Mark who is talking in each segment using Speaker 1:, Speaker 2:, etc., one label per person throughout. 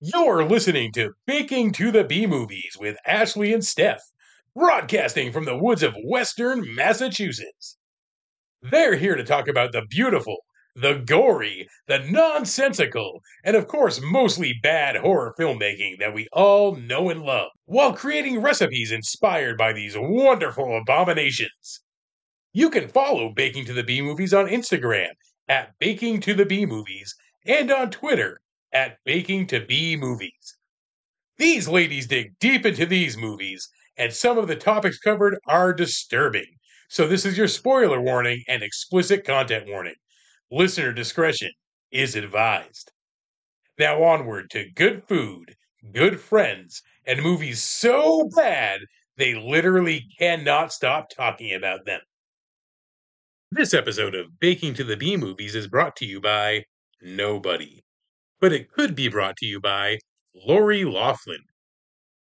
Speaker 1: You're listening to Baking to the B Movies with Ashley and Steph, broadcasting from the woods of Western Massachusetts. They're here to talk about the beautiful, the gory, the nonsensical, and of course, mostly bad horror filmmaking that we all know and love, while creating recipes inspired by these wonderful abominations. You can follow Baking to the B Movies on Instagram at Baking to the B Movies and on Twitter at Baking to Be Movies. These ladies dig deep into these movies, and some of the topics covered are disturbing. So, this is your spoiler warning and explicit content warning. Listener discretion is advised. Now, onward to good food, good friends, and movies so bad they literally cannot stop talking about them. This episode of Baking to the Bee Movies is brought to you by Nobody but it could be brought to you by Lori Laughlin.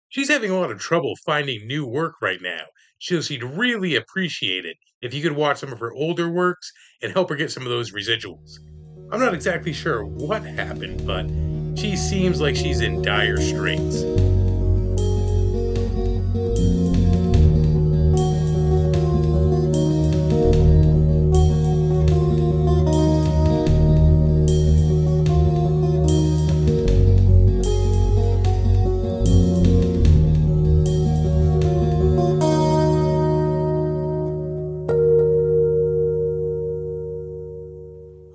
Speaker 1: She's having a lot of trouble finding new work right now, so she'd really appreciate it if you could watch some of her older works and help her get some of those residuals. I'm not exactly sure what happened, but she seems like she's in dire straits.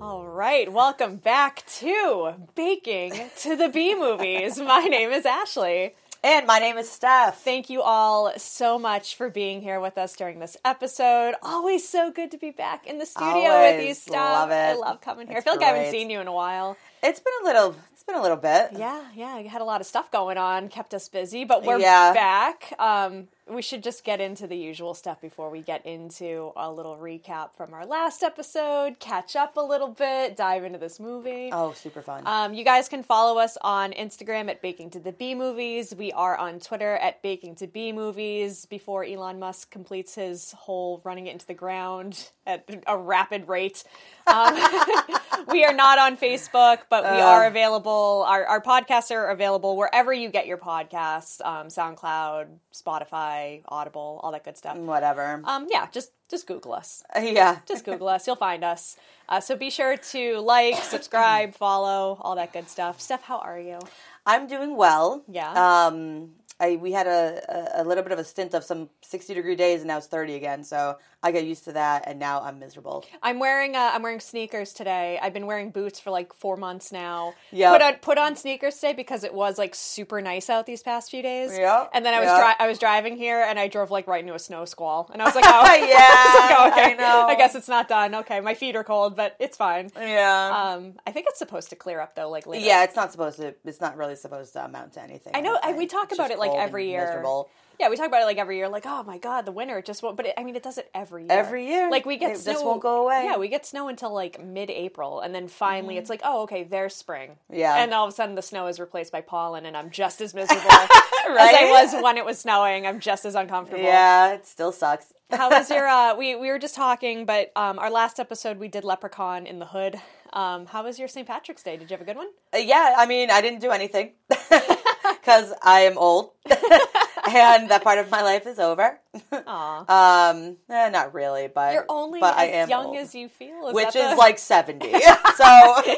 Speaker 2: All right, welcome back to Baking to the B Movies. My name is Ashley.
Speaker 3: And my name is Steph.
Speaker 2: Thank you all so much for being here with us during this episode. Always so good to be back in the studio with you,
Speaker 3: Always.
Speaker 2: Steph.
Speaker 3: Love it.
Speaker 2: I love coming here. I
Speaker 3: It's
Speaker 2: feel like I haven't
Speaker 3: great.
Speaker 2: seen you in a while.
Speaker 3: It's been a little. It's been a little bit.
Speaker 2: Yeah, yeah, you had a lot of stuff going on, kept us busy, but we're
Speaker 3: Yeah.
Speaker 2: back. Um, we should just get into the usual stuff before we get into a little recap from our last episode, catch up a little bit, dive into this movie.
Speaker 3: Oh, super fun.
Speaker 2: Um, you guys can follow us on Instagram at Baking to the B Movies. We are on Twitter at Baking to B Movies. Before Elon Musk completes his whole running it into the ground at a rapid rate, um, we are not on Facebook, but we are available. Our, our podcasts are available wherever you get your podcasts: um, SoundCloud, Spotify, Audible, all that good stuff.
Speaker 3: Mm. Whatever. Uh,
Speaker 2: Um, yeah, just just Google us
Speaker 3: yeah.
Speaker 2: just Google us. You'll find us. Uh, so be sure to like, subscribe, follow, all that good stuff. Steph, how are you?
Speaker 3: I'm doing well.
Speaker 2: Yeah.
Speaker 3: Um, I we had a, a a little bit of a stint of some 60 degree days, and now it's 30 again. So I got used to that, and now I'm miserable.
Speaker 2: I'm wearing uh, I'm wearing sneakers today. I've been wearing boots for like four months now.
Speaker 3: Yeah.
Speaker 2: Put on put on sneakers today because it was like super nice out these past few days.
Speaker 3: Yeah,
Speaker 2: And then I was
Speaker 3: yeah.
Speaker 2: dri- I was driving here and I drove like right into a snow squall and I was like, oh
Speaker 3: Yeah,
Speaker 2: I was like, oh, okay.
Speaker 3: I know.
Speaker 2: I guess it's not done. Okay, my feet are cold, but it's fine.
Speaker 3: Yeah.
Speaker 2: Um, I think it's supposed to clear up though. Like later.
Speaker 3: yeah. It's not supposed to. It's not really supposed to amount to anything.
Speaker 2: I know.
Speaker 3: don't
Speaker 2: I, we
Speaker 3: think.
Speaker 2: talk
Speaker 3: It's
Speaker 2: about
Speaker 3: just
Speaker 2: it like
Speaker 3: cold
Speaker 2: every
Speaker 3: and
Speaker 2: year.
Speaker 3: Miserable.
Speaker 2: Yeah, we talk about it like every year. Like, oh my god, the winter it just won't. But it, I mean, it does it every year.
Speaker 3: Every year.
Speaker 2: like we get
Speaker 3: It
Speaker 2: snow,
Speaker 3: just won't go away. Mm-hmm.
Speaker 2: Yeah, we get snow until like mid-April, and then finally it's like, oh, okay, there's spring.
Speaker 3: Yeah.
Speaker 2: and all of a sudden the snow is replaced by pollen, and I'm just as miserable as I
Speaker 3: Right?
Speaker 2: was when it was snowing. I'm just as uncomfortable.
Speaker 3: Yeah. It still sucks.
Speaker 2: How was your? Uh, we we were just talking, but um, our last episode we did Leprechaun in the Hood. Um, how was your St. Patrick's Day? Did you have a good one?
Speaker 3: Uh, Yeah, I mean, I didn't do anything because I am old and that part of my life is over.
Speaker 2: Aw,
Speaker 3: Um, eh, not really, but
Speaker 2: you're only
Speaker 3: but I
Speaker 2: as
Speaker 3: am
Speaker 2: young
Speaker 3: old,
Speaker 2: as you feel, is
Speaker 3: which
Speaker 2: that
Speaker 3: is
Speaker 2: the-
Speaker 3: like seventy. so,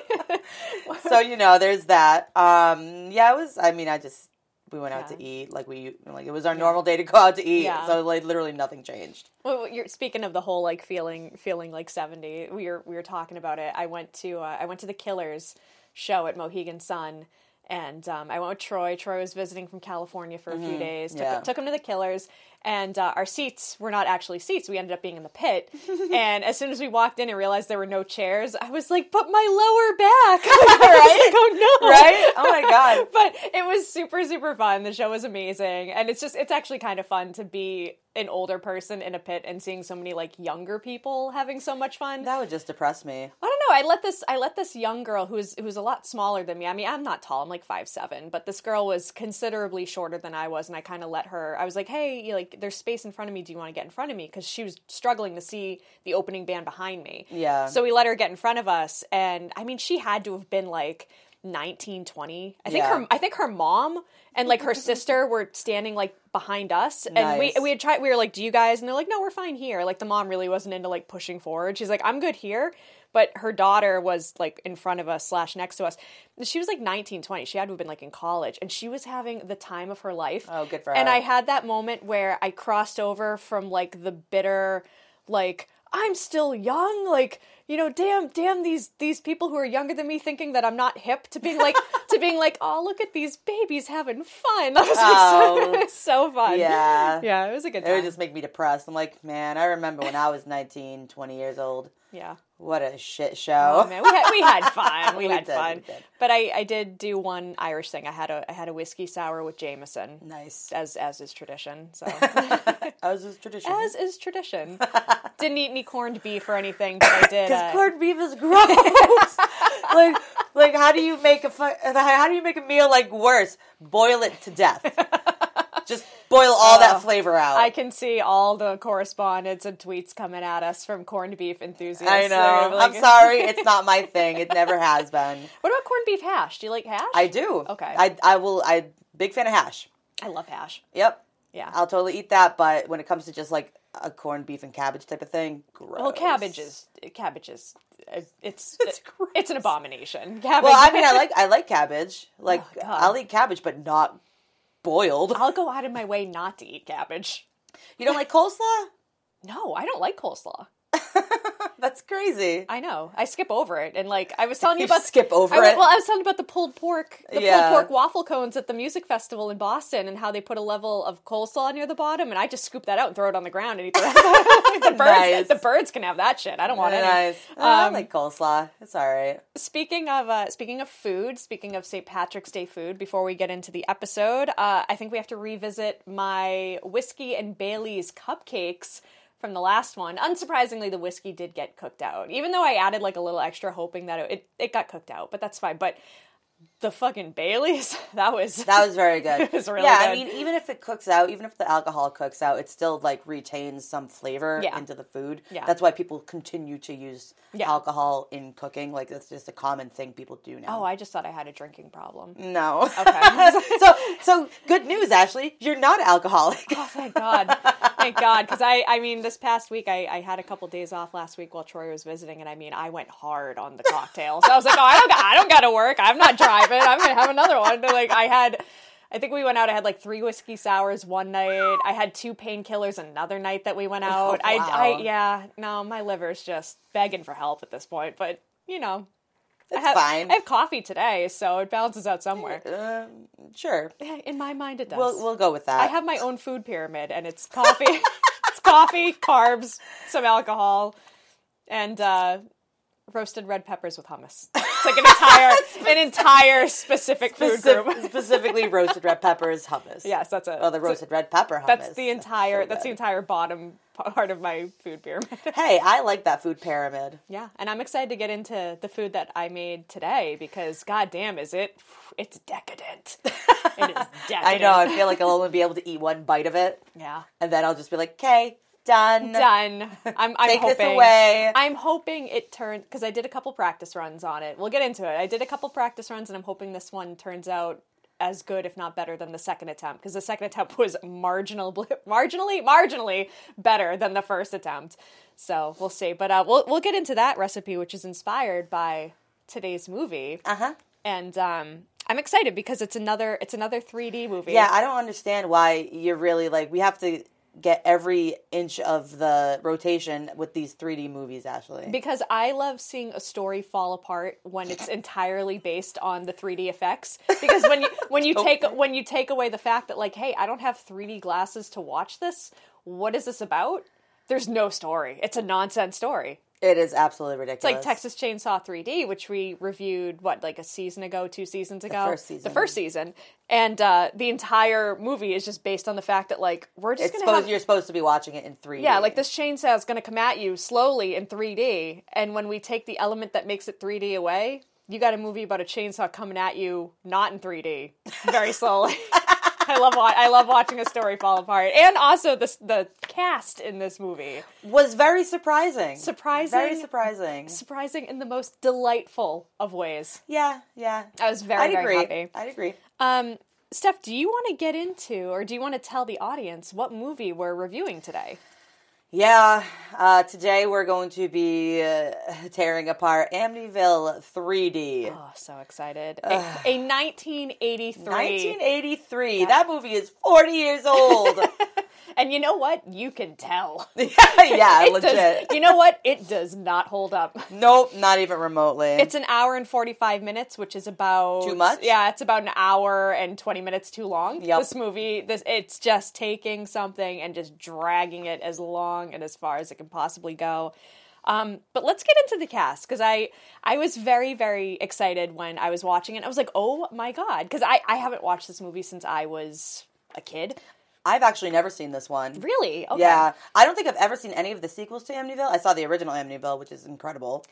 Speaker 3: so you know, there's that. Um, yeah, it was. I mean, I just we went out
Speaker 2: Yeah.
Speaker 3: to eat like we like it was our normal day to go out to eat.
Speaker 2: Yeah.
Speaker 3: So like literally nothing changed.
Speaker 2: Well, well, you're speaking of the whole like feeling feeling like 70. We were we were talking about it. I went to uh, I went to the Killers show at Mohegan Sun and um, I went with Troy. Troy was visiting from California for a few days. Took,
Speaker 3: Mm-hmm. yeah.
Speaker 2: took him to the Killers and uh, our seats were not actually seats. We ended up being in the pit. and as soon as we walked in and realized there were no chairs, I was like, "But my lower back." I was
Speaker 3: Right?
Speaker 2: like, "Oh no."
Speaker 3: Right? Oh my god.
Speaker 2: but it was super super fun the show was amazing and it's just it's actually kind of fun to be an older person in a pit and seeing so many like younger people having so much fun
Speaker 3: That would just depress me.
Speaker 2: i don't know i let this i let this young girl who's who's a lot smaller than me i mean i'm not tall i'm like five seven but this girl was considerably shorter than i was and i kind of let her i was like hey you like there's space in front of me do you want to get in front of me because she was struggling to see the opening band behind me
Speaker 3: Yeah.
Speaker 2: so we let her get in front of us, and I mean, she had to have been like nineteen, twenty. I think
Speaker 3: Yeah.
Speaker 2: her I think her mom and like her sister were standing like behind us and we
Speaker 3: Nice.
Speaker 2: we had tried we were like, "Do you guys?" and they're like, "No, we're fine here." Like the mom really wasn't into like pushing forward. She's like, "I'm good here." But her daughter was like in front of us slash next to us. She was like nineteen, twenty. She had to have been like in college and she was having the time of her life.
Speaker 3: Oh, good for
Speaker 2: And
Speaker 3: her.
Speaker 2: I had that moment where I crossed over from like the bitter, like I'm still young, like you know, damn, damn these these people who are younger than me thinking that I'm not hip to being like to being like, oh look at these babies having fun. That was like, so,
Speaker 3: Oh.
Speaker 2: it was so fun.
Speaker 3: Yeah.
Speaker 2: yeah, it was a good
Speaker 3: It
Speaker 2: time.
Speaker 3: would just make me depressed. I'm like, man, I remember when I was 19, 20 years old.
Speaker 2: yeah.
Speaker 3: What a shit
Speaker 2: Oh,
Speaker 3: show.
Speaker 2: man, we had we had fun. We,
Speaker 3: We
Speaker 2: had
Speaker 3: did, we
Speaker 2: fun.
Speaker 3: did.
Speaker 2: But I I did do one Irish thing. I had a I had a whiskey sour with Jameson.
Speaker 3: nice.
Speaker 2: As as is tradition, so
Speaker 3: As is tradition.
Speaker 2: as is tradition. Didn't eat any corned beef or anything, but I did.
Speaker 3: Because
Speaker 2: uh,
Speaker 3: corned beef is gross. like, like how do you make a fu- how do you make a meal like worse? Boil it to death. Just boil all
Speaker 2: Oh,
Speaker 3: that flavor out.
Speaker 2: I can see all the correspondence and tweets coming at us from corned beef enthusiasts. They're
Speaker 3: I know.
Speaker 2: like-
Speaker 3: I'm sorry. It's not my thing. It never has been.
Speaker 2: What about corned beef hash? Do you like hash?
Speaker 3: I do.
Speaker 2: Okay.
Speaker 3: I I will. I big fan of hash.
Speaker 2: I love hash.
Speaker 3: Yep.
Speaker 2: Yeah.
Speaker 3: I'll totally eat that. But when it comes to just like a corned beef and cabbage type of thing, gross.
Speaker 2: well, cabbage is cabbage is uh, it's it's,
Speaker 3: gross.
Speaker 2: an abomination. Cabbage.
Speaker 3: Well, I mean, I like I like cabbage. Like
Speaker 2: Oh, God.
Speaker 3: I'll eat cabbage, but not boiled.
Speaker 2: I'll go out of my way not to eat cabbage.
Speaker 3: You don't like coleslaw?
Speaker 2: No, I don't like coleslaw.
Speaker 3: That's crazy.
Speaker 2: I know. I skip over it, and like I was telling you
Speaker 3: You
Speaker 2: about
Speaker 3: skip over
Speaker 2: I was-
Speaker 3: it.
Speaker 2: Well, I was telling you about the pulled pork, the
Speaker 3: Yeah.
Speaker 2: pulled pork waffle cones at the music festival in Boston, and how they put a level of coleslaw near the bottom, and I just scoop that out and throw it on the ground and eat the rest. the birds,
Speaker 3: Nice.
Speaker 2: the birds can have that shit. I don't want Um, it.
Speaker 3: nice. Oh, I like coleslaw. It's all right.
Speaker 2: Speaking of uh, speaking of food, speaking of St. Patrick's Day food, before we get into the episode, uh, I think we have to revisit my whiskey and Bailey's cupcakes from the last one. Unsurprisingly, the whiskey did get cooked out, even though I added like a little extra, hoping that it it, it got cooked out. But that's fine. But the fucking Bailey's that was
Speaker 3: That was very good.
Speaker 2: was really
Speaker 3: yeah, I
Speaker 2: good.
Speaker 3: mean, even if it cooks out, even if the alcohol cooks out, it still like retains some flavor
Speaker 2: Yeah.
Speaker 3: into the food.
Speaker 2: Yeah.
Speaker 3: That's why people continue to use
Speaker 2: Yeah.
Speaker 3: alcohol in cooking. Like that's just a common thing people do now.
Speaker 2: oh, I just thought I had a drinking problem.
Speaker 3: no.
Speaker 2: Okay.
Speaker 3: so so good news, Ashley. You're not alcoholic.
Speaker 2: Oh, thank God. Thank God. Because I, I mean, this past week, I, I had a couple days off last week while Troy was visiting. And I mean, I went hard on the cocktails. I was like, oh, I don't, got- I don't got to work. I'm not driving. I'm going to have another one. But, like, I had, I think we went out. I had like three whiskey sours one night. I had two painkillers another night that we went out. I,
Speaker 3: wow.
Speaker 2: I, yeah, no, my liver's just begging for help at this point. But, you know, I
Speaker 3: It's
Speaker 2: have,
Speaker 3: fine.
Speaker 2: I have coffee today, so it balances out somewhere.
Speaker 3: Um, sure.
Speaker 2: Eh, In my mind, it does.
Speaker 3: We'll we'll go with that.
Speaker 2: I have my own food pyramid, and it's coffee, it's coffee, carbs, some alcohol, and uh, roasted red peppers with hummus. It's like an entire, an entire specific food
Speaker 3: Specif-
Speaker 2: group.
Speaker 3: specifically roasted red peppers hummus.
Speaker 2: yes, that's it.
Speaker 3: Oh, the roasted red pepper hummus.
Speaker 2: That's the entire.
Speaker 3: so
Speaker 2: That's, the
Speaker 3: good.
Speaker 2: entire bottom part of my food pyramid.
Speaker 3: Hey, I like that food pyramid.
Speaker 2: yeah, and I'm excited to get into the food that I made today because, goddamn, is it? It's decadent. It is decadent.
Speaker 3: I know. I feel like I'll only be able to eat one bite of it,
Speaker 2: Yeah.
Speaker 3: and then I'll just be like, "Okay, done."
Speaker 2: done. I'm, I'm
Speaker 3: Take this
Speaker 2: hoping.
Speaker 3: away.
Speaker 2: I'm hoping it turns because I did a couple practice runs on it. We'll get into it. I did a couple practice runs, and I'm hoping this one turns out as good, if not better, than the second attempt because the second attempt was marginal, marginally, marginally better than the first attempt. So we'll see. But uh, we'll we'll get into that recipe, which is inspired by today's movie,
Speaker 3: Uh huh.
Speaker 2: and um, I'm excited because it's another it's another 3D movie.
Speaker 3: Yeah, I don't understand why you're really like. We have to get every inch of the rotation with these 3D movies, Ashley.
Speaker 2: Because I love seeing a story fall apart when it's entirely based on the 3D effects. Because when you when you take when you take away the fact that like, hey, I don't have 3D glasses to watch this. What is this about? There's no story. It's a nonsense story.
Speaker 3: it is absolutely
Speaker 2: It's
Speaker 3: ridiculous.
Speaker 2: like Texas Chainsaw 3D, which we reviewed what like a season ago, two seasons ago,
Speaker 3: first season.
Speaker 2: the first season, and uh, the entire movie is just based on the fact that like we're just
Speaker 3: It's
Speaker 2: gonna
Speaker 3: supposed
Speaker 2: have
Speaker 3: you're supposed to be watching it in 3D.
Speaker 2: yeah, like this chainsaw is going to come at you slowly in 3D, and when we take the element that makes it 3D away, you got a movie about a chainsaw coming at you not in 3D, very slowly. I love wa- I love watching a story fall apart, and also the the cast in this movie
Speaker 3: was very surprising.
Speaker 2: Surprising?
Speaker 3: Very surprising.
Speaker 2: surprising in the most delightful of ways.
Speaker 3: Yeah, yeah.
Speaker 2: I was very
Speaker 3: I'd
Speaker 2: very
Speaker 3: agree.
Speaker 2: happy.
Speaker 3: I'd agree.
Speaker 2: Um, Steph, do you want to get into, or do you want to tell the audience what movie we're reviewing today?
Speaker 3: Yeah, uh, today we're going to be uh, tearing apart Amityville 3D.
Speaker 2: Oh, so excited! A, a 1983,
Speaker 3: 1983. That movie is 40 years old.
Speaker 2: and you know what? You can tell.
Speaker 3: yeah,
Speaker 2: It does-
Speaker 3: legit. Mm.
Speaker 2: you know what? It does not hold up.
Speaker 3: Nope, not even remotely.
Speaker 2: It's an hour and 45 minutes, which is about
Speaker 3: Too much?
Speaker 2: Yeah, it's about an hour and 20 minutes too long.
Speaker 3: Yep.
Speaker 2: This movie, this it's just taking something and just dragging it as long and as far as it can possibly go. Um, but let's get into the cast because I I was very very excited when I was watching it. I was like, oh my god, because I I haven't watched this movie since I was a kid.
Speaker 3: I've actually never seen this one.
Speaker 2: Really? Okay.
Speaker 3: Yeah, I don't think I've ever seen any of the sequels to Amityville. I saw the original Amityville, which is incredible.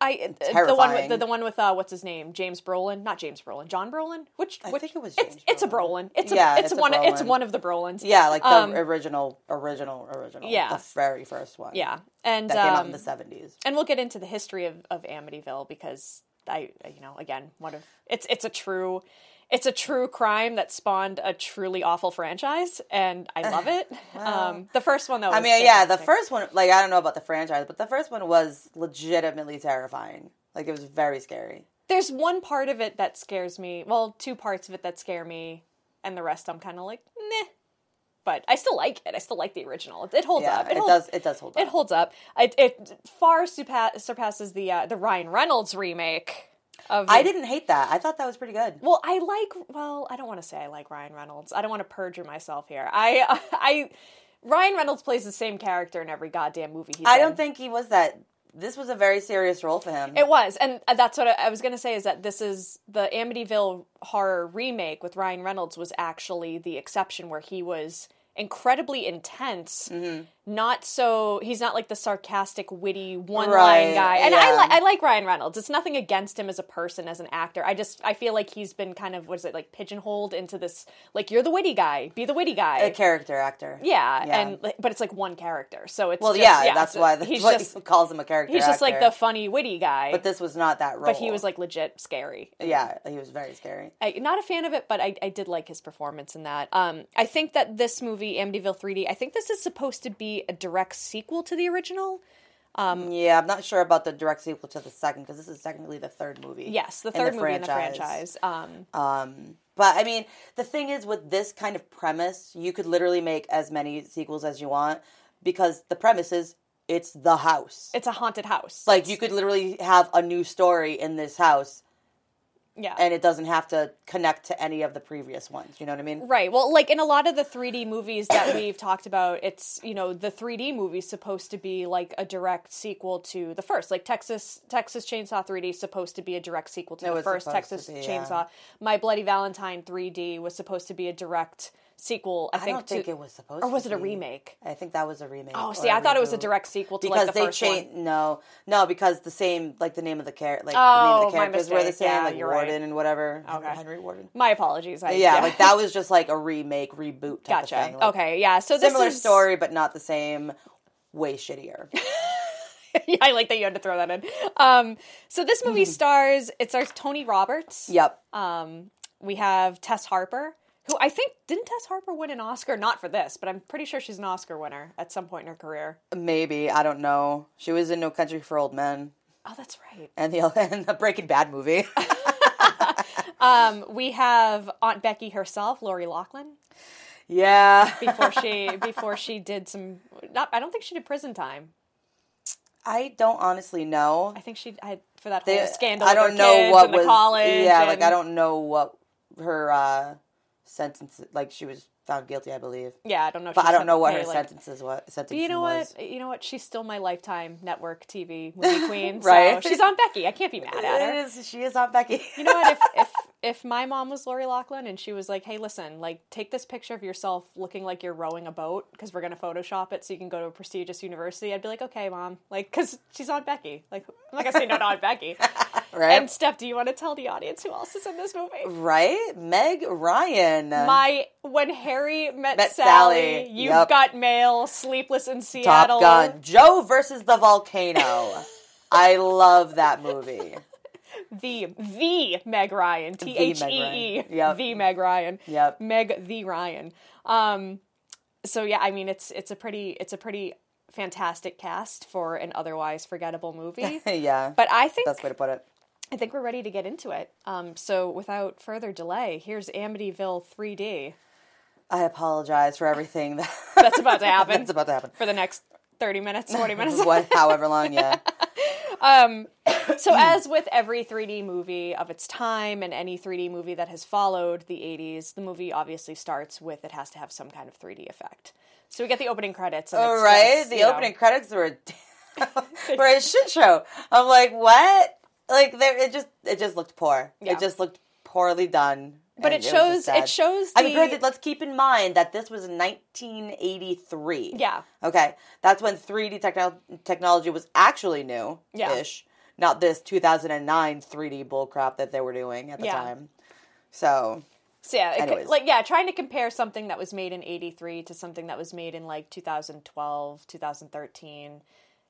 Speaker 2: I uh, the one with
Speaker 3: terrifying.
Speaker 2: the, the one with uh, what's his name? James Brolin, not James Brolin, John Brolin. Which
Speaker 3: I
Speaker 2: which,
Speaker 3: think it was
Speaker 2: it's,
Speaker 3: James
Speaker 2: it's a Brolin. It's a,
Speaker 3: Yeah,
Speaker 2: it's,
Speaker 3: it's a
Speaker 2: one it's
Speaker 3: Brolin.
Speaker 2: one of the Brolins.
Speaker 3: Yeah, like the
Speaker 2: Um,
Speaker 3: original, original, original.
Speaker 2: Yeah.
Speaker 3: the very first one.
Speaker 2: yeah, and
Speaker 3: that came out in
Speaker 2: um,
Speaker 3: the seventies.
Speaker 2: and we'll get into the history of, of Amityville because I you know again one of it's it's a true it's a true crime that spawned a truly awful franchise and I love it. um, the first one though,
Speaker 3: I
Speaker 2: was
Speaker 3: mean, yeah, the
Speaker 2: fantastic.
Speaker 3: first one. Like, I don't know about the franchise, but the first one was legitimately terrifying. Like, it was very scary.
Speaker 2: There's one part of it that scares me. Well, two parts of it that scare me, and the rest I'm kind of like, nah. But I still like it. I still like the original. It, it holds
Speaker 3: yeah,
Speaker 2: up.
Speaker 3: it
Speaker 2: holds,
Speaker 3: does. It does hold up.
Speaker 2: It holds up. It, it far surpa- surpasses the uh, the Ryan Reynolds remake. Of
Speaker 3: I
Speaker 2: the-
Speaker 3: didn't hate that. I thought that was pretty good.
Speaker 2: Well, I like. Well, I don't want to say I like Ryan Reynolds. I don't want to perjure myself here. I I Ryan Reynolds plays the same character in every goddamn movie. He's
Speaker 3: I
Speaker 2: in.
Speaker 3: don't think he was that. This was a very serious role for him.
Speaker 2: It was, and uh, that's what I, I was going to say is that this is the Amityville horror remake with Ryan Reynolds was actually the exception where he was incredibly intense.
Speaker 3: Mm-hmm.
Speaker 2: Not so he's not like the sarcastic, witty, one line
Speaker 3: Right,
Speaker 2: guy. And I
Speaker 3: yeah.
Speaker 2: like I like Ryan Reynolds. It's nothing against him as a person as an actor. I just I feel like he's been kind of what is it like pigeonholed into this like you're the witty guy, be the witty guy.
Speaker 3: a character actor.
Speaker 2: yeah,
Speaker 3: Yeah.
Speaker 2: and but it's like one character, so it's
Speaker 3: Well,
Speaker 2: just-
Speaker 3: yeah, that's
Speaker 2: so
Speaker 3: why that's
Speaker 2: he's
Speaker 3: what
Speaker 2: just
Speaker 3: he calls him a character.
Speaker 2: he's just like
Speaker 3: actor.
Speaker 2: the funny witty guy.
Speaker 3: But this was not that role.
Speaker 2: but he was like legit scary.
Speaker 3: yeah, he was very scary.
Speaker 2: I, not a fan of it, but I, I did like his performance in that. Um, I think that this movie, Amityville 3D, I think this is supposed to be a direct sequel to the original. Um,
Speaker 3: Yeah, I'm not sure about the direct sequel to the second because this is technically the third movie.
Speaker 2: Yes, the
Speaker 3: in
Speaker 2: third movie in the franchise. Um,
Speaker 3: Um, but I mean, the thing is, with this kind of premise, you could literally make as many sequels as you want because the premise is it's the house.
Speaker 2: it's a haunted house.
Speaker 3: like you could literally have a new story in this house,
Speaker 2: yeah.
Speaker 3: and it doesn't have to connect to any of the previous ones. You know what I mean?
Speaker 2: Right. Well, like in a lot of the 3D movies that we've talked about, it's, you know, the 3D movie's supposed to be like a direct sequel to the first. Like Texas Texas Chainsaw 3D is supposed to be a direct sequel to the
Speaker 3: was
Speaker 2: first
Speaker 3: supposed to
Speaker 2: Texas
Speaker 3: be, yeah.
Speaker 2: Chainsaw. My Bloody Valentine 3D was supposed to be a direct sequel, I,
Speaker 3: I
Speaker 2: think
Speaker 3: don't
Speaker 2: to
Speaker 3: think it was supposed.
Speaker 2: or was
Speaker 3: to
Speaker 2: it a
Speaker 3: be.
Speaker 2: remake?
Speaker 3: I think that was a remake.
Speaker 2: Oh,
Speaker 3: or
Speaker 2: see, I thought it was a
Speaker 3: reboot.
Speaker 2: direct sequel to like
Speaker 3: because
Speaker 2: the
Speaker 3: they
Speaker 2: first
Speaker 3: changed.
Speaker 2: one.
Speaker 3: No, no, because the same like the name of the character, like the name
Speaker 2: Oh,
Speaker 3: of the
Speaker 2: my
Speaker 3: characters were the
Speaker 2: mistake.
Speaker 3: same,
Speaker 2: Yeah,
Speaker 3: like
Speaker 2: you're
Speaker 3: Warden
Speaker 2: right.
Speaker 3: and whatever.
Speaker 2: Okay.
Speaker 3: Henry Warden.
Speaker 2: My apologies. I,
Speaker 3: Yeah, like that was just like a remake, reboot. Type
Speaker 2: Gotcha.
Speaker 3: Of thing. Like,
Speaker 2: okay. Yeah. So this
Speaker 3: Similar
Speaker 2: is,
Speaker 3: story, but not the same. Way shittier.
Speaker 2: yeah, I like that you had to throw that in. Um, so this movie stars it stars Tony Roberts.
Speaker 3: yep.
Speaker 2: Um, we have Tess Harper, who I think didn't Tess Harper win an Oscar? Not for this, but I'm pretty sure she's an Oscar winner at some point in her career.
Speaker 3: Maybe I don't know. She was in No Country for Old Men
Speaker 2: Oh, that's right.
Speaker 3: and the and the Breaking Bad movie.
Speaker 2: Um, we have Aunt Becky herself, Lori Loughlin,
Speaker 3: yeah.
Speaker 2: before she before she did some. Not, I don't think she did prison time.
Speaker 3: I don't honestly know.
Speaker 2: I think she I, for that
Speaker 3: They-
Speaker 2: whole scandal.
Speaker 3: I
Speaker 2: with her
Speaker 3: don't know
Speaker 2: kids
Speaker 3: what
Speaker 2: and the
Speaker 3: was
Speaker 2: college.
Speaker 3: Yeah, like
Speaker 2: and-
Speaker 3: I don't know what her uh sentence like she was found guilty, I believe.
Speaker 2: Yeah, I don't know. if
Speaker 3: But
Speaker 2: she
Speaker 3: I don't
Speaker 2: said,
Speaker 3: know what
Speaker 2: hey,
Speaker 3: her
Speaker 2: like,
Speaker 3: sentences what sentence
Speaker 2: You know
Speaker 3: was.
Speaker 2: what? You know what? She's still my lifetime network TV movie queen.
Speaker 3: Right.
Speaker 2: So she's on Becky. I can't be mad at her.
Speaker 3: It is, she is not Becky.
Speaker 2: You know what? If, if if my mom was Lori Lachlan and she was like, "Hey, listen, like take this picture of yourself looking like you're rowing a boat because we're gonna Photoshop it so you can go to a prestigious university," I'd be like, "Okay, mom," like because she's on Becky. Like I'm not gonna say no to Aunt Becky.
Speaker 3: Right?
Speaker 2: And Steph, do you want to tell the audience who else is in this movie?
Speaker 3: right? Meg Ryan.
Speaker 2: My when Harry met,
Speaker 3: Met
Speaker 2: Sally,
Speaker 3: Sally,
Speaker 2: you've
Speaker 3: yep.
Speaker 2: got mail, Sleepless in
Speaker 3: Top
Speaker 2: Seattle,
Speaker 3: Gun. Joe versus the volcano. I love that movie.
Speaker 2: the the Meg Ryan, T H E E,
Speaker 3: Meg Ryan. Yep.
Speaker 2: the Meg Ryan,
Speaker 3: Yep.
Speaker 2: Meg the Ryan. Um, so yeah, I mean it's it's a pretty it's a pretty fantastic cast for an otherwise forgettable movie.
Speaker 3: yeah.
Speaker 2: But I think
Speaker 3: Best way to put it.
Speaker 2: I think we're ready to get into it. Um, so without further delay, here's Amityville 3D.
Speaker 3: I apologize for everything that-
Speaker 2: That's about to happen.
Speaker 3: that's about to happen.
Speaker 2: for the next 30 minutes, 40 minutes.
Speaker 3: what, however long, yeah.
Speaker 2: so as with every 3D movie of its time and any 3D movie that has followed the 80s, the movie obviously starts with it has to have some kind of 3D effect. So we get the opening credits. And
Speaker 3: All
Speaker 2: it's
Speaker 3: right,
Speaker 2: just,
Speaker 3: the
Speaker 2: you know,
Speaker 3: opening credits were were a shit show. I'm like, what? Like, there, it just it just looked poor.
Speaker 2: Yeah.
Speaker 3: It just looked poorly done.
Speaker 2: But it
Speaker 3: and was just
Speaker 2: shows- it
Speaker 3: sad.
Speaker 2: shows
Speaker 3: I mean,
Speaker 2: the-
Speaker 3: granted, let's keep in mind that this was 1983.
Speaker 2: Yeah.
Speaker 3: Okay, that's when 3D techno- technology was actually new.
Speaker 2: Yeah.
Speaker 3: Ish. Not this 2009 3D bullcrap that they were doing at the
Speaker 2: Yeah.
Speaker 3: time. So
Speaker 2: So yeah, it, co-
Speaker 3: Anyways.
Speaker 2: like yeah, trying to compare something that was made in '83 to something that was made in like 2012, 2013.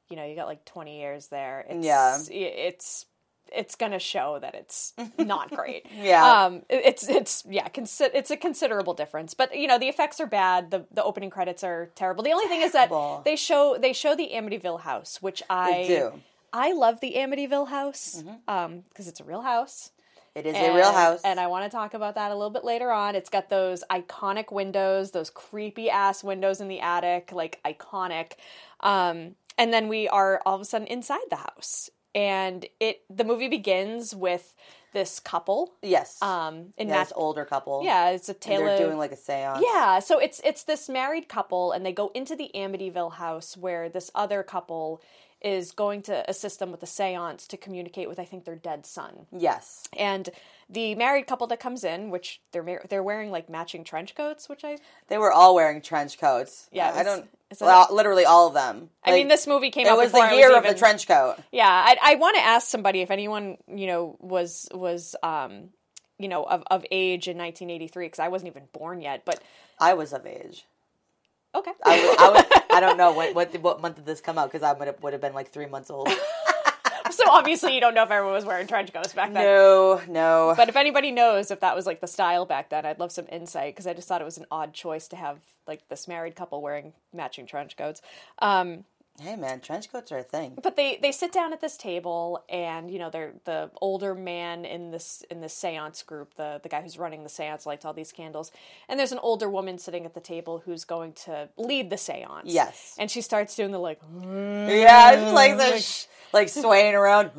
Speaker 2: You know, you got like 20 years there. It's,
Speaker 3: Yeah.
Speaker 2: i- it's it's gonna show that it's not great.
Speaker 3: Yeah.
Speaker 2: um, it- it's it's yeah, consi- it's a considerable difference. But you know, the effects are bad. the The opening credits are terrible. The only thing is that
Speaker 3: Terrible.
Speaker 2: they show they show the Amityville house, which I
Speaker 3: do. Mm-hmm.
Speaker 2: I love the Amityville house because it's a real house.
Speaker 3: it is a real house.
Speaker 2: And I want to talk about that a little bit later on. It's got those iconic windows, those creepy ass windows in the attic, like iconic. Um, and then we are all of a sudden inside the house. And it the movie begins with this couple.
Speaker 3: yes.
Speaker 2: Um in
Speaker 3: yeah,
Speaker 2: yeah,
Speaker 3: this older couple.
Speaker 2: yeah, it's a
Speaker 3: And
Speaker 2: Taylor.
Speaker 3: they're doing like a seance.
Speaker 2: Yeah, so it's it's this married couple, and they go into the Amityville house where this other couple is going to assist them with a séance to communicate with, I think, their dead son.
Speaker 3: Yes.
Speaker 2: And the married couple that comes in, which they're mar- they're wearing like matching trench coats, which I
Speaker 3: They were all wearing trench coats.
Speaker 2: Yeah,
Speaker 3: I
Speaker 2: it was-
Speaker 3: don't.
Speaker 2: it's a-
Speaker 3: Well, literally all of them.
Speaker 2: I mean, this movie came
Speaker 3: It
Speaker 2: out
Speaker 3: was
Speaker 2: before
Speaker 3: the
Speaker 2: I
Speaker 3: year of
Speaker 2: even-
Speaker 3: the trench coat.
Speaker 2: Yeah, I, I want to ask somebody if anyone you know was was um you know of of age in 1983 because I wasn't even born yet, but
Speaker 3: I was of age.
Speaker 2: okay,
Speaker 3: I, was, I, was, I don't know what, what what month did this come out because I would have would have been like three months old.
Speaker 2: so obviously you don't know if everyone was wearing trench coats back then.
Speaker 3: No, no.
Speaker 2: But if anybody knows if that was like the style back then, I'd love some insight because I just thought it was an odd choice to have like this married couple wearing matching trench coats. Um,
Speaker 3: hey, man, trench coats are a thing.
Speaker 2: but they they sit down at this table and you know they're the older man in this in this seance group the the guy who's running the seance lights all these candles and there's an older woman sitting at the table who's going to lead the seance
Speaker 3: Yes.
Speaker 2: and she starts doing the like Mm-hmm.
Speaker 3: Yeah, it's like the sh- like swaying around,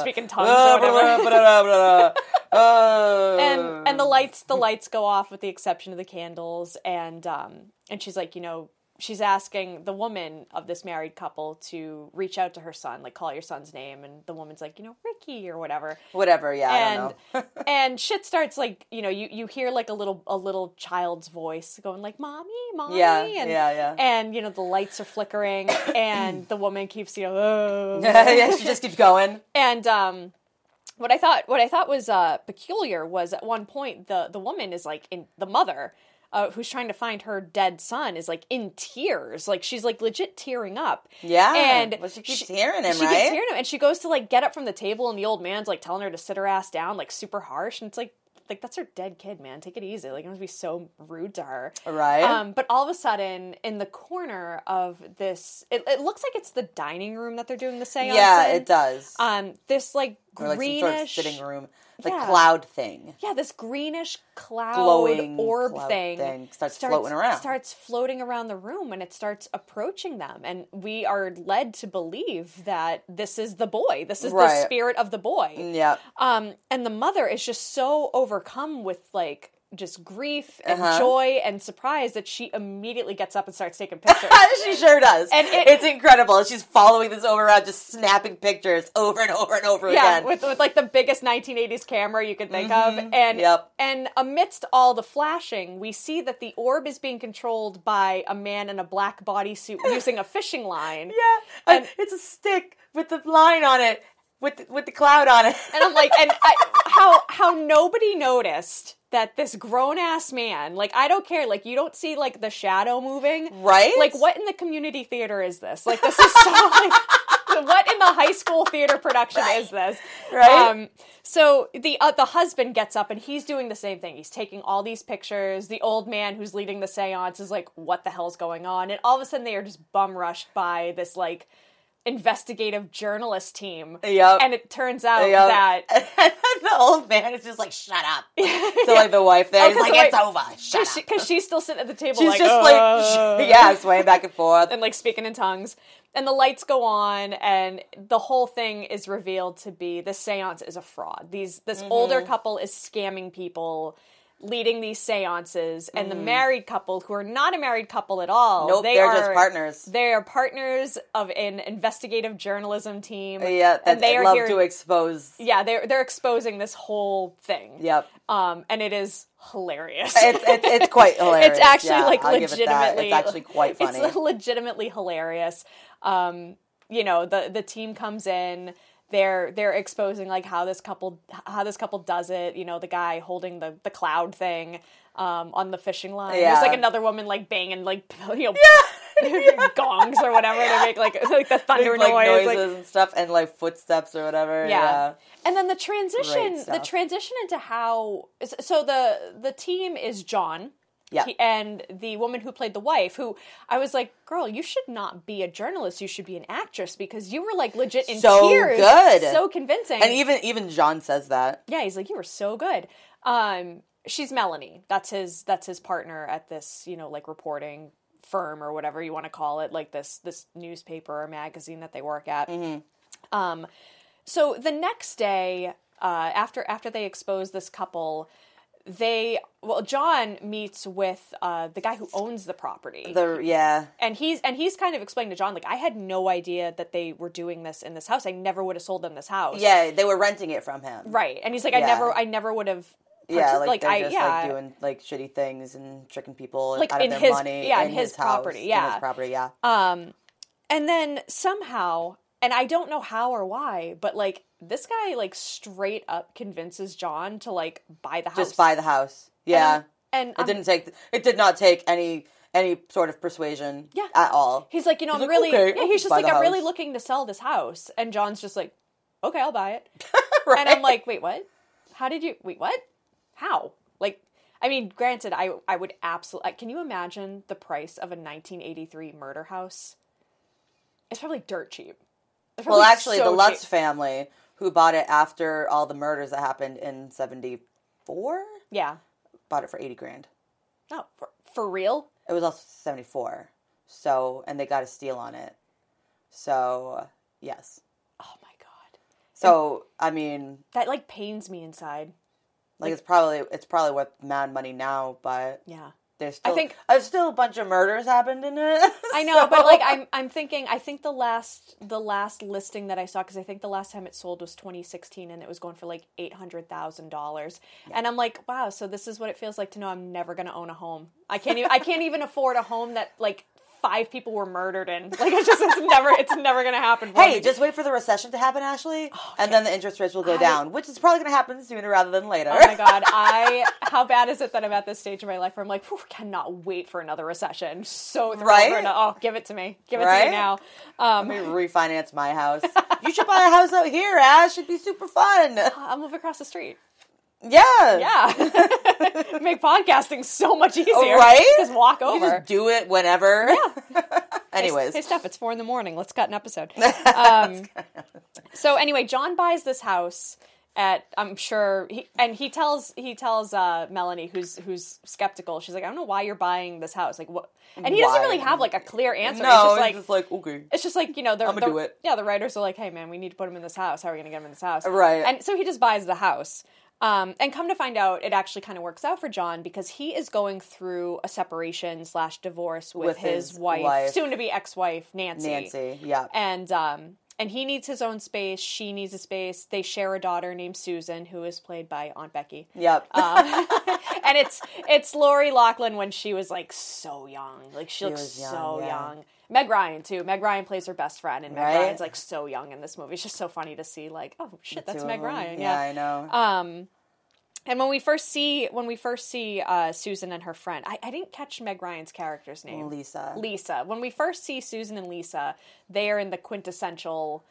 Speaker 2: speaking tongues or
Speaker 3: whatever.
Speaker 2: and and the lights the lights go off with the exception of the candles and um and she's like you know she's asking the woman of this married couple to reach out to her son like call your son's name and the woman's like you know ricky or whatever
Speaker 3: whatever. Yeah, I
Speaker 2: and
Speaker 3: don't know.
Speaker 2: and shit starts like you know you you hear like a little a little child's voice going like mommy mommy
Speaker 3: Yeah,
Speaker 2: and
Speaker 3: yeah, yeah.
Speaker 2: and you know the lights are flickering and the woman keeps you know "Oh."
Speaker 3: yeah, she just keeps going.
Speaker 2: and um what I thought what I thought was uh peculiar was at one point the the woman is like in the mother uh, who's trying to find her dead son is like in tears like she's like legit tearing up
Speaker 3: Yeah,
Speaker 2: and
Speaker 3: Ah, well, she keeps hearing him,
Speaker 2: she
Speaker 3: right?
Speaker 2: keeps hearing him, and she goes to like get up from the table, and the old man's like telling her to sit her ass down, like super harsh, and it's like, like that's her dead kid, man. Take it easy. Like, it must be so rude to her,
Speaker 3: Right.
Speaker 2: Um, but all of a sudden, in the corner of this, it, it looks like it's the dining room that they're doing the seance.
Speaker 3: yeah,
Speaker 2: in.
Speaker 3: it does.
Speaker 2: Um, this like
Speaker 3: or like
Speaker 2: greenish
Speaker 3: some sort of sitting room, like
Speaker 2: Yeah.
Speaker 3: cloud thing.
Speaker 2: yeah, this greenish cloud
Speaker 3: Glowing
Speaker 2: orb
Speaker 3: cloud
Speaker 2: thing,
Speaker 3: thing starts floating around.
Speaker 2: Starts floating around the room and it starts approaching them. And we are led to believe that this is the boy. This is the
Speaker 3: Right. Mm.
Speaker 2: spirit of the boy.
Speaker 3: Yeah,
Speaker 2: Um, and the mother is just so overcome with like just grief and
Speaker 3: Uh-huh.
Speaker 2: joy and surprise that she immediately gets up and starts taking pictures.
Speaker 3: she sure does.
Speaker 2: And it-
Speaker 3: it's incredible. She's following this over around, just snapping pictures over and over and over
Speaker 2: yeah,
Speaker 3: again. Mm-hmm.
Speaker 2: with, with like the biggest 1980s camera you could think of, and
Speaker 3: Yep.
Speaker 2: and amidst all the flashing, we see that the orb is being controlled by a man in a black bodysuit using a fishing line.
Speaker 3: yeah, and it's a stick with the line on it, with the, with the cloud on it.
Speaker 2: And I'm like, and I, how how nobody noticed that this grown ass man, like I don't care, like you don't see like the shadow moving,
Speaker 3: Right?
Speaker 2: Like what in the community theater is this? Like this is so. Like, what in the high school theater production is this?
Speaker 3: Right?
Speaker 2: Um, so the uh, the husband gets up and he's doing the same thing. He's taking all these pictures. The old man who's leading the séance is like, "What the hell's going on?" And all of a sudden, they are just bum rushed by this like investigative journalist team.
Speaker 3: Yep.
Speaker 2: And it turns out
Speaker 3: Yeah.
Speaker 2: that
Speaker 3: the old man is just like, shut up. So like the wife there,
Speaker 2: Oh,
Speaker 3: he's
Speaker 2: 'cause
Speaker 3: like,
Speaker 2: the
Speaker 3: it's
Speaker 2: wife-
Speaker 3: over. Shut up.
Speaker 2: because she's still sitting at the table,
Speaker 3: She's
Speaker 2: like,
Speaker 3: just like,
Speaker 2: "Uh,"
Speaker 3: "Oh." yeah, swaying back and forth.
Speaker 2: and like speaking in tongues. And the lights go on, and the whole thing is revealed to be the séance is a fraud. These this
Speaker 3: Mm-hmm.
Speaker 2: older couple is scamming people. Leading these seances, and the married couple, who are not a married couple at all,
Speaker 3: Mm. Nope,
Speaker 2: they
Speaker 3: they're just
Speaker 2: are-
Speaker 3: partners.
Speaker 2: They are partners of an investigative journalism team.
Speaker 3: Uh, yeah, that
Speaker 2: and they
Speaker 3: they
Speaker 2: are
Speaker 3: love
Speaker 2: here.
Speaker 3: to expose.
Speaker 2: yeah, they're they're exposing this whole thing.
Speaker 3: Yep.
Speaker 2: Um, and it is hilarious.
Speaker 3: It's, it's, it's quite hilarious.
Speaker 2: It's actually
Speaker 3: Yeah,
Speaker 2: like
Speaker 3: I'll give it that.
Speaker 2: legitimately.
Speaker 3: It's actually quite funny.
Speaker 2: It's legitimately hilarious. Um, you know, the the team comes in. They're they're exposing like how this couple how this couple does it. You know, the guy holding the the cloud thing um, on the fishing line.
Speaker 3: Yeah.
Speaker 2: There's like another woman like banging like you know gongs or whatever to make like like the thunder
Speaker 3: like
Speaker 2: noise.
Speaker 3: noises
Speaker 2: like-
Speaker 3: and stuff, and like footsteps or whatever.
Speaker 2: yeah.
Speaker 3: Yeah.
Speaker 2: And then the transition, the
Speaker 3: stuff.
Speaker 2: transition into how so the the team is John.
Speaker 3: Yeah.
Speaker 2: He- and the woman who played the wife, who I was like, girl, you should not be a journalist. You should be an actress because you were like legit in
Speaker 3: So
Speaker 2: tears.
Speaker 3: good.
Speaker 2: So convincing.
Speaker 3: And even even John says that.
Speaker 2: yeah, he's like, you were so good. Um, she's Melanie. That's his. That's his partner at this, you know, like reporting firm or whatever you want to call it, like this this newspaper or magazine that they work at. Um, so the next day, uh, after after they expose this couple. They well, John meets with uh, the guy who owns the property,
Speaker 3: The yeah,
Speaker 2: and he's and he's kind of explaining to John like I had no idea that they were doing this in this house. I never would have sold them this house.
Speaker 3: yeah, they were renting it from him.
Speaker 2: Right. And he's like, I
Speaker 3: Yeah.
Speaker 2: never, I never would have.
Speaker 3: Yeah,
Speaker 2: purchased-
Speaker 3: like, they're
Speaker 2: I,
Speaker 3: just
Speaker 2: yeah,
Speaker 3: like doing like shitty things and tricking people
Speaker 2: Like,
Speaker 3: out of
Speaker 2: in
Speaker 3: their
Speaker 2: his-
Speaker 3: money.
Speaker 2: yeah, in
Speaker 3: in
Speaker 2: his
Speaker 3: house,
Speaker 2: property,
Speaker 3: in
Speaker 2: yeah. Um,
Speaker 3: his property. Yeah,
Speaker 2: and then somehow, and I don't know how or why, but like this guy like straight up convinces John to like buy the house.
Speaker 3: just buy the house. Yeah,
Speaker 2: And
Speaker 3: it
Speaker 2: I'm- um
Speaker 3: didn't take. It did not take any any sort of persuasion.
Speaker 2: Yeah.
Speaker 3: at all.
Speaker 2: He's like, you know, I'm
Speaker 3: like,
Speaker 2: really.
Speaker 3: "Okay,
Speaker 2: yeah,
Speaker 3: I'll
Speaker 2: he's
Speaker 3: just
Speaker 2: just
Speaker 3: buy
Speaker 2: like,
Speaker 3: the
Speaker 2: I'm really
Speaker 3: house."
Speaker 2: looking to sell this house, and John's just like, okay, I'll buy it.
Speaker 3: Right?
Speaker 2: And I'm like, wait, what? How did you? Wait, what? How? Like, I mean, granted, I I would absolutely. Can you imagine the price of a 1983 murder house? It's probably dirt cheap. It's
Speaker 3: well,
Speaker 2: probably
Speaker 3: actually,
Speaker 2: so
Speaker 3: the Lutz
Speaker 2: cheap.
Speaker 3: family who bought it after all the murders that happened in '74
Speaker 2: yeah.
Speaker 3: bought it for eighty grand.
Speaker 2: No, for, for real.
Speaker 3: It was also '74. So, and they got a steal on it. So, yes.
Speaker 2: Oh my god,
Speaker 3: So, I mean,
Speaker 2: that like pains me inside.
Speaker 3: like it's probably it's probably worth mad money now, but
Speaker 2: Yeah.
Speaker 3: there's still uh,
Speaker 2: think-
Speaker 3: there's still a bunch of murders happened in it.
Speaker 2: I know,
Speaker 3: So-
Speaker 2: but like I'm I'm thinking I think the last the last listing that I saw cuz I think the last time it sold was 2016 and it was going for like $800,000. And I'm like, wow, so this is what it feels like to know I'm never going to own a home. I can't even I can't even afford a home that like five people were murdered in. Like it's just it's never it's never going to happen. for
Speaker 3: Hey,
Speaker 2: me.
Speaker 3: just wait for the recession to happen, Ashley,
Speaker 2: Oh,
Speaker 3: and then the interest rates will go down, which is probably going to happen sooner rather than later.
Speaker 2: Oh my god, I how bad is it that I'm at this stage in my life where I'm like, "Phew, cannot wait for another recession. So thrilled
Speaker 3: Right?
Speaker 2: for ano- oh, give it to me. Give it to
Speaker 3: Right?
Speaker 2: me now. Um,
Speaker 3: Let me refinance my house. you should buy a house out here, Ash. It'd be super fun.
Speaker 2: I'll move across the street.
Speaker 3: Yeah.
Speaker 2: Uh, Yeah. Make podcasting so much easier.
Speaker 3: Right?
Speaker 2: Just walk
Speaker 3: You
Speaker 2: over.
Speaker 3: just do it whenever. Yeah. Anyways.
Speaker 2: Hey, Steph, it's four in the morning. Let's cut an episode. Um, so anyway, John buys this house at I'm sure he and he tells he tells uh, Melanie who's who's skeptical. She's like, I don't know why you're buying this house. Like what? And he doesn't
Speaker 3: Why?
Speaker 2: really have like a clear answer.
Speaker 3: no,
Speaker 2: it's just like.
Speaker 3: okay.
Speaker 2: it's just like you know, they're,
Speaker 3: I'ma
Speaker 2: they're-
Speaker 3: do it.
Speaker 2: yeah, the writers are like, "Hey, man, we need to put him in this house. How are we going to get him in this house?"
Speaker 3: Right.
Speaker 2: And so he just buys the house. Um, and come to find out, it actually kind of works out for John because he is going through a separation slash divorce with,
Speaker 3: With
Speaker 2: his,
Speaker 3: his
Speaker 2: wife,
Speaker 3: wife.
Speaker 2: soon to be ex wife Nancy.
Speaker 3: Nancy. Yeah.
Speaker 2: And um, and he needs his own space. She needs a space. They share a daughter named Susan, who is played by Aunt Becky.
Speaker 3: Yep.
Speaker 2: Um, and it's it's Lori Loughlin when she was like so young, like she, looks
Speaker 3: was young,
Speaker 2: so
Speaker 3: yeah.
Speaker 2: young. Meg Ryan too. Meg Ryan plays her best friend, and Meg
Speaker 3: Right?
Speaker 2: Ryan's like so young in this movie. It's just so funny to see, like, oh shit, that's
Speaker 3: Two of
Speaker 2: Meg
Speaker 3: them.
Speaker 2: Ryan.
Speaker 3: Yeah,
Speaker 2: Yeah,
Speaker 3: I know.
Speaker 2: um, and when we first see when we first see uh, Susan and her friend, I, I didn't catch Meg Ryan's character's name.
Speaker 3: Lisa.
Speaker 2: Lisa. When we first see Susan and Lisa, they are in the quintessential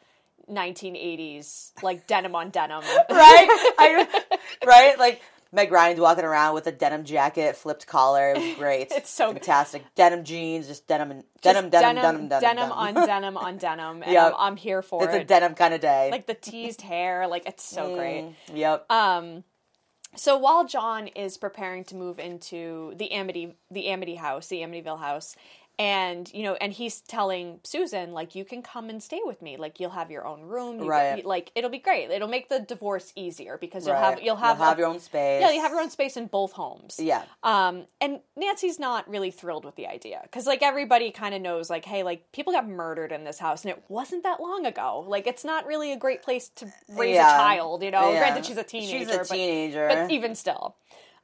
Speaker 2: 1980s, like denim on denim.
Speaker 3: right? I, right? Like Meg Ryan's walking around with a denim jacket, flipped collar. It was great.
Speaker 2: It's so-
Speaker 3: fantastic. Denim jeans, just denim and denim,
Speaker 2: Just
Speaker 3: denim, denim, denim,
Speaker 2: denim on denim on denim. And
Speaker 3: Yep.
Speaker 2: I'm, I'm here for
Speaker 3: It's
Speaker 2: it.
Speaker 3: a denim kind of day. Mm-hmm.
Speaker 2: like the teased hair, like it's so
Speaker 3: Mm.
Speaker 2: great.
Speaker 3: yep.
Speaker 2: Um, so while John is preparing to move into the Amity, the Amity house, the Amityville house, and you know, and he's telling Susan like, you can come and stay with me. Like, you'll have your own room. You
Speaker 3: Right.
Speaker 2: can- like, it'll be great. It'll make the divorce easier because you'll
Speaker 3: Right.
Speaker 2: have you'll have, a-
Speaker 3: your own space.
Speaker 2: yeah, you have your own space in both homes.
Speaker 3: Yeah.
Speaker 2: Um, and Nancy's not really thrilled with the idea because, like, everybody kind of knows, like, hey, like, people got murdered in this house, and it wasn't that long ago. Like, it's not really a great place to raise
Speaker 3: Yeah.
Speaker 2: a child, you know.
Speaker 3: Yeah.
Speaker 2: Granted, she's a teenager,
Speaker 3: She's a
Speaker 2: but-
Speaker 3: teenager.
Speaker 2: but, even still.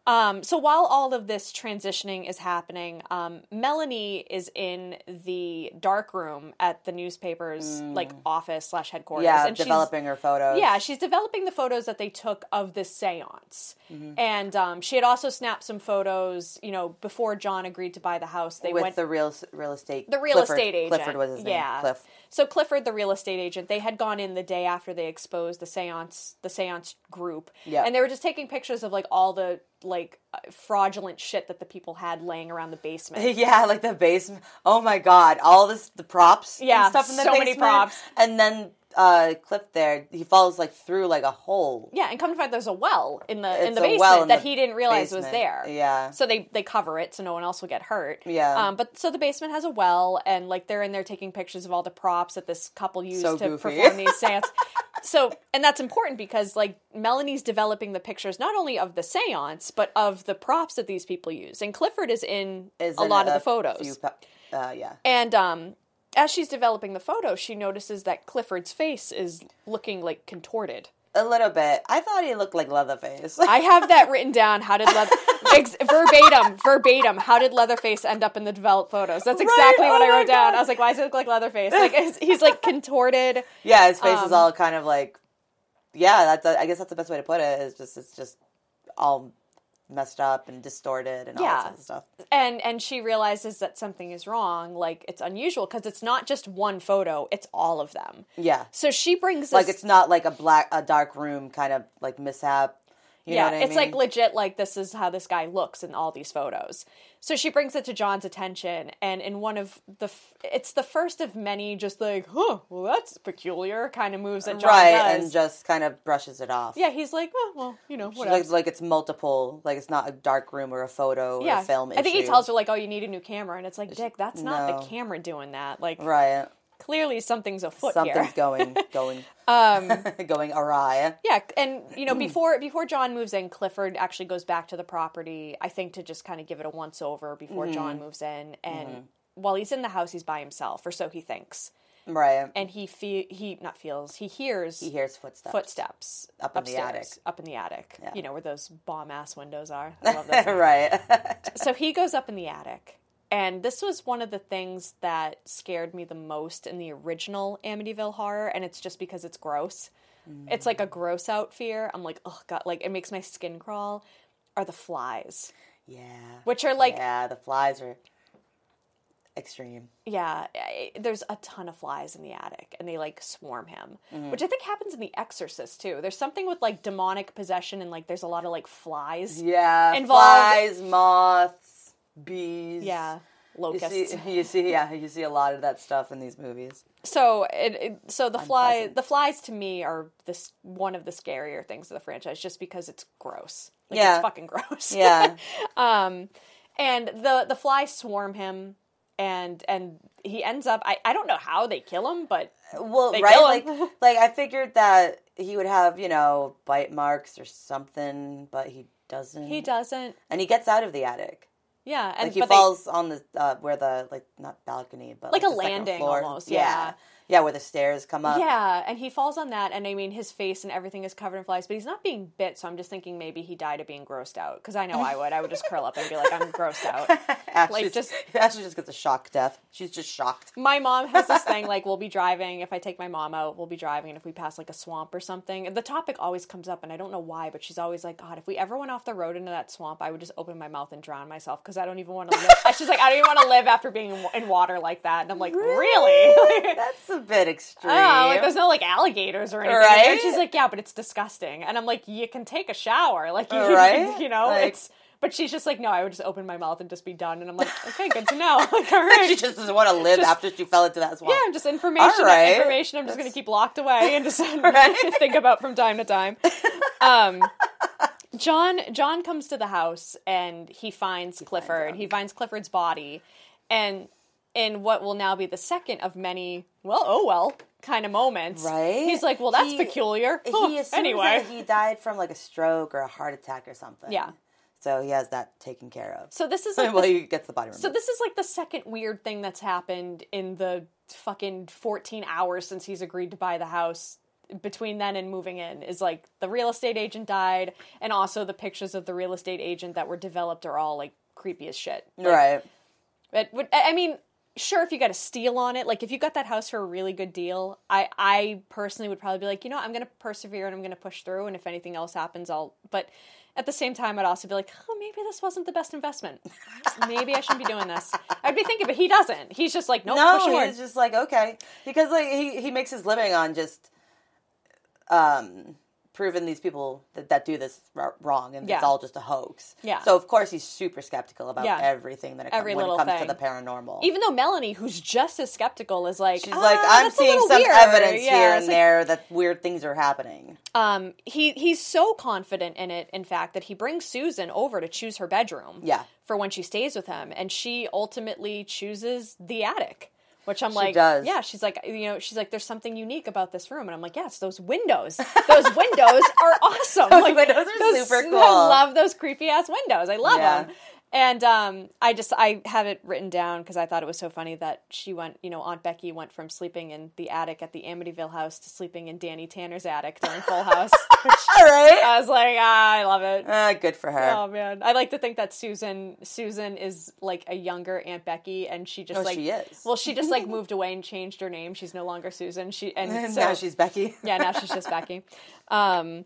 Speaker 2: Um, so while all of this transitioning is happening, um, Melanie is in the dark room at the newspaper's like office slash headquarters,
Speaker 3: Mm. yeah,
Speaker 2: and she's
Speaker 3: developing her photos.
Speaker 2: yeah, she's developing the photos that they took of this seance.
Speaker 3: Mm-hmm.
Speaker 2: And um, she had also snapped some photos, you know, before John agreed to buy the house. They
Speaker 3: with
Speaker 2: went
Speaker 3: the real real estate
Speaker 2: the real
Speaker 3: Clifford-
Speaker 2: estate agent.
Speaker 3: Clifford was his name.
Speaker 2: Yeah.
Speaker 3: Cliff.
Speaker 2: So Clifford, the real estate agent, they had gone in the day after they exposed the seance, the seance group,
Speaker 3: Yeah.
Speaker 2: and they were just taking pictures of like all the like uh, fraudulent shit that the people had laying around the basement.
Speaker 3: Yeah, like the basement. Oh my god, all this the props.
Speaker 2: Yeah,
Speaker 3: and stuff in the
Speaker 2: so many
Speaker 3: basement.
Speaker 2: props.
Speaker 3: And then uh, Cliff there, he falls like through like a hole.
Speaker 2: yeah, and come to find there's a well in the in
Speaker 3: It's
Speaker 2: the
Speaker 3: a
Speaker 2: basement
Speaker 3: well in
Speaker 2: that
Speaker 3: the
Speaker 2: he didn't realize was
Speaker 3: basement.
Speaker 2: there.
Speaker 3: Yeah.
Speaker 2: So they they cover it so no one else will get hurt.
Speaker 3: Yeah.
Speaker 2: Um, but so the basement has a well, and like they're in there taking pictures of all the props that this couple used
Speaker 3: So
Speaker 2: to
Speaker 3: goofy.
Speaker 2: perform these seances. So, and that's important because like Melanie's developing the pictures not only of the seance but of the props that these people use, and Clifford is in
Speaker 3: Is
Speaker 2: a
Speaker 3: in
Speaker 2: lot of the photos.
Speaker 3: few po- uh, yeah.
Speaker 2: And um, as she's developing the photos, she notices that Clifford's face is looking like contorted.
Speaker 3: A little bit. I thought he looked like Leatherface.
Speaker 2: I have that written down. How did Leather ex- verbatim verbatim? How did Leatherface end up in the developed photos? That's exactly what
Speaker 3: Oh
Speaker 2: I
Speaker 3: my
Speaker 2: wrote down.
Speaker 3: God.
Speaker 2: I was like, why does it look like Leatherface? Like he's, he's like contorted.
Speaker 3: yeah, his face
Speaker 2: um,
Speaker 3: is all kind of like Yeah, that's a, I guess that's the best way to put it. It's just it's just all messed up and distorted and all
Speaker 2: Yeah.
Speaker 3: that sort of stuff.
Speaker 2: and and she realizes that something is wrong like it's unusual because it's not just one photo it's all of them
Speaker 3: Yeah.
Speaker 2: so she brings this
Speaker 3: Like it's not like a black a dark room kind of like mishap. You
Speaker 2: yeah
Speaker 3: know what I
Speaker 2: it's like
Speaker 3: mean?
Speaker 2: legit like this is how this guy looks in all these photos so she brings it to john's attention and in one of the f- it's the first of many just like huh well that's peculiar kind of moves that john
Speaker 3: right,
Speaker 2: does
Speaker 3: and just kind of brushes it off.
Speaker 2: yeah he's like oh, well you know
Speaker 3: She's
Speaker 2: whatever
Speaker 3: like, like it's multiple. Like it's not a dark room or a photo or
Speaker 2: yeah
Speaker 3: a film.
Speaker 2: i think he
Speaker 3: issue.
Speaker 2: tells her like oh you need a new camera and it's like dick that's not
Speaker 3: No.
Speaker 2: the camera doing that like
Speaker 3: Right.
Speaker 2: clearly something's afoot here Um,
Speaker 3: Something's going going going awry.
Speaker 2: Yeah, and you
Speaker 3: Mm.
Speaker 2: know before before John moves in, Clifford actually goes back to the property. I think to just kind of give it a once over before John
Speaker 3: Mm-hmm.
Speaker 2: moves in, and while he's in the house, he's by himself, or so he thinks.
Speaker 3: Right.
Speaker 2: And he feel he not feels he hears
Speaker 3: he hears footsteps.
Speaker 2: footsteps
Speaker 3: Up in the
Speaker 2: upstairs,
Speaker 3: attic.
Speaker 2: up in the attic.
Speaker 3: Yeah.
Speaker 2: You know where those bomb ass windows are. I love those.
Speaker 3: right.
Speaker 2: so he goes up in the attic. And this was one of the things that scared me the most in the original Amityville horror, and it's just because it's gross. It's like a
Speaker 3: Mm.
Speaker 2: gross out fear. I'm like, oh god, like it makes my skin crawl. Are the flies,
Speaker 3: yeah.
Speaker 2: which are like, yeah,
Speaker 3: yeah, the flies are extreme.
Speaker 2: I- eh, there's a ton of flies in the attic, and they like swarm him,
Speaker 3: Mm.
Speaker 2: which I think happens in The Exorcist too. There's something with like demonic possession, and like there's a lot of like flies.
Speaker 3: Yeah.
Speaker 2: Involved-
Speaker 3: Flies, moths, bees.
Speaker 2: Yeah,
Speaker 3: You
Speaker 2: locusts.
Speaker 3: see, you see, yeah, you see a lot of that stuff in these movies.
Speaker 2: So it, it so the fly
Speaker 3: Unpleasant.
Speaker 2: the flies to me are this one of the scarier things of the franchise just because it's gross. Like,
Speaker 3: Yeah.
Speaker 2: it's fucking gross.
Speaker 3: Yeah,
Speaker 2: um, and the the flies swarm him, and and he ends up. I I don't know how they kill him, but
Speaker 3: well,
Speaker 2: They
Speaker 3: right,
Speaker 2: kill
Speaker 3: like,
Speaker 2: 'em.
Speaker 3: like I figured that he would have, you know, bite marks or something, but he doesn't.
Speaker 2: he doesn't.
Speaker 3: and he gets out of the attic.
Speaker 2: Yeah, and
Speaker 3: Mm. Like he
Speaker 2: but
Speaker 3: falls on the uh, where the like not balcony, but
Speaker 2: Like a
Speaker 3: the second
Speaker 2: landing
Speaker 3: floor.
Speaker 2: almost, yeah.
Speaker 3: yeah, Yeah, where the stairs come up.
Speaker 2: yeah, and he falls on that, and I mean, his face and everything is covered in flies, but he's not being bit, so I'm just thinking maybe he died of being grossed out. Because I know I would. I would just curl up and be like, I'm grossed out.
Speaker 3: Ashley's,
Speaker 2: Like,
Speaker 3: just
Speaker 2: just-
Speaker 3: Ashley just gets a shock death. She's just shocked.
Speaker 2: My mom has this thing like, we'll be driving. If I take my mom out, we'll be driving, and if we pass like a swamp or something, the topic always comes up, and I don't know why, but she's always like, God, if we ever went off the road into that swamp, I would just open my mouth and drown myself because I don't even want to live. she's like, I don't even want to live after being in- in water like that. And I'm like, Really? Like,
Speaker 3: That's a bit extreme.
Speaker 2: Oh, like there's no like alligators or anything.
Speaker 3: Right?
Speaker 2: And she's like, yeah, but it's disgusting. And I'm like, you can take a shower, like you,
Speaker 3: Right?
Speaker 2: you know,
Speaker 3: Like-
Speaker 2: it's. But she's just like, no, I would just open my mouth and just be done. And I'm like, okay, good to know. Like, all right.
Speaker 3: she just doesn't want to live
Speaker 2: Just-
Speaker 3: after she fell into that swamp.
Speaker 2: yeah, just information,
Speaker 3: All right.
Speaker 2: information. I'm just going to keep locked away and just
Speaker 3: Right.
Speaker 2: think about from time to time. Um, John John comes to the house and he finds Clifford. he finds Clifford's body, and in what will now be the second of many, well, oh well, kind of moments.
Speaker 3: Right?
Speaker 2: He's like, well, that's
Speaker 3: He-
Speaker 2: peculiar. Huh,
Speaker 3: He assumes
Speaker 2: Oh, anyway,
Speaker 3: that he died from like a stroke or a heart attack or something.
Speaker 2: Yeah.
Speaker 3: So he has that taken care of.
Speaker 2: so this is like
Speaker 3: well,
Speaker 2: the-
Speaker 3: he gets the body removed.
Speaker 2: so this is like the second weird thing that's happened in the fucking 14 hours since he's agreed to buy the house between then and moving in is like the real estate agent died and also the pictures of the real estate agent that were developed are all like creepy as shit Like,
Speaker 3: right.
Speaker 2: but would- I I mean, sure, if you got a steal on it, like if you got that house for a really good deal, I I personally would probably be like, you know, what, I'm gonna persevere and I'm gonna push through, and if anything else happens, I'll. But at the same time, I'd also be like, oh, maybe this wasn't the best investment. maybe I shouldn't be doing this. I'd be thinking, but he doesn't. He's just like, nope, no, push
Speaker 3: No,
Speaker 2: forward.
Speaker 3: he's just like okay because like he, he makes his living on just um proving these people that, that do this r- wrong and it's
Speaker 2: Yeah.
Speaker 3: all just a hoax.
Speaker 2: Yeah.
Speaker 3: So of course he's super skeptical about
Speaker 2: Yeah.
Speaker 3: everything that it
Speaker 2: Every
Speaker 3: comes, when it
Speaker 2: little
Speaker 3: comes to
Speaker 2: thing.
Speaker 3: the paranormal.
Speaker 2: Even though Melanie, who's just as skeptical, is like,
Speaker 3: She's
Speaker 2: "Ah,
Speaker 3: like, I'm
Speaker 2: that's a
Speaker 3: seeing
Speaker 2: little
Speaker 3: some
Speaker 2: weird."
Speaker 3: evidence
Speaker 2: Yeah,
Speaker 3: here
Speaker 2: it's
Speaker 3: and
Speaker 2: like,
Speaker 3: there that weird things are happening.
Speaker 2: Um, he he's so confident in it, in fact, that he brings Susan over to choose her bedroom.
Speaker 3: Yeah.
Speaker 2: For when she stays with him, and she ultimately chooses the attic, which I'm like,
Speaker 3: does.
Speaker 2: yeah. She's like, you know, she's like, there's something unique about this room, and I'm like, yes, those windows. Those windows are awesome.
Speaker 3: Those
Speaker 2: like,
Speaker 3: windows are super cool.
Speaker 2: I love those creepy ass windows. I love
Speaker 3: Yeah.
Speaker 2: them. And um, I just I have it written down because I thought it was so funny that she went, you know, Aunt Becky went from sleeping in the attic at the Amityville house to sleeping in Danny Tanner's attic during Full House.
Speaker 3: All right.
Speaker 2: I was like, ah, I love it.
Speaker 3: Uh, good for her.
Speaker 2: Oh man, I like to think that Susan Susan is like a younger Aunt Becky, and she just
Speaker 3: Oh,
Speaker 2: like
Speaker 3: she is.
Speaker 2: well, she just like moved away and changed her name. She's no longer Susan. She and
Speaker 3: And
Speaker 2: so
Speaker 3: now she's Becky.
Speaker 2: yeah, now she's just Becky. Um,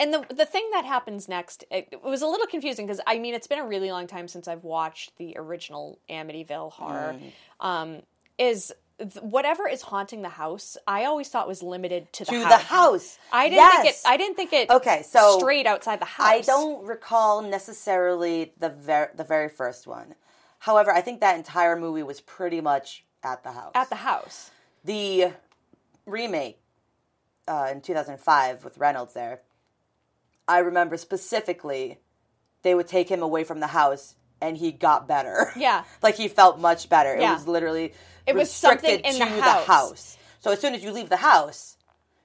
Speaker 2: and the the thing that happens next, it, it was a little confusing because I mean, it's been a really long time since I've watched the original Amityville horror.
Speaker 3: Mm.
Speaker 2: Um, is th- whatever is haunting the house? I always thought was limited to the
Speaker 3: To
Speaker 2: house.
Speaker 3: the house.
Speaker 2: I didn't think it.
Speaker 3: Yes.
Speaker 2: I didn't think it.
Speaker 3: Okay, so-
Speaker 2: straight outside the house.
Speaker 3: I don't recall necessarily the ver- the very first one. However, I think that entire movie was pretty much at the house.
Speaker 2: at the house.
Speaker 3: the remake uh, in 2005 with Reynolds there. I remember specifically they would take him away from the house and he got better.
Speaker 2: Yeah.
Speaker 3: like he felt much better.
Speaker 2: Yeah.
Speaker 3: It was literally
Speaker 2: It was something
Speaker 3: restricted
Speaker 2: in the
Speaker 3: to
Speaker 2: house.
Speaker 3: So as soon as you leave the house,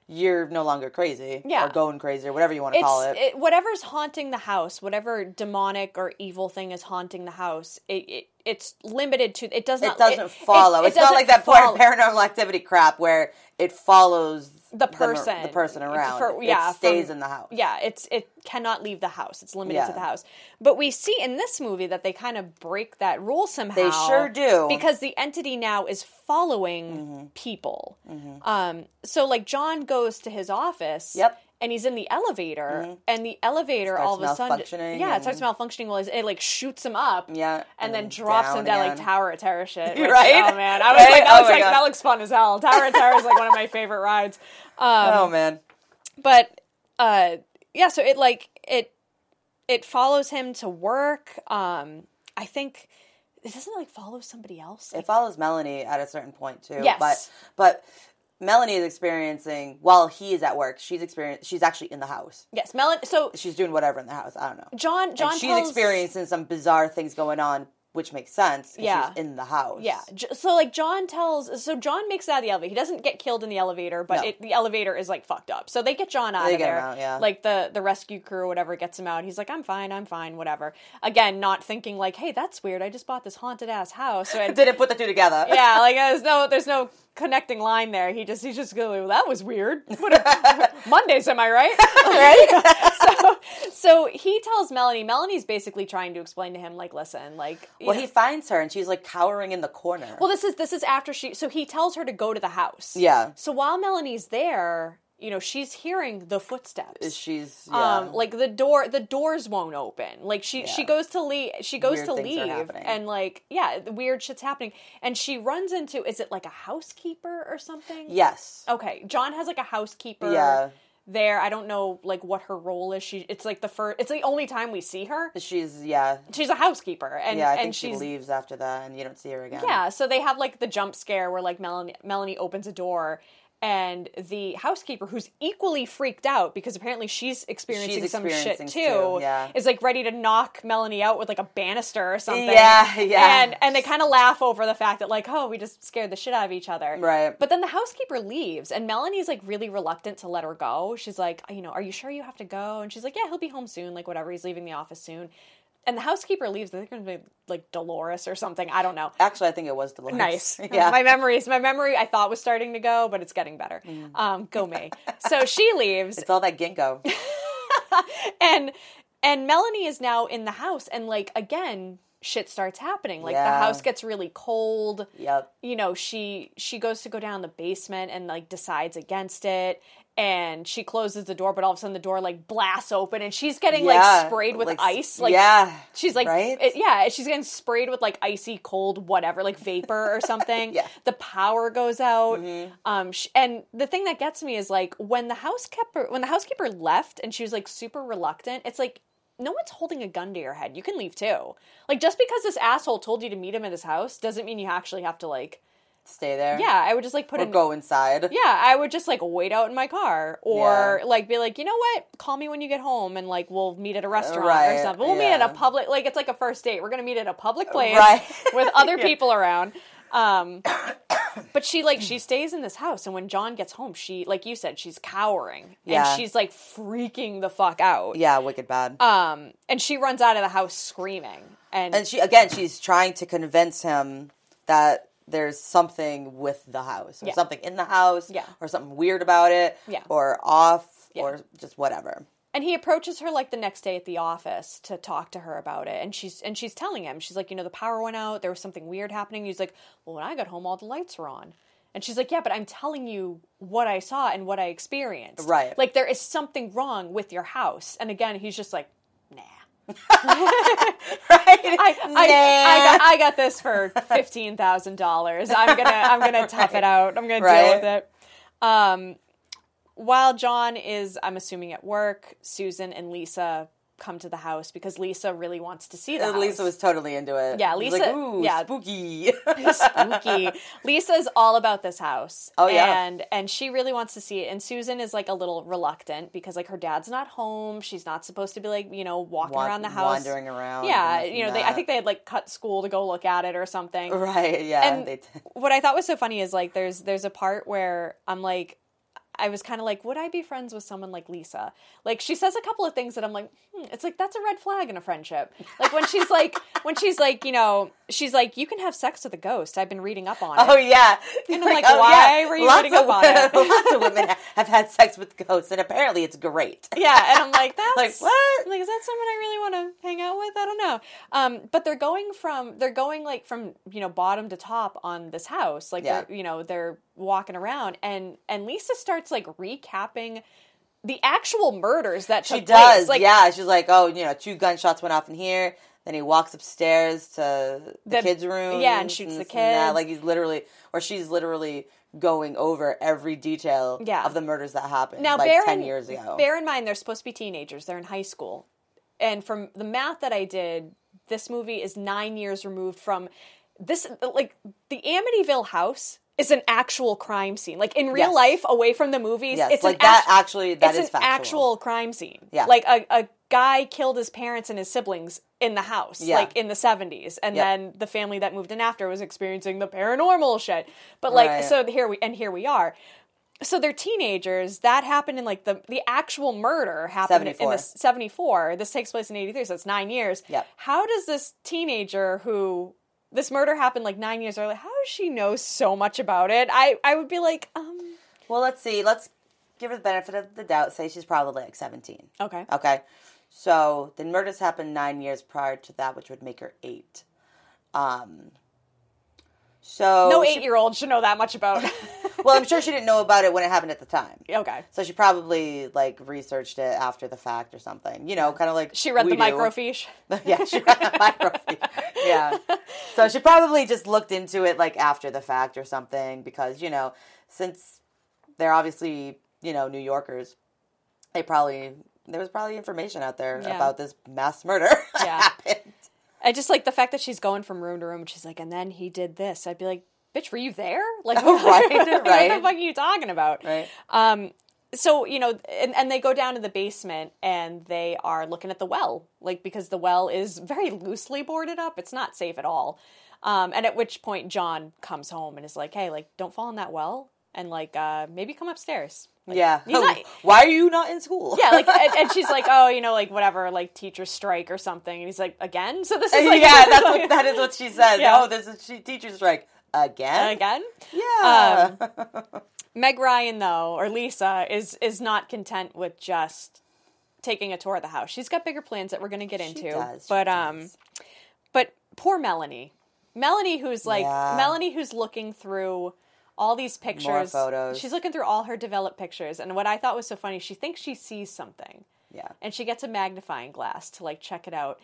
Speaker 3: you're no longer crazy
Speaker 2: Yeah.
Speaker 3: or going crazy or whatever you want to
Speaker 2: It's
Speaker 3: call it.
Speaker 2: it, whatever's haunting the house, whatever demonic or evil thing is haunting the house. It, it it's limited to. It does not.
Speaker 3: it doesn't follow.
Speaker 2: it
Speaker 3: it's not
Speaker 2: doesn't
Speaker 3: like that
Speaker 2: follow.
Speaker 3: part paranormal activity crap where it follows
Speaker 2: The
Speaker 3: mer-
Speaker 2: person.
Speaker 3: the, person around.
Speaker 2: For-
Speaker 3: yeah,
Speaker 2: yeah,
Speaker 3: it stays
Speaker 2: from-
Speaker 3: in the house.
Speaker 2: Yeah, it's it cannot leave the house. It's limited
Speaker 3: Yeah.
Speaker 2: to the house. But we see in this movie that they kind of break that rule somehow.
Speaker 3: They sure do. Mm-hmm.
Speaker 2: Because the entity now is following people. Um so like John goes to his office.
Speaker 3: Yep. Mm-hmm.
Speaker 2: And he's in the elevator, and the elevator all of a sudden,
Speaker 3: malfunctioning
Speaker 2: yeah, it
Speaker 3: and-
Speaker 2: starts malfunctioning. While he's, it like shoots him up,
Speaker 3: Yeah,
Speaker 2: and,
Speaker 3: and
Speaker 2: then,
Speaker 3: then
Speaker 2: drops
Speaker 3: down
Speaker 2: him down like
Speaker 3: again.
Speaker 2: Tower of Terror shit, which-
Speaker 3: Right?
Speaker 2: Oh man, I was
Speaker 3: Right?
Speaker 2: like, that
Speaker 3: Oh
Speaker 2: looks
Speaker 3: my
Speaker 2: like
Speaker 3: God.
Speaker 2: that looks fun as hell. Tower of Terror is like one of my favorite rides.
Speaker 3: oh man.
Speaker 2: but uh yeah so it like it it follows him to work um i think it doesn't like follow somebody else
Speaker 3: It follows Melanie at a certain point too.
Speaker 2: Yes.
Speaker 3: But but Melanie is experiencing while he is at work, she's experience she's actually in the house.
Speaker 2: yes melon so
Speaker 3: She's doing whatever in the house. I don't know.
Speaker 2: john john
Speaker 3: and she's
Speaker 2: tells,
Speaker 3: experiencing some bizarre things going on, which makes sense. 'cause
Speaker 2: Yeah.
Speaker 3: She's in the house.
Speaker 2: yeah J- so like john tells so john makes it out of the elevator he doesn't get killed in the elevator but
Speaker 3: No.
Speaker 2: it, the elevator is like fucked up so they get john out
Speaker 3: They
Speaker 2: of
Speaker 3: get him
Speaker 2: there
Speaker 3: out, yeah.
Speaker 2: like the the rescue crew or whatever gets him out he's like i'm fine i'm fine whatever again not thinking like hey that's weird i just bought this haunted ass house and
Speaker 3: Didn't put the two together.
Speaker 2: yeah, like uh, there's no there's no connecting line there. He just he's just going, well, that was weird. What a- Mondays, am I right?
Speaker 3: right?
Speaker 2: so, so he tells Melanie. Melanie's basically trying to explain to him, like, listen, like, you
Speaker 3: well,
Speaker 2: know-
Speaker 3: he finds her and she's like cowering in the corner.
Speaker 2: well, this is this is after she. So he tells her to go to the house.
Speaker 3: Yeah.
Speaker 2: So while Melanie's there, you know, she's hearing the footsteps.
Speaker 3: she's yeah.
Speaker 2: Um, like the door, the doors won't open. Like she, she
Speaker 3: Yeah.
Speaker 2: goes to leave. She goes
Speaker 3: Weird
Speaker 2: to
Speaker 3: things are
Speaker 2: leave,
Speaker 3: happening.
Speaker 2: and like, yeah, the weird shit's happening. And she runs into, is it like a housekeeper or something?
Speaker 3: yes,
Speaker 2: Okay, John has like a housekeeper.
Speaker 3: Yeah.
Speaker 2: There, I don't know like what her role is. She, it's like the first. It's the only time we see her.
Speaker 3: she's yeah,
Speaker 2: She's a housekeeper, and
Speaker 3: yeah. I
Speaker 2: and
Speaker 3: think she
Speaker 2: she's
Speaker 3: leaves after that, and you don't see her again.
Speaker 2: yeah, so they have like the jump scare where like Melanie, Melanie opens a door and the housekeeper who's equally freaked out because apparently she's experiencing
Speaker 3: She's
Speaker 2: some
Speaker 3: experiencing
Speaker 2: shit
Speaker 3: too,
Speaker 2: too,
Speaker 3: yeah.
Speaker 2: is like ready to knock Melanie out with like a banister or something.
Speaker 3: Yeah, yeah.
Speaker 2: And and they kind of laugh over the fact that like, oh, we just scared the shit out of each other.
Speaker 3: Right.
Speaker 2: But then the housekeeper leaves and Melanie's like really reluctant to let her go. She's like, you know, are you sure you have to go? And she's like, yeah, he'll be home soon, like whatever, he's leaving the office soon. And the housekeeper leaves. I think it's gonna be like Dolores or something. I don't know.
Speaker 3: Actually, I think it was Dolores.
Speaker 2: Nice.
Speaker 3: Yeah.
Speaker 2: My memories, my memory I thought was starting to go, but it's getting better.
Speaker 3: Mm.
Speaker 2: Um, go me. so she leaves
Speaker 3: it's all that ginkgo.
Speaker 2: and and Melanie is now in the house and like again shit starts happening. Like
Speaker 3: Yeah.
Speaker 2: the house gets really cold.
Speaker 3: yep.
Speaker 2: You know, she she goes to go down the basement and like decides against it. And she closes the door, but all of a sudden the door like blasts open, and she's getting like
Speaker 3: Yeah,
Speaker 2: sprayed with
Speaker 3: like,
Speaker 2: ice. Like
Speaker 3: yeah,
Speaker 2: She's like,
Speaker 3: right?
Speaker 2: it- yeah, she's getting sprayed with like icy cold whatever, like vapor or something.
Speaker 3: Yeah. Mm-hmm.
Speaker 2: The power goes out. Um, sh- and the thing that gets me is like when the housekeeper when the housekeeper left and she was like super reluctant. It's like no one's holding a gun to your head. You can leave too. Like just because this asshole told you to meet him at his house doesn't mean you actually have to like.
Speaker 3: stay there.
Speaker 2: Yeah, I would just like put
Speaker 3: or
Speaker 2: in.
Speaker 3: go inside.
Speaker 2: Yeah, I would just like wait out in my car or like be like, you know what? Call me when you get home and like we'll meet at a restaurant or
Speaker 3: Right,
Speaker 2: something. We'll meet
Speaker 3: yeah.
Speaker 2: at a public like it's like a first date. We're gonna meet at a public place
Speaker 3: Right.
Speaker 2: with other people around. Um but she like she stays in this house and when John gets home, she like you said, she's cowering.
Speaker 3: Yeah.
Speaker 2: And she's like freaking the fuck out.
Speaker 3: Yeah, wicked bad.
Speaker 2: Um and she runs out of the house screaming. And,
Speaker 3: and she again, she's trying to convince him that there's something with the house, or
Speaker 2: Yeah.
Speaker 3: something in the house,
Speaker 2: Yeah.
Speaker 3: or something weird about it,
Speaker 2: Yeah.
Speaker 3: or off,
Speaker 2: Yeah.
Speaker 3: or just whatever.
Speaker 2: And he approaches her like the next day at the office to talk to her about it. And she's and she's telling him, she's like, you know, the power went out, there was something weird happening. He's like, Well, when I got home all the lights were on. And she's like, Yeah, but I'm telling you what I saw and what I experienced.
Speaker 3: Right.
Speaker 2: Like there is something wrong with your house. And again, he's just like, nah.
Speaker 3: Right?
Speaker 2: I, I, I, got, I got this for fifteen thousand dollars. I'm gonna I'm gonna tough it out. I'm gonna deal
Speaker 3: Right.
Speaker 2: with it. Um, while John is, I'm assuming at work, Susan and Lisa come to the house because Lisa really wants to see the house.
Speaker 3: Lisa was totally into it.
Speaker 2: Yeah,
Speaker 3: She's
Speaker 2: Lisa-
Speaker 3: Like, Ooh,
Speaker 2: yeah.
Speaker 3: spooky.
Speaker 2: spooky. Lisa's all about this house.
Speaker 3: Oh, yeah.
Speaker 2: and and she really wants to see it. And Susan is like a little reluctant because like her dad's not home. She's not supposed to be like you know walking
Speaker 3: Wan-
Speaker 2: around the house,
Speaker 3: wandering around.
Speaker 2: Yeah,
Speaker 3: and this
Speaker 2: you know,
Speaker 3: and
Speaker 2: they, I
Speaker 3: that.
Speaker 2: think they had like cut school to go look at it or something.
Speaker 3: Right. Yeah.
Speaker 2: And
Speaker 3: they t-
Speaker 2: what I thought was so funny is like there's there's a part where I'm like I was kind of like would I be friends with someone like Lisa? Like she says a couple of things that I'm like hmm, it's like that's a red flag in a friendship. Like when she's like when she's like you know she's like you can have sex with a ghost. I've been reading up on it.
Speaker 3: Oh yeah, "Oh,
Speaker 2: I'm like, why were you
Speaker 3: Lots
Speaker 2: reading up
Speaker 3: of
Speaker 2: on
Speaker 3: women-
Speaker 2: it?
Speaker 3: lots of women ha- have had sex with ghosts, and apparently it's great.
Speaker 2: Yeah, and I'm like, that's
Speaker 3: Like, what?
Speaker 2: I'm like, is that someone I really want to hang out with? I don't know. Um, but they're going from they're going like from you know bottom to top on this house. Like,
Speaker 3: Yeah.
Speaker 2: they're, you know, they're walking around, and and Lisa starts like recapping the actual murders that took
Speaker 3: She does.
Speaker 2: Place. Like,
Speaker 3: yeah, she's like, oh, you know, two gunshots went off in here. Then he walks upstairs to the,
Speaker 2: The-
Speaker 3: kids' room.
Speaker 2: yeah, and shoots the kids.
Speaker 3: Like he's literally, or she's literally going over every detail
Speaker 2: Yeah.
Speaker 3: of the murders that happened
Speaker 2: Now,
Speaker 3: like
Speaker 2: bear
Speaker 3: ten
Speaker 2: in,
Speaker 3: years ago.
Speaker 2: Bear in mind, they're supposed to be teenagers. They're in high school, and from the math that I did, this movie is nine years removed from this. Like the Amityville house is an actual crime scene. Like in real
Speaker 3: Yes.
Speaker 2: life, away from the movies,
Speaker 3: yes,
Speaker 2: it's
Speaker 3: like
Speaker 2: an
Speaker 3: that.
Speaker 2: act-
Speaker 3: actually, that is
Speaker 2: it's an
Speaker 3: factual.
Speaker 2: actual crime scene.
Speaker 3: Yeah.
Speaker 2: Like a, a guy killed his parents and his siblings in the house,
Speaker 3: Yeah.
Speaker 2: like in the 70s. And
Speaker 3: Yep.
Speaker 2: then the family that moved in after was experiencing the paranormal shit. But like,
Speaker 3: Right.
Speaker 2: so here we, and here we are. So they're teenagers. That happened in like the, the actual murder happened in the
Speaker 3: 74.
Speaker 2: 74. This takes place in 83, so it's nine years.
Speaker 3: Yep.
Speaker 2: How does this teenager who this murder happened like nine years earlier. How does she know so much about it? I, I would be like, um,
Speaker 3: Well, let's see. Let's give her the benefit of the doubt. Say she's probably like 17.
Speaker 2: okay.
Speaker 3: Okay. So the murders happened nine years prior to that, which would make her eight. Um, so
Speaker 2: No
Speaker 3: she-
Speaker 2: eight year old should know that much about.
Speaker 3: well, I'm sure she didn't know about it when it happened at the time.
Speaker 2: okay.
Speaker 3: So she probably like researched it after the fact or something. You know, kind of like
Speaker 2: She read
Speaker 3: we
Speaker 2: the
Speaker 3: do.
Speaker 2: microfiche.
Speaker 3: yeah, she read the microfiche. Yeah. So she probably just looked into it like after the fact or something because, you know, since they're obviously, you know, New Yorkers, they probably there was probably information out there
Speaker 2: Yeah.
Speaker 3: about this mass murder that
Speaker 2: Yeah.
Speaker 3: happened.
Speaker 2: I just like the fact that she's going from room to room. and She's like, and then he did this. I'd be like, bitch, were you there? Like, what,
Speaker 3: Oh, Right,
Speaker 2: what
Speaker 3: right.
Speaker 2: the fuck are you talking about?
Speaker 3: Right.
Speaker 2: Um, so you know, and, and they go down to the basement and they are looking at the well, like because the well is very loosely boarded up. It's not safe at all. Um, and at which point John comes home and is like, "Hey, like, don't fall in that well, and like, uh, maybe come upstairs." Like,
Speaker 3: yeah. Oh,
Speaker 2: he's not-
Speaker 3: Why are you not in school?
Speaker 2: yeah, like, and, and she's like, "Oh, you know, like whatever, like teacher strike or something." And he's like, "Again?" So this is like,
Speaker 3: yeah, that's what that is what she says.
Speaker 2: Yeah.
Speaker 3: Oh, this is she teacher strike. Again?
Speaker 2: again.
Speaker 3: Yeah.
Speaker 2: um, Meg Ryan though, or Lisa, is is not content with just taking a tour of the house. She's got bigger plans that we're going to get into.
Speaker 3: does, she
Speaker 2: but um
Speaker 3: does.
Speaker 2: but poor Melanie. Melanie who's like
Speaker 3: Yeah.
Speaker 2: Melanie who's looking through all these pictures.
Speaker 3: photos.
Speaker 2: She's looking through all her developed pictures and what I thought was so funny, she thinks she sees something
Speaker 3: yeah.
Speaker 2: and she gets a magnifying glass to like check it out.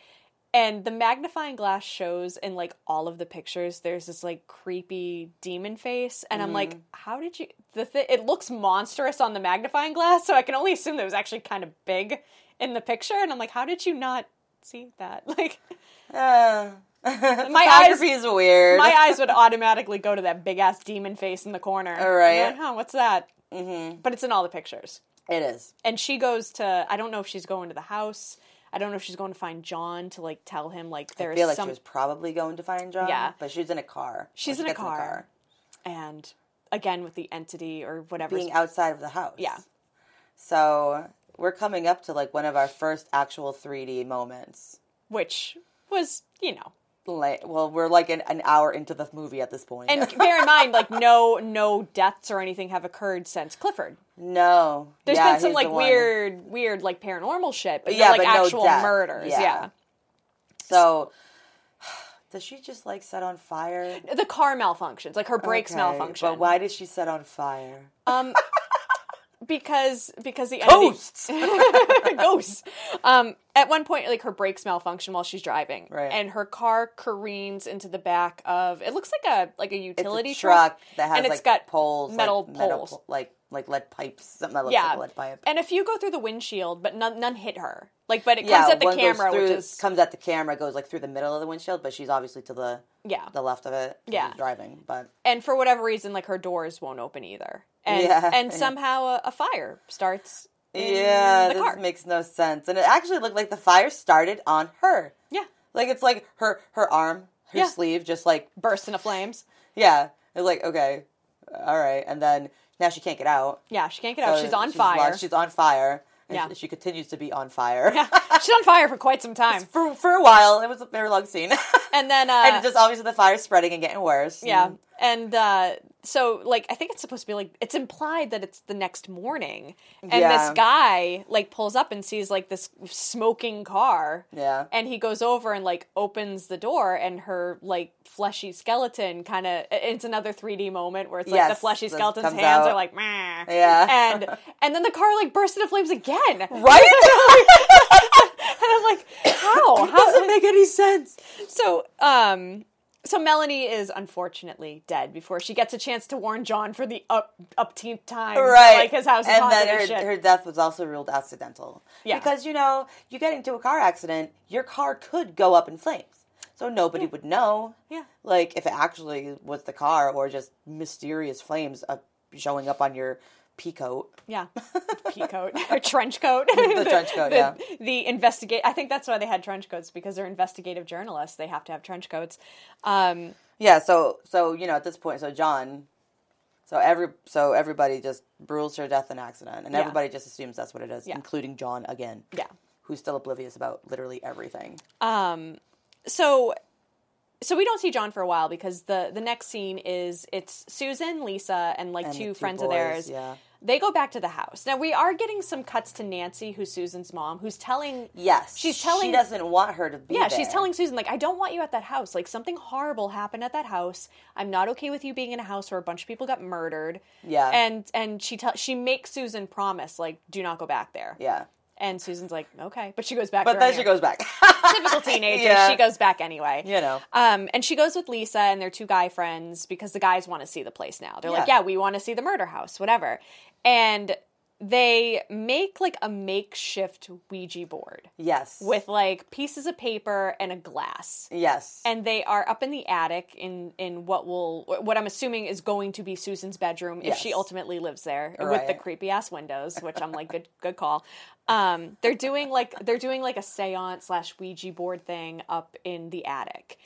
Speaker 2: And the magnifying glass shows in like all of the pictures. There's this like creepy demon face, and I'm
Speaker 3: Mm-hmm.
Speaker 2: like, how did you? The thi- it looks monstrous on the magnifying glass, so I can only assume that it was actually kind of big in the picture. And I'm like, how did you not see that? Like,
Speaker 3: Uh,
Speaker 2: My
Speaker 3: my
Speaker 2: eyes-
Speaker 3: photography is weird.
Speaker 2: my eyes would automatically go to that big ass demon face in the corner.
Speaker 3: All right.
Speaker 2: And I'm like, huh, what's that? Mm-hmm. But it's in all the pictures.
Speaker 3: it is.
Speaker 2: and she goes to I don't know if she's going to the house. I don't know if she's going to find John to like tell him like
Speaker 3: I
Speaker 2: there's
Speaker 3: feel like
Speaker 2: some
Speaker 3: she was probably going to find John.
Speaker 2: Yeah.
Speaker 3: But she's in a car.
Speaker 2: She's in
Speaker 3: When
Speaker 2: a
Speaker 3: she gets
Speaker 2: car. and again with the entity or whatever.
Speaker 3: Being outside of the house.
Speaker 2: Yeah.
Speaker 3: So we're coming up to like one of our first actual 3D moments.
Speaker 2: which was, you know.
Speaker 3: Like, well, we're like an, an hour into the movie at this point.
Speaker 2: And bear in mind like no no deaths or anything have occurred since Clifford.
Speaker 3: no,
Speaker 2: There's
Speaker 3: there's yeah,
Speaker 2: been some
Speaker 3: he's
Speaker 2: like
Speaker 3: the one.
Speaker 2: weird weird like paranormal shit, but
Speaker 3: Yeah,
Speaker 2: yeah, like
Speaker 3: but no
Speaker 2: actual
Speaker 3: death.
Speaker 2: murders.
Speaker 3: Yeah.
Speaker 2: Yeah.
Speaker 3: So does she just like set on fire?
Speaker 2: The car malfunctions, like her brakes
Speaker 3: Okay,
Speaker 2: malfunction.
Speaker 3: But why did she set on fire?
Speaker 2: Um, because because the
Speaker 3: Ghosts!
Speaker 2: entity, ghosts. Um, at one point, like her brakes malfunction while she's driving,
Speaker 3: Right.
Speaker 2: and her car careens into the back of. It looks like a like a
Speaker 3: It's a
Speaker 2: utility
Speaker 3: truck, that has
Speaker 2: and it's
Speaker 3: like
Speaker 2: got
Speaker 3: poles,
Speaker 2: metal
Speaker 3: like,
Speaker 2: poles.
Speaker 3: pol- like like lead pipes, something that looks
Speaker 2: yeah,
Speaker 3: like a lead pipe.
Speaker 2: and if you go through the windshield, but none none hit her. Like, but it comes at the
Speaker 3: one goes
Speaker 2: camera, which
Speaker 3: through-
Speaker 2: is
Speaker 3: comes at the camera, goes like through the middle of the windshield, but she's obviously to the
Speaker 2: yeah.
Speaker 3: the left of it. 'cause
Speaker 2: Yeah.
Speaker 3: she's driving, but
Speaker 2: and for whatever reason, like her doors won't open either, and
Speaker 3: Yeah.
Speaker 2: and somehow a, a fire starts. In
Speaker 3: yeah,
Speaker 2: the
Speaker 3: this
Speaker 2: car.
Speaker 3: makes no sense. And it actually looked like the fire started on her.
Speaker 2: yeah,
Speaker 3: Like it's like her her arm, her
Speaker 2: Yeah.
Speaker 3: sleeve, just like
Speaker 2: bursts into flames.
Speaker 3: yeah. It's like okay, all right, and then now she can't get out.
Speaker 2: Yeah, she can't get out.
Speaker 3: So
Speaker 2: she's on
Speaker 3: locked-
Speaker 2: fire.
Speaker 3: she's on fire. And
Speaker 2: Yeah.
Speaker 3: she, she continues to be on fire.
Speaker 2: she's on fire for quite some time.
Speaker 3: for for a while. It was a very long scene,
Speaker 2: And then, uh,
Speaker 3: and it just obviously the fire's spreading and getting worse.
Speaker 2: yeah.
Speaker 3: And-
Speaker 2: And uh, so, like, I think it's supposed to be like, it's implied that it's the next morning. And
Speaker 3: Yeah.
Speaker 2: this guy, like, pulls up and sees, like, this smoking car.
Speaker 3: yeah.
Speaker 2: And he goes over and, like, opens the door, and her, like, fleshy skeleton kind of, it's another 3D moment where it's like the
Speaker 3: Yes,
Speaker 2: fleshy
Speaker 3: that
Speaker 2: skeleton's
Speaker 3: comes
Speaker 2: hands
Speaker 3: out.
Speaker 2: are like, meh.
Speaker 3: Yeah.
Speaker 2: And, and then the car, like, bursts into flames again.
Speaker 3: Right?
Speaker 2: And I'm like, how?
Speaker 3: it
Speaker 2: How?
Speaker 3: doesn't make any sense.
Speaker 2: So, um, so Melanie is unfortunately dead before she gets a chance to warn John for the up upteenth time.
Speaker 3: Right.
Speaker 2: like his house is
Speaker 3: and
Speaker 2: haunted
Speaker 3: then her,
Speaker 2: and shit.
Speaker 3: her death was also ruled accidental.
Speaker 2: Yeah.
Speaker 3: Because, you know, you get into a car accident, your car could go up in flames. So nobody would know,
Speaker 2: yeah,
Speaker 3: like, if it actually was the car or just mysterious flames uh, showing up on your pea coat.
Speaker 2: yeah, pea coat or trench coat.
Speaker 3: The trench coat,
Speaker 2: the,
Speaker 3: yeah.
Speaker 2: The investigate. I think that's why they had trench coats because they're investigative journalists. They have to have trench coats. Um,
Speaker 3: Yeah, so, so you know, at this point, so John. So every so everybody just rules her death an accident, and
Speaker 2: Yeah.
Speaker 3: everybody just assumes that's what it is,
Speaker 2: Yeah.
Speaker 3: including John again,
Speaker 2: yeah.
Speaker 3: who's still oblivious about literally everything.
Speaker 2: Um, so so we don't see John for a while because the the next scene is it's Susan, Lisa, and like
Speaker 3: And the
Speaker 2: two, friends of
Speaker 3: boys,
Speaker 2: theirs.
Speaker 3: Yeah.
Speaker 2: They go back to the house. Now we are getting some cuts to Nancy, who's Susan's mom, who's telling
Speaker 3: Yes.
Speaker 2: She's telling-
Speaker 3: She doesn't want her to be.
Speaker 2: yeah, she's
Speaker 3: there.
Speaker 2: telling Susan, like, I don't want you at that house. Like, something horrible happened at that house. I'm not okay with you being in a house where a bunch of people got murdered.
Speaker 3: Yeah.
Speaker 2: And and she tell she makes Susan promise, like, do not go back there.
Speaker 3: Yeah.
Speaker 2: And Susan's like, okay. But she goes back
Speaker 3: But
Speaker 2: to
Speaker 3: then
Speaker 2: her
Speaker 3: she
Speaker 2: anyway.
Speaker 3: goes back.
Speaker 2: typical teenager.
Speaker 3: Yeah.
Speaker 2: She goes back anyway.
Speaker 3: you know.
Speaker 2: Um, and she goes with Lisa and their two guy friends because the guys want to see the place now. They're like,
Speaker 3: Yeah.
Speaker 2: yeah, we want to see the murder house, whatever. And they make like a makeshift Ouija board
Speaker 3: Yes.
Speaker 2: with like pieces of paper and a glass.
Speaker 3: Yes.
Speaker 2: And they are up in the attic in in what will what I'm assuming is going to be Susan's bedroom if she
Speaker 3: Yes.
Speaker 2: ultimately lives there with
Speaker 3: Right.
Speaker 2: the creepy ass windows, which I'm like good good call. Um, they're doing like they're doing like a séance slash Ouija board thing up in the attic.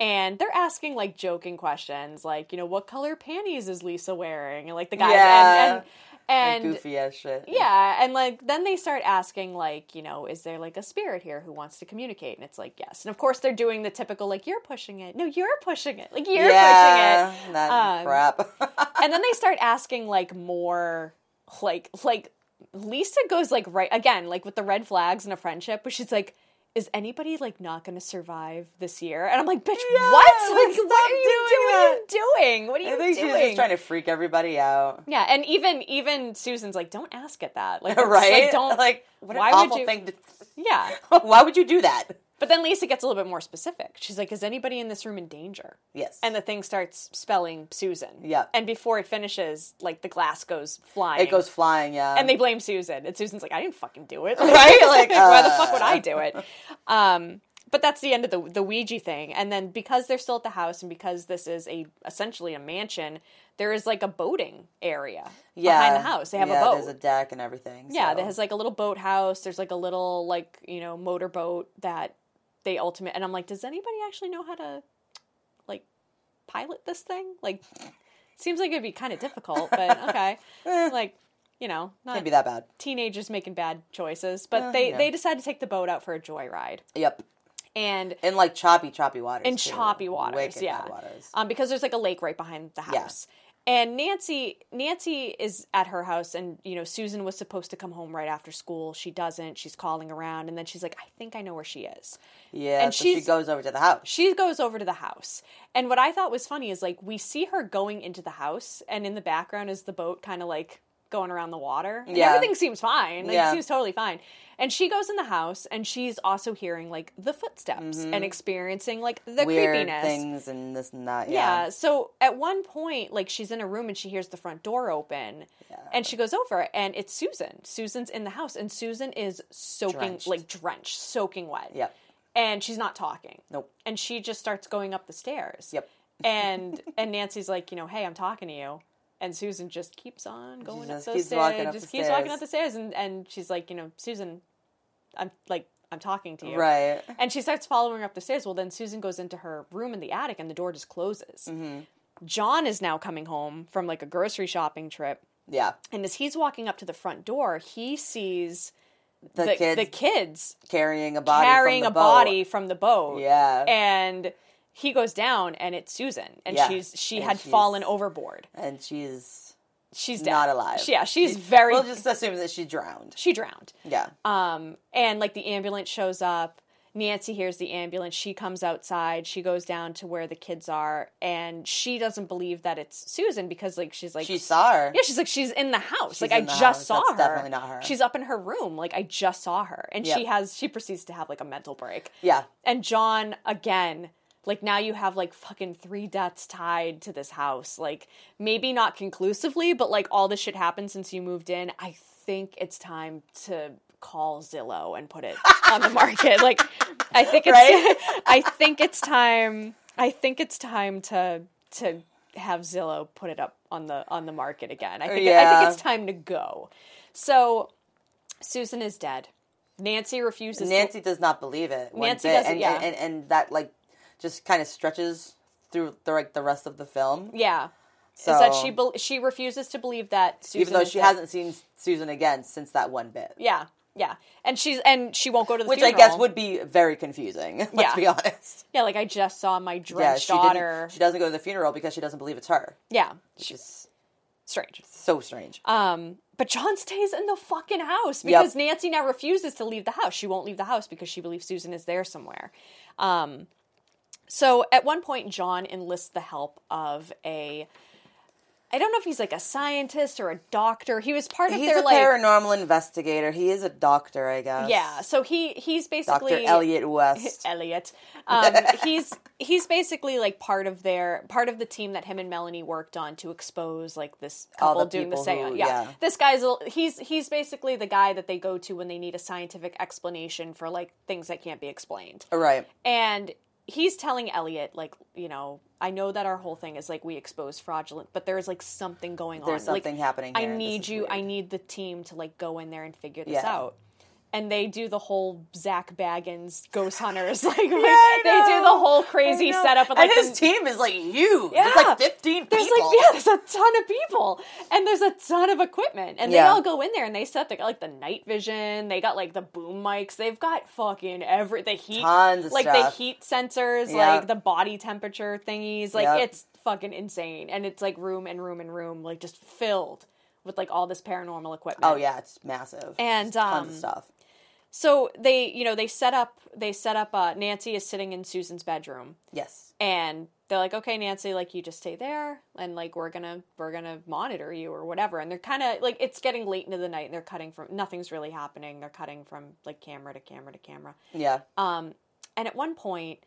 Speaker 2: And they're asking like joking questions, like you know what color panties is Lisa wearing, and like the guys
Speaker 3: Yeah.
Speaker 2: and and, and
Speaker 3: goofy ass shit.
Speaker 2: yeah, and like then they start asking like, you know, is there like a spirit here who wants to communicate? And it's like, yes. And of course they're doing the typical like you're pushing it. No, you're pushing it. Like you're
Speaker 3: yeah,
Speaker 2: pushing it.
Speaker 3: That
Speaker 2: Um,
Speaker 3: crap.
Speaker 2: And then they start asking like more like like Lisa goes like right again, like with the red flags in a friendship, but she's like is anybody like not going to survive this year? And I'm like, bitch,
Speaker 3: Yeah,
Speaker 2: what?
Speaker 3: like,
Speaker 2: Like,
Speaker 3: stop
Speaker 2: what are you
Speaker 3: doing
Speaker 2: doing? What are you doing? What are you
Speaker 3: I think
Speaker 2: doing?
Speaker 3: she's just trying to freak everybody out.
Speaker 2: yeah, and even even Susan's like, don't ask it that. Like, it's-
Speaker 3: right?
Speaker 2: Like, don't
Speaker 3: like what an
Speaker 2: why would
Speaker 3: awful
Speaker 2: you-
Speaker 3: thing to
Speaker 2: Yeah.
Speaker 3: Why would you do that?
Speaker 2: But then Lisa gets a little bit more specific. She's like, Is anybody in this room in danger?
Speaker 3: Yes.
Speaker 2: And the thing starts spelling Susan.
Speaker 3: Yeah.
Speaker 2: And before it finishes, like the glass goes flying.
Speaker 3: it goes flying, yeah.
Speaker 2: And they blame Susan. And Susan's like, I didn't fucking do it.
Speaker 3: Right? Like,
Speaker 2: why the fuck would
Speaker 3: uh.
Speaker 2: I do it? Um, but that's the end of the, the Ouija thing. And then because they're still at the house and because this is a essentially a mansion, there is like a boating area behind the house. They have
Speaker 3: yeah,
Speaker 2: a boat.
Speaker 3: There's a deck and everything.
Speaker 2: Yeah,
Speaker 3: so-
Speaker 2: that has like a little boathouse. There's like a little like you know motorboat that they ultimate. And I'm like, does anybody actually know how to like pilot this thing? Like, seems like it'd be kind of difficult, but okay. like, you know,
Speaker 3: Eh. can't
Speaker 2: not
Speaker 3: be that bad.
Speaker 2: teenagers making bad choices, but
Speaker 3: Uh,
Speaker 2: they
Speaker 3: yeah.
Speaker 2: they decide to take the boat out for a joyride
Speaker 3: Yep.
Speaker 2: and.
Speaker 3: In like choppy, choppy waters.
Speaker 2: In
Speaker 3: too.
Speaker 2: choppy waters,
Speaker 3: Wicked
Speaker 2: yeah.
Speaker 3: bad waters.
Speaker 2: um, because there's like a lake right behind the
Speaker 3: Yeah.
Speaker 2: house. And Nancy, Nancy is at her house, and you know Susan was supposed to come home right after school. She doesn't. She's calling around, and then she's like, "I think I know where she is."
Speaker 3: Yeah.
Speaker 2: and
Speaker 3: so she
Speaker 2: she's-
Speaker 3: goes over to the house.
Speaker 2: She goes over to the house, and what I thought was funny is like we see her going into the house, and in the background is the boat kind of like going around the water. And
Speaker 3: Yeah.
Speaker 2: everything seems fine. Like,
Speaker 3: Yeah.
Speaker 2: It seems totally fine. And she goes in the house, and she's also hearing like the footsteps and experiencing like the
Speaker 3: Mm-hmm. Weird
Speaker 2: creepiness.
Speaker 3: things and this and that.
Speaker 2: Yeah.
Speaker 3: Yeah.
Speaker 2: So at one point, like she's in a room and she hears the front door open, and she goes over, and it's Susan. Susan's in the house, and Susan is soaking,
Speaker 3: Drenched.
Speaker 2: like drenched, soaking wet.
Speaker 3: Yep.
Speaker 2: And she's not talking,
Speaker 3: Nope.
Speaker 2: and she just starts going up the stairs.
Speaker 3: Yep.
Speaker 2: And and Nancy's like, you know, hey, I'm talking to you. And Susan just keeps on going up
Speaker 3: just
Speaker 2: those
Speaker 3: keeps
Speaker 2: stairs,
Speaker 3: walking up
Speaker 2: just
Speaker 3: the
Speaker 2: keeps walking
Speaker 3: stairs.
Speaker 2: up the stairs, and and she's like, you know, Susan, I'm like, I'm talking to you,
Speaker 3: Right.
Speaker 2: and she starts following her up the stairs. Well, then Susan goes into her room in the attic and the door just closes.
Speaker 3: Mm-hmm.
Speaker 2: John is now coming home from like a grocery shopping trip.
Speaker 3: Yeah.
Speaker 2: And as he's walking up to the front door, he sees
Speaker 3: The,
Speaker 2: the,
Speaker 3: kids
Speaker 2: the kids
Speaker 3: carrying a body. from
Speaker 2: carrying
Speaker 3: the
Speaker 2: a
Speaker 3: boat.
Speaker 2: body from the boat.
Speaker 3: Yeah.
Speaker 2: And he goes down and it's Susan. And
Speaker 3: Yeah.
Speaker 2: she's she
Speaker 3: And
Speaker 2: had
Speaker 3: she's-
Speaker 2: fallen overboard.
Speaker 3: and she's
Speaker 2: She's dead.
Speaker 3: not alive.
Speaker 2: Yeah, she's very
Speaker 3: We'll just assume that she drowned.
Speaker 2: she drowned.
Speaker 3: Yeah.
Speaker 2: Um, and like the ambulance shows up. Nancy hears the ambulance. She comes outside. She goes down to where the kids are, and she doesn't believe that it's Susan because like she's like
Speaker 3: she saw her.
Speaker 2: yeah she's like she's in the house.
Speaker 3: She's
Speaker 2: like I
Speaker 3: in the
Speaker 2: just
Speaker 3: house.
Speaker 2: saw
Speaker 3: That's
Speaker 2: her.
Speaker 3: definitely not her.
Speaker 2: She's up in her room. Like I just saw her, and she
Speaker 3: Yep.
Speaker 2: has she proceeds to have like a mental break.
Speaker 3: Yeah.
Speaker 2: And John again. Like now you have like fucking three deaths tied to this house. Like maybe not conclusively, but like all this shit happened since you moved in. I think it's time to call Zillow and put it on the market. Like I think it's I think it's time I think it's time to to have Zillow put it up on the on the market again. I think I
Speaker 3: Yeah.
Speaker 2: think it's time to go. So Susan is dead. Nancy refuses to
Speaker 3: Nancy does not believe it. one
Speaker 2: Nancy
Speaker 3: bit.
Speaker 2: doesn't-
Speaker 3: and,
Speaker 2: yeah.
Speaker 3: and, and and that like just kind of stretches through the, like the rest of the film.
Speaker 2: Yeah.
Speaker 3: So
Speaker 2: is that she bel she refuses to believe that Susan
Speaker 3: even though
Speaker 2: is
Speaker 3: she
Speaker 2: dead.
Speaker 3: hasn't seen Susan again since that one bit.
Speaker 2: Yeah. yeah, and she's and she won't go to the
Speaker 3: Which I
Speaker 2: funeral.
Speaker 3: guess would be very confusing. Let's
Speaker 2: Yeah.
Speaker 3: be honest.
Speaker 2: yeah, like I just saw my
Speaker 3: Yeah,
Speaker 2: drenched
Speaker 3: she
Speaker 2: daughter.
Speaker 3: didn't, she doesn't go to the funeral because she doesn't believe it's her.
Speaker 2: yeah,
Speaker 3: Which is
Speaker 2: strange.
Speaker 3: so strange.
Speaker 2: Um, but John stays in the fucking house
Speaker 3: Yep.
Speaker 2: because Nancy now refuses to leave the house. She won't leave the house because she believes Susan is there somewhere. Um, so at one point, John enlists the help of a. I don't know if he's like a scientist or a doctor. He was part of
Speaker 3: He's
Speaker 2: their
Speaker 3: a
Speaker 2: like
Speaker 3: paranormal investigator. He is a doctor, I guess.
Speaker 2: yeah. So he he's basically
Speaker 3: Dr. Elliot West.
Speaker 2: Elliot. Um, he's he's basically like part of their part of the team that him and Melanie worked on to expose like this
Speaker 3: All
Speaker 2: couple
Speaker 3: the
Speaker 2: doing the
Speaker 3: people who-
Speaker 2: seance. Yeah.
Speaker 3: yeah.
Speaker 2: this guy's a- he's he's basically the guy that they go to when they need a scientific explanation for like things that can't be explained.
Speaker 3: Oh, right.
Speaker 2: And he's telling Elliot like you know I know that our whole thing is like we expose fraudulent, but there is like something going
Speaker 3: There's
Speaker 2: on. Like,
Speaker 3: something happening
Speaker 2: I
Speaker 3: here. This
Speaker 2: need
Speaker 3: is
Speaker 2: you.
Speaker 3: weird.
Speaker 2: I need the team to like go in there and figure this
Speaker 3: Yeah.
Speaker 2: out. And they do the whole Zach Baggins ghost hunters like, like,
Speaker 3: I
Speaker 2: they do the
Speaker 3: know.
Speaker 2: whole
Speaker 3: I
Speaker 2: crazy
Speaker 3: know.
Speaker 2: setup with like
Speaker 3: and his
Speaker 2: the-
Speaker 3: team is like huge. There's
Speaker 2: Yeah.
Speaker 3: like 15
Speaker 2: there's
Speaker 3: people.
Speaker 2: like yeah there's a ton of people and there's a ton of equipment and they
Speaker 3: Yeah.
Speaker 2: all go in there and they set they got like the night vision they got like the boom mics they've got fucking every the heat
Speaker 3: Tons of
Speaker 2: like the
Speaker 3: stuff.
Speaker 2: heat sensors
Speaker 3: Yeah.
Speaker 2: like the body temperature thingies like
Speaker 3: Yep.
Speaker 2: it's fucking insane and it's like room and room and room like just filled with like all this paranormal equipment
Speaker 3: Oh yeah, it's massive.
Speaker 2: And,
Speaker 3: Just tons
Speaker 2: um,
Speaker 3: of stuff.
Speaker 2: so they you know they set up they set up uh, nancy is sitting in susan's bedroom
Speaker 3: Yes.
Speaker 2: and they're like okay nancy like you just stay there and like we're gonna we're gonna monitor you or whatever and they're kind of like it's getting late into the night and they're cutting from nothing's really happening they're cutting from like camera to camera to camera
Speaker 3: Yeah.
Speaker 2: um and at one point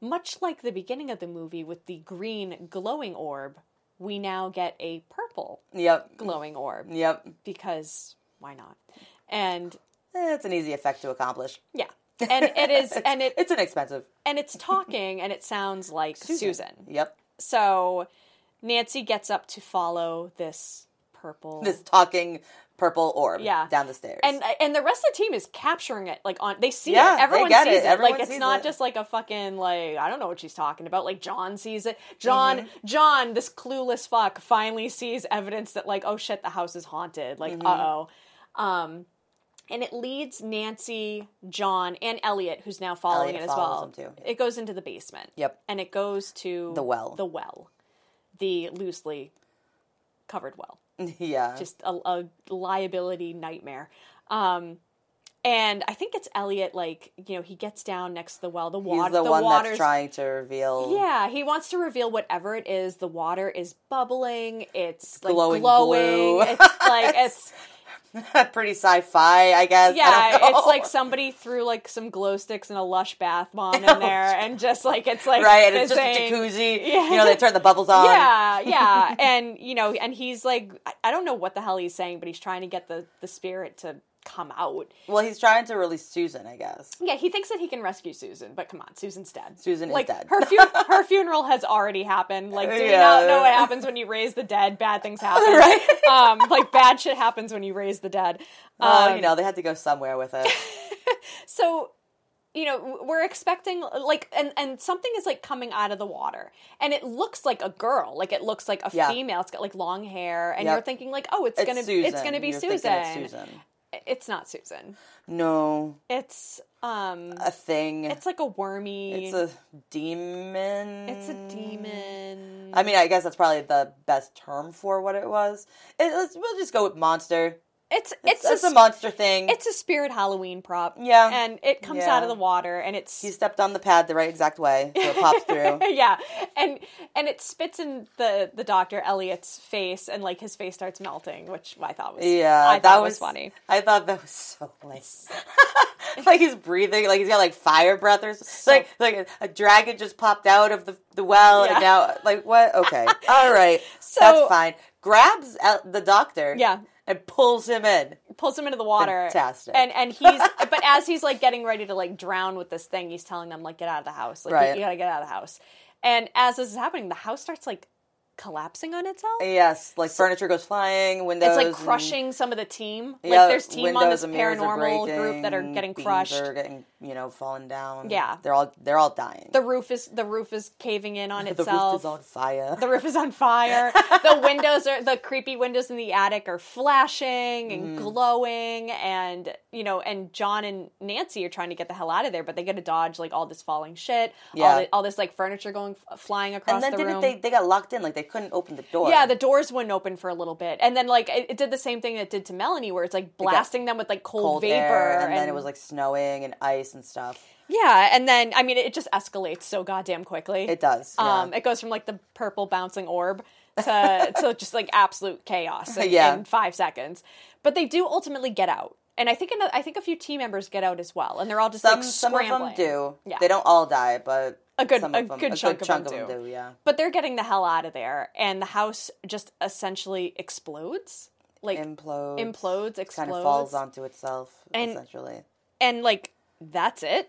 Speaker 2: much like the beginning of the movie with the green glowing orb we now get a purple
Speaker 3: Yep.
Speaker 2: glowing orb
Speaker 3: Yep.
Speaker 2: because why not and
Speaker 3: Eh, It's an easy effect to accomplish.
Speaker 2: yeah and it is and it
Speaker 3: It's inexpensive.
Speaker 2: and it's talking and it sounds like susan.
Speaker 3: Yep.
Speaker 2: So Nancy gets up to follow this purple.
Speaker 3: This talking purple orb
Speaker 2: Yeah.
Speaker 3: down the stairs.
Speaker 2: and and the rest of the team is capturing it like on they see
Speaker 3: Yeah,
Speaker 2: it
Speaker 3: they
Speaker 2: everyone
Speaker 3: get
Speaker 2: sees it,
Speaker 3: it. Everyone
Speaker 2: like it's
Speaker 3: sees
Speaker 2: not
Speaker 3: it.
Speaker 2: just like a fucking like I don't know what she's talking about like John sees it
Speaker 3: Mm-hmm.
Speaker 2: John John this clueless fuck finally sees evidence that like oh shit the house is haunted
Speaker 3: Mm-hmm.
Speaker 2: like uh oh um and it leads Nancy John and Elliot who's now following
Speaker 3: Elliot
Speaker 2: it as well
Speaker 3: follows them, too.
Speaker 2: it goes into the basement
Speaker 3: Yep.
Speaker 2: and it goes to
Speaker 3: The well.
Speaker 2: the well the loosely covered well
Speaker 3: yeah.
Speaker 2: just a, a liability nightmare um and i think it's elliot like you know he gets down next to the well the
Speaker 3: He's
Speaker 2: water
Speaker 3: the, one
Speaker 2: water's
Speaker 3: that's trying to reveal.
Speaker 2: yeah he wants to reveal whatever it is the water is bubbling it's like glowing,
Speaker 3: Glowing blue.
Speaker 2: it's like it's
Speaker 3: Pretty sci-fi, I guess. I
Speaker 2: yeah
Speaker 3: don't know.
Speaker 2: it's like somebody threw like some glow sticks and a lush bath bomb in there and just like it's like
Speaker 3: right. And it's just a
Speaker 2: fizzing.
Speaker 3: jacuzzi.
Speaker 2: Yeah.
Speaker 3: You know, they turn the bubbles on.
Speaker 2: Yeah, yeah. and you know, and he's like I- I don't know what the hell he's saying, but he's trying to get the the spirit to come out.
Speaker 3: Well, he's trying to release Susan, I guess.
Speaker 2: Yeah, he thinks that he can rescue Susan, but come on, Susan's dead.
Speaker 3: Susan
Speaker 2: like
Speaker 3: is dead.
Speaker 2: her fu- her funeral has already happened. Like, do you
Speaker 3: Yeah.
Speaker 2: not know what happens when you raise the dead? Bad things happen.
Speaker 3: Right.
Speaker 2: Um, like bad shit happens when you raise the dead.
Speaker 3: Oh,
Speaker 2: Um,
Speaker 3: you know, they had to go somewhere with it.
Speaker 2: so you know w- we're expecting like and and something is like coming out of the water and it looks like a girl like it looks like a
Speaker 3: Yeah.
Speaker 2: female it's got like long hair and
Speaker 3: Yep.
Speaker 2: you're thinking like oh it's,
Speaker 3: It's
Speaker 2: gonna
Speaker 3: Susan.
Speaker 2: it's gonna be
Speaker 3: You're
Speaker 2: susan.
Speaker 3: thinking it's Susan.
Speaker 2: it's not susan
Speaker 3: No,
Speaker 2: it's um
Speaker 3: a thing.
Speaker 2: it's like a wormy
Speaker 3: It's a demon.
Speaker 2: it's a demon
Speaker 3: I mean, I guess that's probably the best term for what it was. It, let's, we'll just go with monster.
Speaker 2: it's
Speaker 3: It's,
Speaker 2: it's
Speaker 3: it's
Speaker 2: a,
Speaker 3: a,
Speaker 2: sp-
Speaker 3: monster thing.
Speaker 2: it's a spirit halloween prop
Speaker 3: Yeah.
Speaker 2: and it comes
Speaker 3: Yeah.
Speaker 2: out of the water and it's
Speaker 3: he stepped on the pad the right exact way, so it pops through.
Speaker 2: yeah and and it spits in the the doctor elliot's face and like his face starts melting which i thought was
Speaker 3: Yeah,
Speaker 2: i thought
Speaker 3: that
Speaker 2: was,
Speaker 3: was-
Speaker 2: funny
Speaker 3: I thought that was so lame. like he's breathing, like he's got like fire breath or so, like like a, a dragon just popped out of the, the well,
Speaker 2: Yeah.
Speaker 3: and now like what? Okay, all right,
Speaker 2: So-
Speaker 3: that's fine. Grabs out the doctor,
Speaker 2: Yeah.
Speaker 3: and pulls him in.
Speaker 2: pulls him into the water
Speaker 3: Fantastic.
Speaker 2: and and he's but as he's like getting ready to like drown with this thing he's telling them like get out of the house like you-
Speaker 3: Right.
Speaker 2: you gotta get out of the house and as this is happening the house starts like collapsing on itself.
Speaker 3: Yes, like furniture goes flying, windows.
Speaker 2: it's like
Speaker 3: and-
Speaker 2: crashing some of the team. Like
Speaker 3: Yeah,
Speaker 2: there's team on
Speaker 3: windows
Speaker 2: this
Speaker 3: and mirrors are
Speaker 2: paranormal group that are
Speaker 3: breaking,
Speaker 2: getting
Speaker 3: beams
Speaker 2: crushed.
Speaker 3: are getting you know falling down.
Speaker 2: Yeah.
Speaker 3: they're all they're all dying.
Speaker 2: The roof is the roof is caving in on
Speaker 3: the
Speaker 2: itself.
Speaker 3: roof is on fire.
Speaker 2: the roof is on fire. the windows are the creepy windows in the attic are flashing and
Speaker 3: Mm-hmm.
Speaker 2: glowing and you know and John and Nancy are trying to get the hell out of there but they got to dodge like all this falling shit, all,
Speaker 3: Yeah.
Speaker 2: thi- all this like furniture going flying across
Speaker 3: and then
Speaker 2: the
Speaker 3: didn't
Speaker 2: room.
Speaker 3: they? They got locked in, like they couldn't open the door.
Speaker 2: yeah, the doors wouldn't open for a little bit, and then like it, it did the same thing that it did to Melanie, where it's like blasting them with like cold,
Speaker 3: cold
Speaker 2: vapor,
Speaker 3: air, and, then it was like snowing and ice and stuff.
Speaker 2: yeah, and then I mean it just escalates so goddamn quickly.
Speaker 3: It does. yeah.
Speaker 2: Um, it goes from like the purple bouncing orb to to just like absolute chaos in,
Speaker 3: Yeah.
Speaker 2: in five seconds. But they do ultimately get out, and I think another, I think a few team members get out as well, and they're all just
Speaker 3: some
Speaker 2: like
Speaker 3: some of them
Speaker 2: scrambling.
Speaker 3: do.
Speaker 2: Yeah.
Speaker 3: They don't all die, but
Speaker 2: A good-
Speaker 3: some
Speaker 2: a
Speaker 3: of them,
Speaker 2: good
Speaker 3: a
Speaker 2: chunk
Speaker 3: good
Speaker 2: of
Speaker 3: chunk
Speaker 2: them
Speaker 3: of
Speaker 2: do.
Speaker 3: them do. Yeah,
Speaker 2: But they're getting the hell out of there, and the house just essentially explodes, like
Speaker 3: implodes,
Speaker 2: implodes, explodes,
Speaker 3: kind of falls onto itself
Speaker 2: And-
Speaker 3: essentially.
Speaker 2: and like that's it.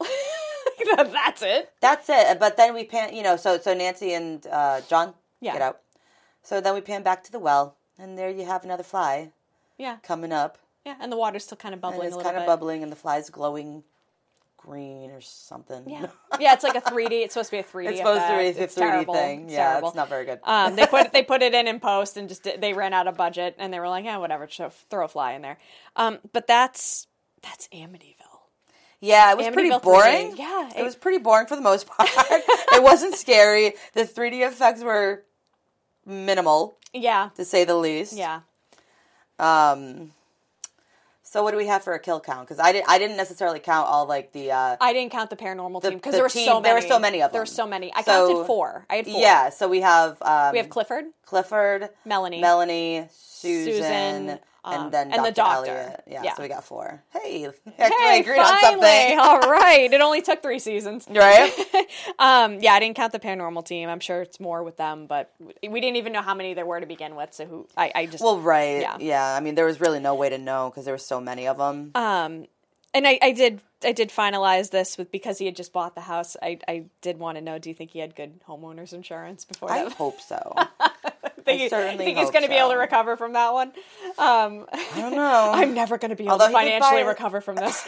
Speaker 2: that's it.
Speaker 3: That's it. uh, But then we pan, you know, so so Nancy and uh, John
Speaker 2: Yeah.
Speaker 3: get out. So then we pan back to the well, and there you have another fly
Speaker 2: Yeah,
Speaker 3: coming up,
Speaker 2: yeah, and the water's still kind of
Speaker 3: and
Speaker 2: bubbling
Speaker 3: it's
Speaker 2: a little
Speaker 3: kind of
Speaker 2: bit.
Speaker 3: bubbling, and the fly's glowing green or something.
Speaker 2: Yeah, yeah, it's like a 3D. It's supposed to be a 3D.
Speaker 3: It's supposed
Speaker 2: effect.
Speaker 3: to be a
Speaker 2: It's
Speaker 3: 3D
Speaker 2: terrible.
Speaker 3: thing.
Speaker 2: It's
Speaker 3: yeah,
Speaker 2: terrible.
Speaker 3: it's not very good.
Speaker 2: Um, they put they put it in in post and just did- they ran out of budget and they were like, yeah, whatever, show, throw a fly in there. Um, but that's that's Amityville.
Speaker 3: Yeah, it was pretty
Speaker 2: Amityville
Speaker 3: boring.
Speaker 2: 3D. Yeah,
Speaker 3: it,
Speaker 2: it-
Speaker 3: was pretty boring for the most part. it wasn't scary. The 3D effects were minimal,
Speaker 2: Yeah,
Speaker 3: to say the least.
Speaker 2: yeah.
Speaker 3: Um. So what do we have for a kill count? Because I didn't, I didn't necessarily count all like the. Uh,
Speaker 2: I didn't count the paranormal
Speaker 3: The-
Speaker 2: team because
Speaker 3: the
Speaker 2: there were
Speaker 3: team-
Speaker 2: so many.
Speaker 3: there were so many of
Speaker 2: There were
Speaker 3: them.
Speaker 2: so many. I
Speaker 3: So-
Speaker 2: counted four. I had four.
Speaker 3: yeah, so we have um,
Speaker 2: we have Clifford,
Speaker 3: Clifford,
Speaker 2: Melanie,
Speaker 3: Melanie, Susan,
Speaker 2: Susan, um,
Speaker 3: and then
Speaker 2: and
Speaker 3: Dr.
Speaker 2: the doctor.
Speaker 3: Elliot. Yeah,
Speaker 2: Yeah.
Speaker 3: so we got four. Hey, actually I
Speaker 2: Hey,
Speaker 3: agreed
Speaker 2: finally!
Speaker 3: on
Speaker 2: All right, it only took three seasons.
Speaker 3: something, right?
Speaker 2: um, yeah, I didn't count the paranormal team. I'm sure it's more with them, but we didn't even know how many there were to begin with. So who? I, I just
Speaker 3: well, right.
Speaker 2: Yeah.
Speaker 3: Yeah. I mean, there was really no way to know because there were so many of them.
Speaker 2: Um, and I, I did I did finalize this with because he had just bought the house. I, I did want to know. Do you think he had good homeowners insurance before
Speaker 3: I
Speaker 2: that?
Speaker 3: hope so.
Speaker 2: think,
Speaker 3: I
Speaker 2: he-
Speaker 3: certainly
Speaker 2: think he's
Speaker 3: hope
Speaker 2: going to be able to
Speaker 3: so.
Speaker 2: recover from that one. Um,
Speaker 3: I don't know.
Speaker 2: I'm never going to be able
Speaker 3: Although
Speaker 2: to
Speaker 3: he did buy
Speaker 2: financially
Speaker 3: it.
Speaker 2: recover from this.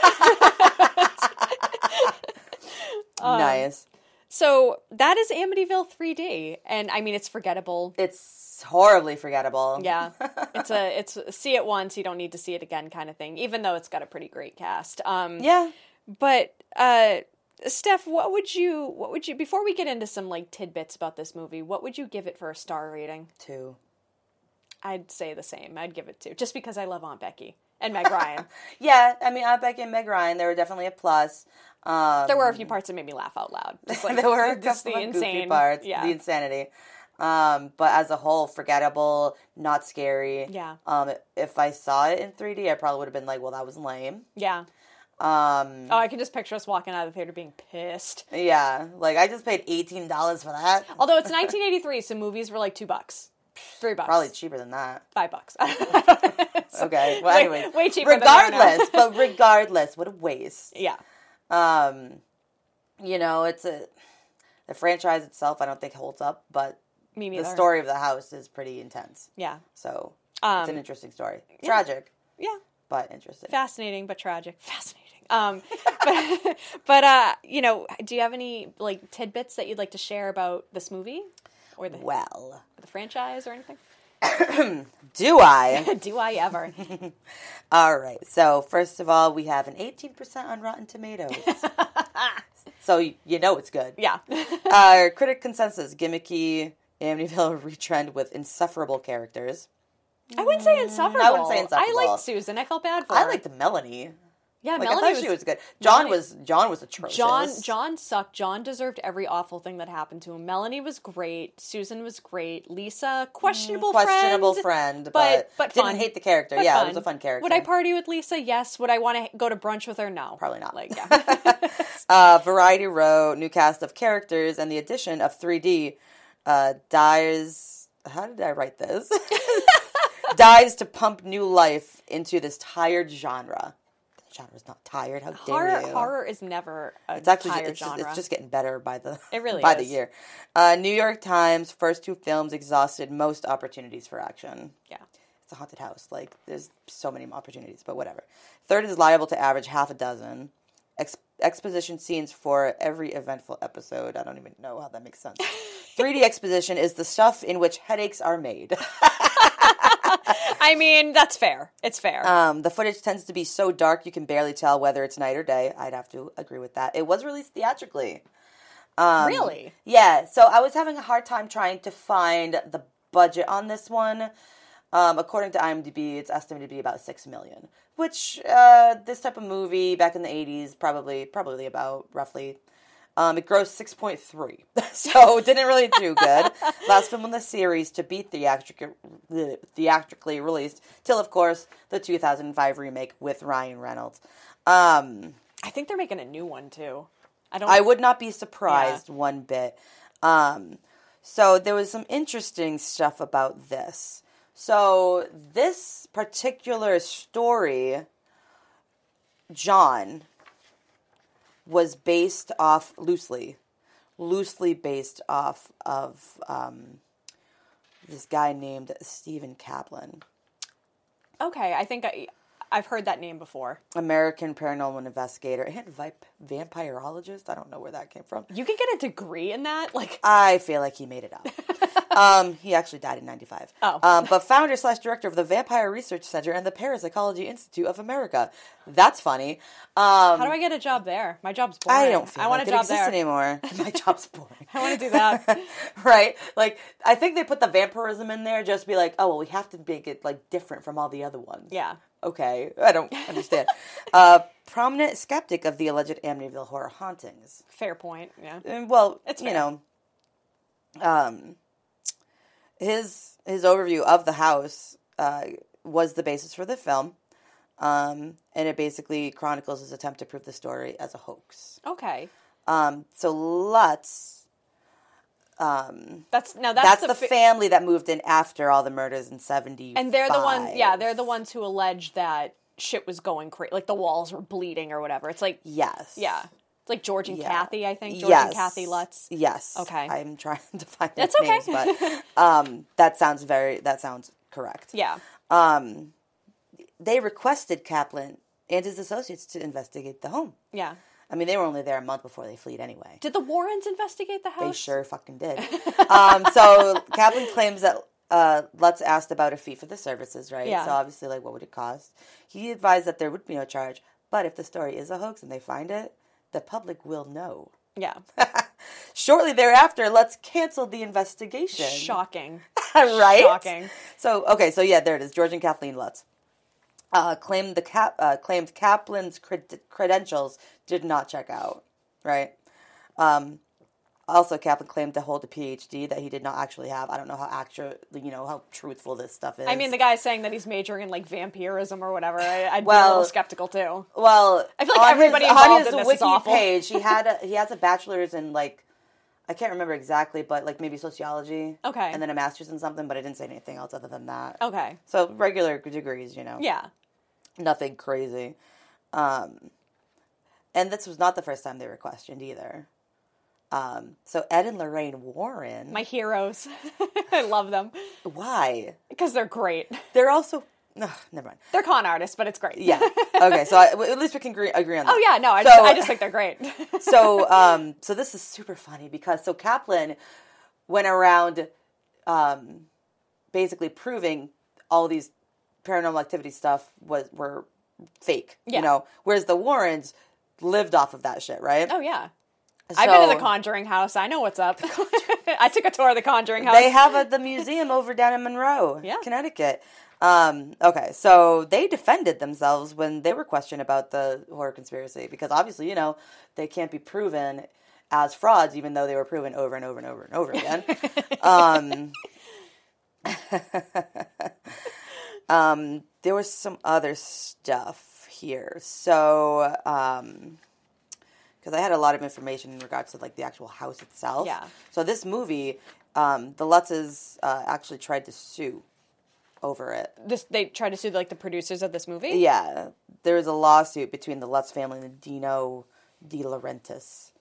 Speaker 2: um,
Speaker 3: nice.
Speaker 2: so that is Amityville 3D, and I mean it's forgettable.
Speaker 3: It's horribly forgettable.
Speaker 2: Yeah, it's a it's a see it once, you don't need to see it again kind of thing. Even though it's got a pretty great cast. Um,
Speaker 3: Yeah.
Speaker 2: But uh, Steph, what would you what would you before we get into some like tidbits about this movie? What would you give it for a star rating?
Speaker 3: Two.
Speaker 2: I'd say the same. I'd give it two, just because I love Aunt Becky and Meg Ryan.
Speaker 3: Yeah, I mean, Aunt Becky and Meg Ryan, they were definitely a plus. Um,
Speaker 2: there were a few parts that made me laugh out loud. Just like
Speaker 3: there were a
Speaker 2: just
Speaker 3: couple
Speaker 2: the
Speaker 3: of goofy
Speaker 2: insane
Speaker 3: parts,
Speaker 2: Yeah,
Speaker 3: the insanity. Um, but as a whole, forgettable, not scary.
Speaker 2: Yeah.
Speaker 3: Um, if I saw it in 3D, I probably would have been like, "Well, that was lame."
Speaker 2: yeah.
Speaker 3: Um,
Speaker 2: Oh, I can just picture us walking out of the theater being pissed.
Speaker 3: yeah, like I just paid eighteen dollars for that.
Speaker 2: Although it's 1983, so movies were like two bucks, three bucks,
Speaker 3: Probably cheaper than that.
Speaker 2: five bucks.
Speaker 3: Okay. Well,
Speaker 2: Way-
Speaker 3: anyway,
Speaker 2: way cheaper than they are now.
Speaker 3: Regardless, but regardless, what a waste.
Speaker 2: yeah,
Speaker 3: Um, you know, it's a the franchise itself. I don't think holds up, but
Speaker 2: me
Speaker 3: the
Speaker 2: neither.
Speaker 3: story of the house is pretty intense.
Speaker 2: Yeah,
Speaker 3: So
Speaker 2: um,
Speaker 3: it's an interesting story. Tragic,
Speaker 2: yeah.
Speaker 3: but interesting.
Speaker 2: fascinating but tragic fascinating um but, but uh you know do you have any like tidbits that you'd like to share about this movie or the,
Speaker 3: well,
Speaker 2: the franchise or anything
Speaker 3: do I?
Speaker 2: do i ever
Speaker 3: all right. So first of all, we have an 18% on Rotten Tomatoes. so y- you know it's good.
Speaker 2: yeah
Speaker 3: Uh, critic consensus: gimmicky Amityville retrend with insufferable characters.
Speaker 2: i wouldn't say insufferable
Speaker 3: I Mm, wouldn't say insufferable.
Speaker 2: i liked susan i felt bad for
Speaker 3: I
Speaker 2: her.
Speaker 3: liked Melanie.
Speaker 2: yeah
Speaker 3: Like
Speaker 2: melanie
Speaker 3: I thought
Speaker 2: was,
Speaker 3: she was good. John
Speaker 2: Melanie-
Speaker 3: was John was atrocious.
Speaker 2: John John sucked. John deserved every awful thing that happened to him. Melanie was great. Susan was great. Lisa questionable
Speaker 3: Mm, questionable
Speaker 2: friend.
Speaker 3: friend,
Speaker 2: but-
Speaker 3: but
Speaker 2: but
Speaker 3: didn't
Speaker 2: fun.
Speaker 3: hate the character.
Speaker 2: but
Speaker 3: yeah, it was a fun character.
Speaker 2: Would I party with Lisa? Yes. Would I want to go to brunch with her? No.
Speaker 3: Probably not.
Speaker 2: Like yeah.
Speaker 3: uh, Variety Row, new cast of characters, and the addition of 3D uh, dies. How did I write this? dies to pump new life into this tired genre. genre is not tired. How dare
Speaker 2: horror
Speaker 3: you?
Speaker 2: horror is never a
Speaker 3: It's actually
Speaker 2: tired
Speaker 3: it's, just,
Speaker 2: genre.
Speaker 3: it's just getting better by the
Speaker 2: It really
Speaker 3: by the
Speaker 2: is.
Speaker 3: year. Uh, New York Times first two films exhausted most opportunities for action.
Speaker 2: yeah.
Speaker 3: It's a haunted house. Like there's so many opportunities, but whatever. Third is liable to average half a dozen Ex- exposition scenes for every eventful episode. I don't even know how that makes sense. 3D exposition is the stuff in which headaches are made.
Speaker 2: I mean, that's fair. It's fair.
Speaker 3: Um, the footage tends to be so dark you can barely tell whether it's night or day. I'd have to agree with that. It was released theatrically. Um,
Speaker 2: really?
Speaker 3: Yeah, so I was having a hard time trying to find the budget on this one. Um, according to IMDb, it's estimated to be about six million, which uh, this type of movie back in the '80s probably probably about roughly. Um, it grossed six point three, so it didn't really do good. Last film in the series to be theatric- theatrically released, till of course the 2005 remake with Ryan Reynolds. Um,
Speaker 2: I think they're making a new one too. I don't.
Speaker 3: I would not be surprised one bit. Um, so there was some interesting stuff about this. So this particular story, John, was based off loosely, loosely based off of um, this guy named Stephen Kaplan.
Speaker 2: okay, I think I, I've heard that name before.
Speaker 3: American paranormal investigator and vi- vampirologist. I don't know where that came from.
Speaker 2: You can get a degree in that. Like,
Speaker 3: I feel like he made it up. um, he actually died in 95.
Speaker 2: Oh.
Speaker 3: Um, but founder slash director of the Vampire Research Center and the Parapsychology Institute of America. That's funny. Um,
Speaker 2: how do I get a job there? My job's boring.
Speaker 3: I don't feel
Speaker 2: I want
Speaker 3: like
Speaker 2: a
Speaker 3: it
Speaker 2: job
Speaker 3: exists
Speaker 2: there.
Speaker 3: anymore. My job's boring.
Speaker 2: I want to do that.
Speaker 3: right? Like, I think they put the vampirism in there just to be like, oh, well, we have to make it, like, different from all the other ones
Speaker 2: yeah.
Speaker 3: okay, I don't understand. uh, prominent skeptic of the alleged Amityville horror hauntings.
Speaker 2: Fair point. Yeah.
Speaker 3: Uh, Well,
Speaker 2: It's
Speaker 3: it's
Speaker 2: fair.
Speaker 3: you know, um, his his overview of the house uh, was the basis for the film, um, and it basically chronicles his attempt to prove the story as a hoax.
Speaker 2: Okay.
Speaker 3: Um, so Lutz. Um,
Speaker 2: That's now
Speaker 3: that's,
Speaker 2: that's,
Speaker 3: the,
Speaker 2: fi-
Speaker 3: family that moved in after all the murders in '70,
Speaker 2: and they're the ones. Yeah, they're the ones who allege that shit was going crazy. Like the walls were bleeding or whatever. It's like
Speaker 3: Yes.
Speaker 2: yeah. It's like George and
Speaker 3: Yeah.
Speaker 2: Kathy. I think George and Kathy Lutz.
Speaker 3: Yes.
Speaker 2: Okay.
Speaker 3: I'm trying to find
Speaker 2: That's
Speaker 3: that's
Speaker 2: okay.
Speaker 3: names, but um, that sounds very that sounds correct.
Speaker 2: Yeah.
Speaker 3: Um, they requested Kaplan and his associates to investigate the home.
Speaker 2: Yeah.
Speaker 3: I mean, they were only there a month before they fleed anyway.
Speaker 2: Did the Warrens investigate the house?
Speaker 3: They sure fucking did. um, so Kaplan claims that uh, Lutz asked about a fee for the services, right?
Speaker 2: Yeah.
Speaker 3: So obviously, like, what would it cost? He advised that there would be no charge, but if the story is a hoax and they find it, the public will know.
Speaker 2: Yeah.
Speaker 3: Shortly thereafter, Lutz canceled the investigation.
Speaker 2: Shocking.
Speaker 3: right?
Speaker 2: Shocking.
Speaker 3: So okay, so yeah, there it is. George and Kathleen Lutz uh, claimed the cap uh, claimed Kaplan's cred- credentials did not check out. Right. Um, also, Kaplan claimed to hold a PhD that he did not actually have. I don't know how actual, you know, how truthful this stuff is.
Speaker 2: I mean, the guy's saying that he's majoring in like vampirism or whatever. I, I'd be a
Speaker 3: Well-
Speaker 2: little skeptical too.
Speaker 3: Well,
Speaker 2: I feel like
Speaker 3: on
Speaker 2: everybody
Speaker 3: his,
Speaker 2: involved
Speaker 3: on his
Speaker 2: in this
Speaker 3: wiki
Speaker 2: is awful.
Speaker 3: page, he had a, he has a bachelor's in like I can't remember exactly, but like maybe sociology.
Speaker 2: Okay.
Speaker 3: And then a master's in something, but I didn't say anything else other than that.
Speaker 2: Okay.
Speaker 3: So regular degrees, you know.
Speaker 2: Yeah.
Speaker 3: Nothing crazy. Um, and this was not the first time they were questioned either. Um, so Ed and Lorraine Warren,
Speaker 2: My heroes. I love them
Speaker 3: why?
Speaker 2: because they're great.
Speaker 3: They're also no, never mind.
Speaker 2: They're con artists, but it's great.
Speaker 3: Yeah. Okay. So I, at least we can agree, agree on that.
Speaker 2: Oh yeah, no, I,
Speaker 3: So-
Speaker 2: just, I just think they're great.
Speaker 3: so um so this is super funny because so Kaplan went around um basically proving all these paranormal activity stuff was were fake.
Speaker 2: Yeah.
Speaker 3: You know, whereas the Warrens lived off of that shit, right?
Speaker 2: oh yeah, I've been to
Speaker 3: So-
Speaker 2: the Conjuring house. I know what's up. I took a tour of the Conjuring house.
Speaker 3: They have a, the museum over down in Monroe,
Speaker 2: Yeah.
Speaker 3: Connecticut. Um, okay, so they defended themselves when they were questioned about the horror conspiracy because obviously, you know, they can't be proven as frauds, even though they were proven over and over and over and over again. um, um, there was some other stuff here. So, um, because I had a lot of information in regards to like the actual house itself.
Speaker 2: Yeah.
Speaker 3: So this movie, um, the Lutzes uh, actually tried to sue over it.
Speaker 2: This they tried to sue like the producers of this movie.
Speaker 3: Yeah, there was a lawsuit between the Lutz family and the Dino De Laurentiis.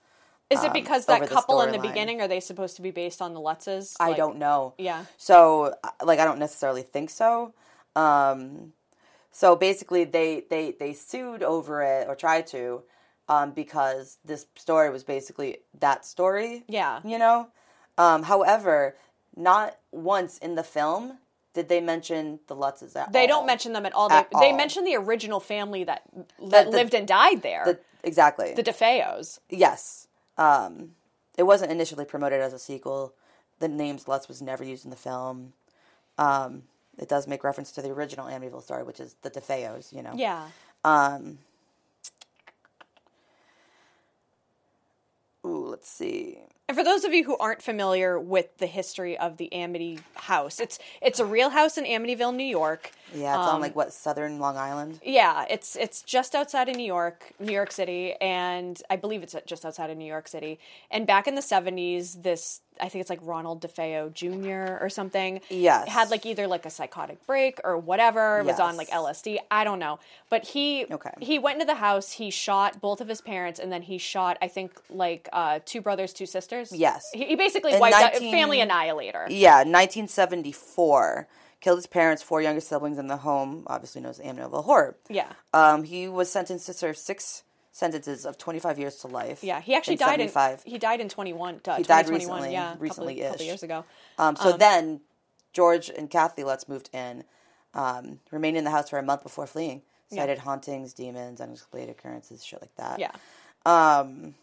Speaker 2: Is it because
Speaker 3: over
Speaker 2: that
Speaker 3: the
Speaker 2: couple in the
Speaker 3: storyline.
Speaker 2: beginning are they supposed to be based on the Lutzes?
Speaker 3: I
Speaker 2: Like-
Speaker 3: don't know.
Speaker 2: Yeah.
Speaker 3: So, uh, like, I don't necessarily think so. Um, so basically, they they they sued over it or tried to, um, because this story was basically that story.
Speaker 2: Yeah.
Speaker 3: You know. Um, however, not once in the film did they mention the Lutzes at
Speaker 2: They
Speaker 3: all.
Speaker 2: don't mention them at all. They,
Speaker 3: At
Speaker 2: they
Speaker 3: all.
Speaker 2: mention the original family that, that,
Speaker 3: the-
Speaker 2: lived and died there,
Speaker 3: the, exactly
Speaker 2: the DeFeos.
Speaker 3: Yes. Um, it wasn't initially promoted as a sequel. The name Sluts was never used in the film. Um, it does make reference to the original Amityville story, which is the DeFeos, you know.
Speaker 2: Yeah.
Speaker 3: Um, ooh, let's see.
Speaker 2: And for those of you who aren't familiar with the history of the Amity House, it's it's a real house in Amityville, New York.
Speaker 3: Yeah, it's on like what southern Long Island.
Speaker 2: Yeah, it's it's just outside of New York, New York City, and I believe it's just outside of New York City. And back in the seventies, this I think it's like Ronald DeFeo Jr. or something.
Speaker 3: Yes.
Speaker 2: had like either like a psychotic break or whatever. Was on
Speaker 3: Yes.
Speaker 2: like LSD. I don't know, but he
Speaker 3: Okay.
Speaker 2: he went into the house. He shot both of his parents, and then he shot I think like uh, two brothers, two sisters.
Speaker 3: Yes.
Speaker 2: he, he basically
Speaker 3: In
Speaker 2: wiped out
Speaker 3: 19
Speaker 2: family annihilator.
Speaker 3: Yeah, 1974. Killed his parents, four younger siblings in the home, obviously known as Amityville Horror.
Speaker 2: yeah.
Speaker 3: Um, he was sentenced to serve six sentences of 25 years to life.
Speaker 2: Yeah, he actually
Speaker 3: in
Speaker 2: died
Speaker 3: 75.
Speaker 2: in he died in 21 uh,
Speaker 3: He died
Speaker 2: 2021,
Speaker 3: recently,
Speaker 2: yeah, a couple-
Speaker 3: recently-ish.
Speaker 2: couple years ago.
Speaker 3: Um, so then George and Kathy Lutz moved in, um, remained in the house for a month before fleeing.
Speaker 2: Yeah.
Speaker 3: Cited hauntings, demons, unexplained occurrences, shit like that.
Speaker 2: Yeah.
Speaker 3: Um,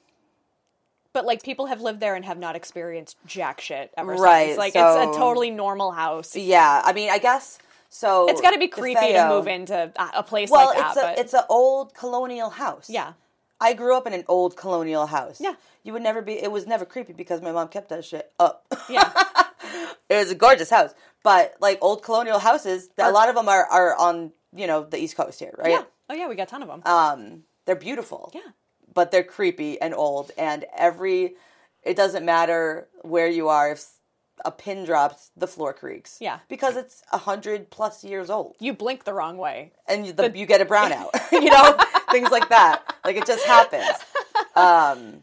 Speaker 2: But like people have lived there and have not experienced jack shit ever
Speaker 3: Right,
Speaker 2: since. Like
Speaker 3: so-
Speaker 2: it's a totally normal house.
Speaker 3: yeah, I mean, I guess so.
Speaker 2: It's got to be creepy
Speaker 3: DeFeo-
Speaker 2: to move into a- a place
Speaker 3: Well,
Speaker 2: like that.
Speaker 3: it's a
Speaker 2: but
Speaker 3: it's an old colonial house.
Speaker 2: yeah,
Speaker 3: I grew up in an old colonial house.
Speaker 2: Yeah.
Speaker 3: You would never be. It was never creepy because my mom kept that shit up.
Speaker 2: yeah,
Speaker 3: it was a gorgeous house, but like old colonial houses, a lot of them are are on you know the east coast here, right?
Speaker 2: yeah. Oh yeah, we got a ton of them.
Speaker 3: um they're beautiful
Speaker 2: yeah,
Speaker 3: but they're creepy and old and every it doesn't matter where you are if a pin drops the floor creaks
Speaker 2: Yeah.
Speaker 3: because it's a hundred plus years old
Speaker 2: you blink the wrong way.
Speaker 3: and you- the, you get a brownout you know things like that like it just happens um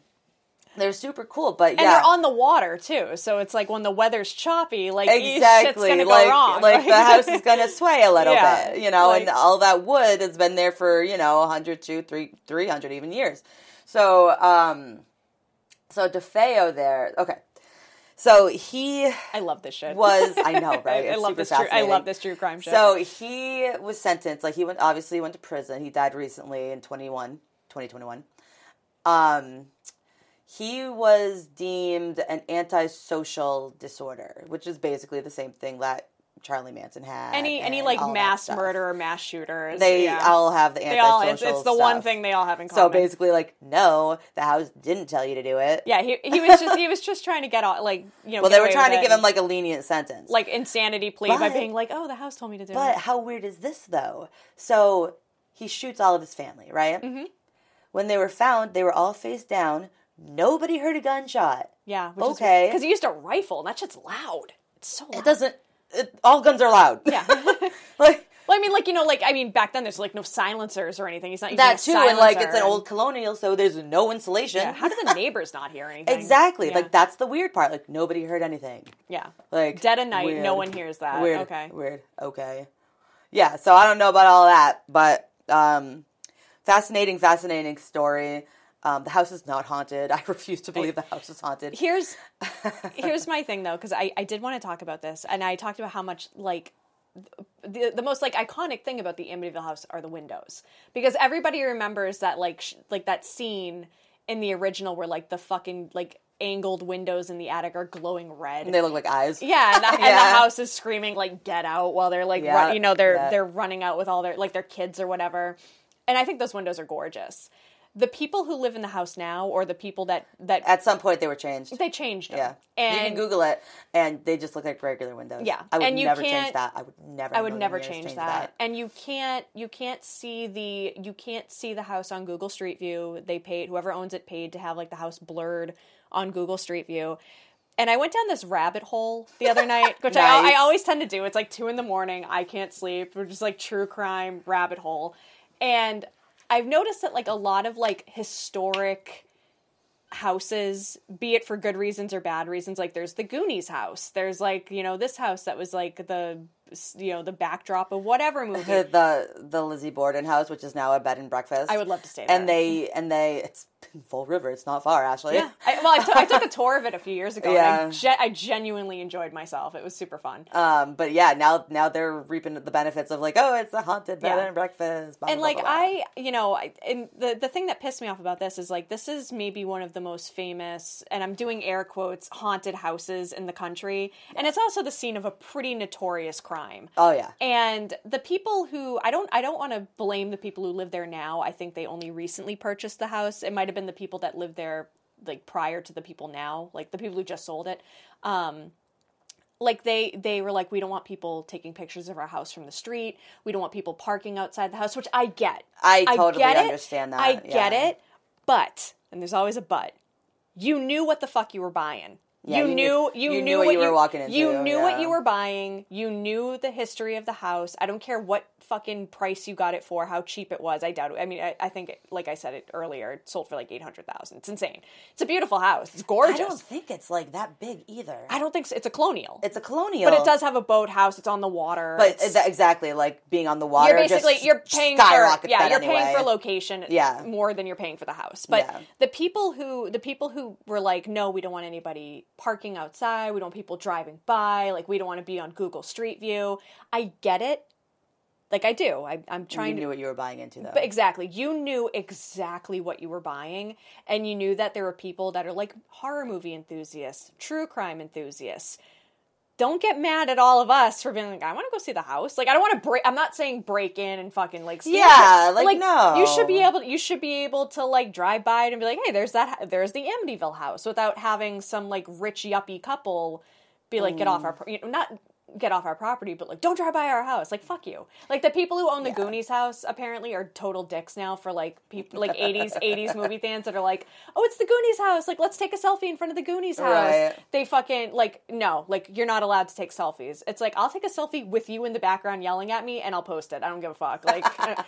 Speaker 3: they're super cool but
Speaker 2: And
Speaker 3: yeah
Speaker 2: they're on the water too, so it's like when the weather's choppy, like eh, shit's
Speaker 3: Exactly,
Speaker 2: gonna
Speaker 3: like
Speaker 2: go wrong.
Speaker 3: like the house is gonna sway a little
Speaker 2: Yeah,
Speaker 3: bit, you know, and
Speaker 2: like-
Speaker 3: all that wood has been there for you know 100, two, three, 300 even years. So, um, so DeFeo there, okay. So he
Speaker 2: I love this shit.
Speaker 3: was, I know,
Speaker 2: I,
Speaker 3: right?
Speaker 2: I
Speaker 3: It's
Speaker 2: love
Speaker 3: super
Speaker 2: this. True, I
Speaker 3: fascinating.
Speaker 2: love this true crime shit.
Speaker 3: So he was sentenced, like he went, obviously went to prison. He died recently in 21, 2021. Um, he was deemed an antisocial disorder, which is basically the same thing that Charlie Manson had.
Speaker 2: any any
Speaker 3: and
Speaker 2: like
Speaker 3: all that
Speaker 2: mass
Speaker 3: stuff.
Speaker 2: murderer, mass shooters.
Speaker 3: They
Speaker 2: yeah.
Speaker 3: all have the
Speaker 2: They all.
Speaker 3: antisocial
Speaker 2: It's, it's the one
Speaker 3: stuff.
Speaker 2: thing they all have in
Speaker 3: So
Speaker 2: common.
Speaker 3: basically, like, no, the house didn't tell you to do it.
Speaker 2: yeah, he, he was just he was just trying to get on like you know.
Speaker 3: Well,
Speaker 2: get
Speaker 3: they were
Speaker 2: away
Speaker 3: trying
Speaker 2: with
Speaker 3: to
Speaker 2: it
Speaker 3: give
Speaker 2: and-
Speaker 3: him like a lenient sentence.
Speaker 2: like insanity plea by
Speaker 3: But-
Speaker 2: being like, "Oh, the house told me to do
Speaker 3: But
Speaker 2: it."
Speaker 3: how weird is this though? So he shoots all of his family, right? Mm-hmm. When they were found, they were all face down. Nobody heard a gunshot.
Speaker 2: Yeah,
Speaker 3: okay.
Speaker 2: Because he used a rifle, and that shit's loud. It's so loud.
Speaker 3: It doesn't. It, all guns are loud.
Speaker 2: Yeah. well,
Speaker 3: like
Speaker 2: I mean, like you know, like I mean, back then there's like no silencers or anything. He's not using
Speaker 3: that
Speaker 2: a
Speaker 3: too, and like
Speaker 2: silencer
Speaker 3: it's an old colonial, so there's no insulation.
Speaker 2: Yeah, how did the neighbors not hear anything?
Speaker 3: exactly.
Speaker 2: Yeah.
Speaker 3: Like that's the weird part. Like nobody heard anything.
Speaker 2: Yeah.
Speaker 3: Like
Speaker 2: Dead of night, no
Speaker 3: weird.
Speaker 2: one hears that.
Speaker 3: Weird.
Speaker 2: Okay.
Speaker 3: Weird. Okay. Yeah. So I don't know about all that, but um, fascinating, fascinating story. Um, the house is not haunted. I refuse to believe the house is haunted.
Speaker 2: Here's here's my thing though, because I I did want to talk about this, and I talked about how much like the, the most like iconic thing about the Amityville house are the windows because everybody remembers that like sh- like that scene in the original where like the fucking like angled windows in the attic are glowing red.
Speaker 3: And they look like eyes.
Speaker 2: yeah, and the, and
Speaker 3: Yeah.
Speaker 2: the house is screaming like "get out" while they're like,
Speaker 3: Yeah,
Speaker 2: run, you know, they're
Speaker 3: yeah.
Speaker 2: they're running out with all their like their kids or whatever. And I think those windows are gorgeous. The people who live in the house now, or the people that that
Speaker 3: At some point, they were changed.
Speaker 2: they changed them.
Speaker 3: Yeah.
Speaker 2: and
Speaker 3: you can Google it, and they just look like regular windows.
Speaker 2: Yeah,
Speaker 3: I would
Speaker 2: and you
Speaker 3: never change
Speaker 2: can't-
Speaker 3: that. I would never.
Speaker 2: I
Speaker 3: in a
Speaker 2: would
Speaker 3: million
Speaker 2: never
Speaker 3: years
Speaker 2: change, that. And you can't you can't see the you can't see the house on Google Street View. They paid whoever owns it paid to have like the house blurred on Google Street View. And I went down this rabbit hole the other night, which I,
Speaker 3: Nice.
Speaker 2: I always tend to do. It's like two in the morning. I can't sleep. We're just like true crime rabbit hole. And I've noticed that like a lot of like historic houses, be it for good reasons or bad reasons, like there's the Goonies house. There's like, you know, this house that was like the, you know, the backdrop of whatever movie.
Speaker 3: the the Lizzie Borden house, which is now a bed and breakfast.
Speaker 2: I would love to stay there.
Speaker 3: and they and they it's in Fall River. It's not far, actually.
Speaker 2: Yeah. I, well, I took- I took a tour of it a few years ago. And I,
Speaker 3: Yeah.
Speaker 2: ge- I genuinely enjoyed myself. It was super fun.
Speaker 3: Um, but yeah, now now they're reaping the benefits of like, oh, it's a haunted bed
Speaker 2: Yeah.
Speaker 3: and breakfast. blah,
Speaker 2: and
Speaker 3: blah,
Speaker 2: like
Speaker 3: blah, blah.
Speaker 2: I, you know, I, and the the thing that pissed me off about this is like this is maybe one of the most famous, and I'm doing air quotes, haunted houses in the country, and it's also the scene of a pretty notorious crime.
Speaker 3: oh yeah,
Speaker 2: and the people who I don't I don't want to blame the people who live there now. I think they only recently purchased the house. It might have been the people that lived there like prior to the people now, like the people who just sold it. Um like they they were like we don't want people taking pictures of our house from the street. We don't want people parking outside the house, which I get.
Speaker 3: I totally
Speaker 2: get it.
Speaker 3: understand that.
Speaker 2: I get
Speaker 3: yeah.
Speaker 2: it. But and there's always a but. You knew what the fuck you were buying.
Speaker 3: Yeah,
Speaker 2: you, knew
Speaker 3: you knew-
Speaker 2: you,
Speaker 3: you
Speaker 2: knew,
Speaker 3: knew what you were walking into,
Speaker 2: You knew what
Speaker 3: yeah.
Speaker 2: you were buying. You knew the history of the house. I don't care what fucking price you got it for, how cheap it was. I doubt it. I mean, I, I think, it, like I said it earlier, it sold for like eight hundred thousand. It's insane. It's a beautiful house. It's gorgeous.
Speaker 3: I don't think it's like that big either.
Speaker 2: think so. it's a colonial,
Speaker 3: it's a colonial,
Speaker 2: but it does have a boathouse. It's on the water.
Speaker 3: But
Speaker 2: It's-
Speaker 3: exa- exactly, like being on the water.
Speaker 2: you're basically
Speaker 3: just
Speaker 2: you're paying for
Speaker 3: skyrocket
Speaker 2: yeah
Speaker 3: that
Speaker 2: you're
Speaker 3: anyway.
Speaker 2: paying for location
Speaker 3: Yeah.
Speaker 2: more than you're paying for the house but
Speaker 3: Yeah.
Speaker 2: the people who the people who were like no we don't want anybody parking outside we don't want people driving by like we don't want to be on google street view i get it like i do I, i'm
Speaker 3: You
Speaker 2: trying to
Speaker 3: knew what you were buying into, though.
Speaker 2: but exactly you knew exactly what you were buying and you knew that there were people that are like horror movie enthusiasts true crime enthusiasts don't get mad at all of us for being like i want to go see the house like i don't want to break i'm not saying break in and fucking like steal
Speaker 3: Yeah,
Speaker 2: shit.
Speaker 3: like, no.
Speaker 2: you should be able you should be able to like drive by it and be like hey there's that h- there's the amityville house without having some like rich yuppie couple be like get off our pro- you know not get off our property but like don't drive by our house like fuck you like the people who own the goonies house apparently are total dicks now for like people like 80s 80s movie fans that are like oh it's the goonies house like let's take a selfie in front of the goonies house
Speaker 3: Right.
Speaker 2: they fucking like no like you're not allowed to take selfies it's like i'll take a selfie with you in the background yelling at me and i'll post it i don't give a fuck like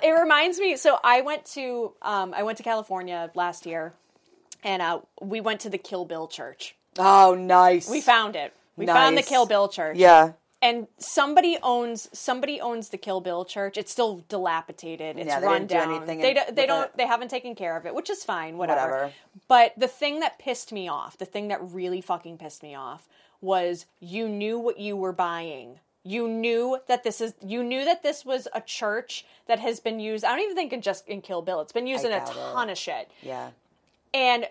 Speaker 2: it reminds me so i went to um i went to california last year and uh we went to the kill bill church
Speaker 3: oh, nice.
Speaker 2: we found it we found the
Speaker 3: Nice.
Speaker 2: kill bill church
Speaker 3: Yeah,
Speaker 2: and somebody owns somebody owns the Kill Bill church. It's still dilapidated. It's
Speaker 3: Yeah, they
Speaker 2: run
Speaker 3: didn't do
Speaker 2: down.
Speaker 3: anything
Speaker 2: they
Speaker 3: in-
Speaker 2: do, they
Speaker 3: with
Speaker 2: don't
Speaker 3: it.
Speaker 2: they haven't taken care of it, which is fine, whatever.
Speaker 3: Whatever.
Speaker 2: But the thing that pissed me off, the thing that really fucking pissed me off was you knew what you were buying. You knew that this is you knew that this was a church that has been used. I don't even think in just in Kill Bill. It's been used
Speaker 3: I
Speaker 2: in a
Speaker 3: doubt it.
Speaker 2: ton of shit
Speaker 3: yeah.
Speaker 2: and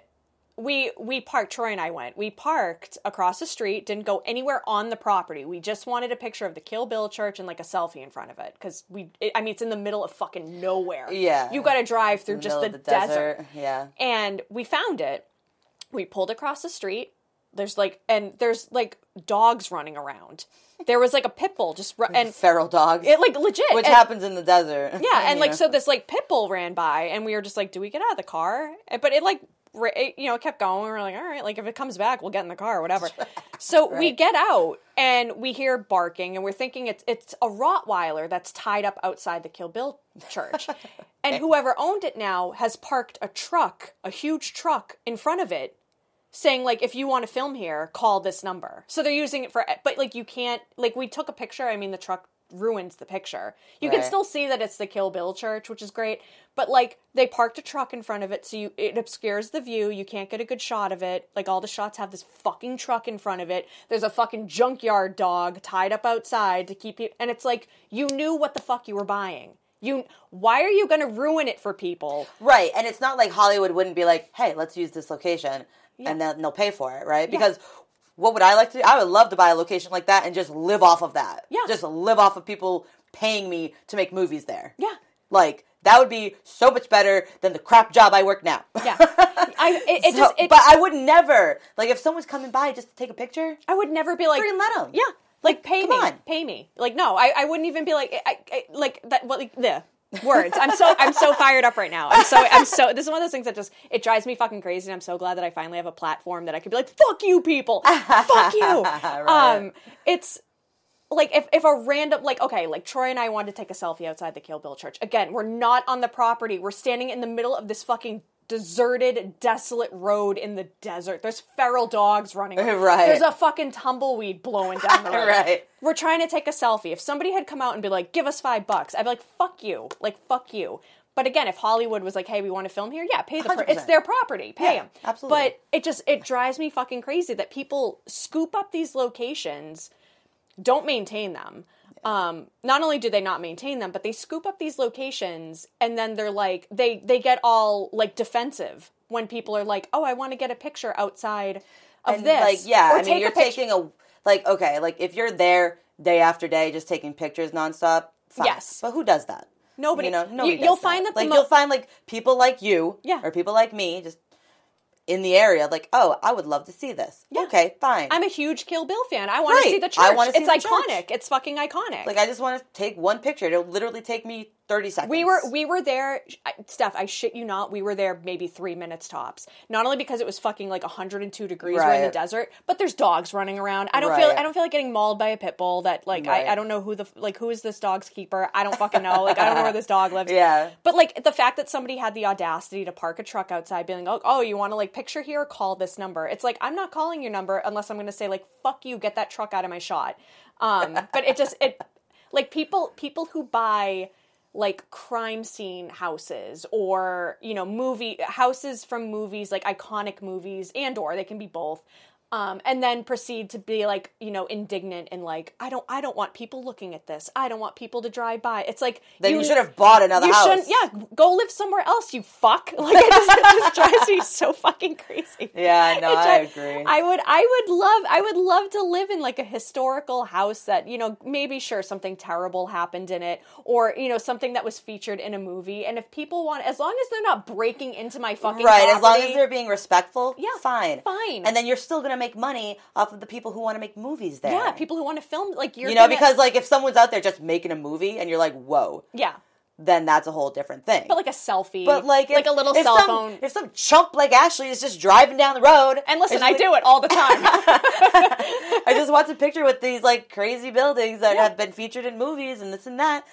Speaker 2: we we parked troy and i went we parked across the street didn't go anywhere on the property we just wanted a picture of the kill bill church and like a selfie in front of it because we it, i mean it's in the middle of fucking nowhere
Speaker 3: Yeah.
Speaker 2: you gotta drive through just the,
Speaker 3: Middle of
Speaker 2: desert.
Speaker 3: Yeah.
Speaker 2: and we found it we pulled across the street there's like and there's like dogs running around there was like a pit bull just ru- and
Speaker 3: Feral dogs.
Speaker 2: it like legit
Speaker 3: which
Speaker 2: and-
Speaker 3: happens in the desert.
Speaker 2: yeah, and
Speaker 3: You
Speaker 2: like
Speaker 3: know?
Speaker 2: so, this like pit bull ran by, and we were just like, "Do we get out of the car?" And- But it like, ra- it, you know, it kept going. We were like, "All right, like if it comes back, we'll get in the car, or whatever." So we get out, and we hear barking, and we're thinking it's it's a Rottweiler that's tied up outside the Kill Bill church, and whoever owned it now has parked a truck, a huge truck, in front of it. Saying like, if you want to film here, call this number. So they're using it for, but like you can't. Like we took a picture. I mean, the truck ruins the picture. You can
Speaker 3: Right.
Speaker 2: still see that it's the Kill Bill church, which is great, but like they parked a truck in front of it so you it obscures the view, you can't get a good shot of it. Like all the shots have this fucking truck in front of it. There's a fucking junkyard dog tied up outside to keep people and it's like you knew what the fuck you were buying. You why are you going to ruin it for people?
Speaker 3: Right, and it's not like Hollywood wouldn't be like, "Hey, let's use this location," and then they'll pay for it, right? Because what would I like to do? I would love to buy a location like that and just live off of that.
Speaker 2: Yeah.
Speaker 3: just live off of people paying me to make movies there.
Speaker 2: Yeah.
Speaker 3: like that would be so much better than the crap job I work now.
Speaker 2: Yeah. I it, it
Speaker 3: So-
Speaker 2: just it,
Speaker 3: but I would never like if someone's coming by just to take a picture.
Speaker 2: I would never be like
Speaker 3: Freaking let 'em.
Speaker 2: Yeah, like pay
Speaker 3: come
Speaker 2: me,
Speaker 3: on.
Speaker 2: pay me. Like no, I, I wouldn't even be like I, I like that. Well, like the words. I'm so I'm so fired up right now. I'm so I'm so this is one of those things that just it drives me fucking crazy and I'm so glad that I finally have a platform that I could be like fuck you people. fuck you.
Speaker 3: Right.
Speaker 2: Um it's like if if a random like okay, like Troy and I wanted to take a selfie outside the Kill Bill church. Again, we're not on the property. We're standing in the middle of this fucking deserted, desolate road in the desert. There's feral dogs running.
Speaker 3: Right.
Speaker 2: There's a fucking tumbleweed blowing down the road
Speaker 3: Right.
Speaker 2: we're trying to take a selfie. If somebody had come out and be like, give us five bucks, I'd be like, fuck you. Like, fuck you. But again, if Hollywood was like, hey, we want to film here, yeah, pay the pro- it's
Speaker 3: 100%.
Speaker 2: their property, pay
Speaker 3: Yeah,
Speaker 2: them.
Speaker 3: absolutely.
Speaker 2: But it just it drives me fucking crazy that people scoop up these locations, don't maintain them. Um, not only do they not maintain them, but they scoop up these locations and then they're like they they get all like defensive when people are like, oh, I want to get a picture outside of
Speaker 3: And,
Speaker 2: this.
Speaker 3: Like, yeah,
Speaker 2: or
Speaker 3: I mean,
Speaker 2: take
Speaker 3: you're
Speaker 2: a picture.
Speaker 3: taking a like, okay, like if you're there day after day, just taking pictures nonstop. Fine.
Speaker 2: Yes.
Speaker 3: but who does that?
Speaker 2: Nobody-
Speaker 3: You know,
Speaker 2: you-
Speaker 3: nobody does
Speaker 2: you'll find that the
Speaker 3: like
Speaker 2: mo-
Speaker 3: you'll find like people like you,
Speaker 2: Yeah.
Speaker 3: or people like me, just in the area. Like, oh, I would love to see this. Okay, fine.
Speaker 2: I'm a huge Kill Bill fan. I want
Speaker 3: Right.
Speaker 2: to see the church.
Speaker 3: I wanna see
Speaker 2: it's
Speaker 3: the
Speaker 2: iconic.
Speaker 3: church.
Speaker 2: It's fucking iconic.
Speaker 3: like, I just want to take one picture. It'll literally take me thirty seconds.
Speaker 2: we were we were there, I- Steph. I shit you not. We were there maybe three minutes tops. Not only because it was fucking like 102 degrees, we're in the
Speaker 3: Right.
Speaker 2: desert, but there's dogs running around. I don't feel
Speaker 3: Right.
Speaker 2: I don't feel like getting mauled by a pit bull. That like
Speaker 3: Right.
Speaker 2: I, I don't know who the like who is this dog's keeper. I don't fucking know. Like I don't know where this dog lives.
Speaker 3: Yeah.
Speaker 2: But like the fact that somebody had the audacity to park a truck outside, being like, "Oh, you want to like picture here? Call this number." It's like I'm not calling your number unless I'm going to say like, "Fuck you, get that truck out of my shot." Um, but it just it like people people who buy like crime scene houses or you know movie houses from movies like iconic movies and or they can be both um, and then proceed to be like you know indignant and like i don't i don't want people looking at this i don't want people to drive by it's like
Speaker 3: Then you, should have bought another
Speaker 2: you
Speaker 3: house.
Speaker 2: shouldn't. Yeah, go live somewhere else. You fuck. Like it just, it just drives me so fucking crazy.
Speaker 3: Yeah, no,
Speaker 2: It
Speaker 3: I
Speaker 2: dri-
Speaker 3: agree.
Speaker 2: I would, I would love, I would love to live in like a historical house that you know maybe sure something terrible happened in it, or you know something that was featured in a movie. And if people want, as long as they're not breaking into my fucking
Speaker 3: Right, as long
Speaker 2: property-
Speaker 3: as they're being respectful,
Speaker 2: Yeah,
Speaker 3: fine,
Speaker 2: fine.
Speaker 3: and then you're still gonna make money off of the people who want to make movies there.
Speaker 2: yeah, people who want to film like you're
Speaker 3: you know,
Speaker 2: gonna-
Speaker 3: because like if someone's out there just making a movie and you're like, whoa,
Speaker 2: yeah,
Speaker 3: then that's a whole different thing.
Speaker 2: but like a selfie,
Speaker 3: But, like,
Speaker 2: like
Speaker 3: if-
Speaker 2: a little
Speaker 3: if
Speaker 2: cell
Speaker 3: some-
Speaker 2: phone.
Speaker 3: If some chump like Ashley is just driving down the road,
Speaker 2: and listen,
Speaker 3: it's
Speaker 2: I
Speaker 3: like,
Speaker 2: do it all the time.
Speaker 3: I just watched a picture with these like crazy buildings that
Speaker 2: Yeah.
Speaker 3: have been featured in movies and this and that.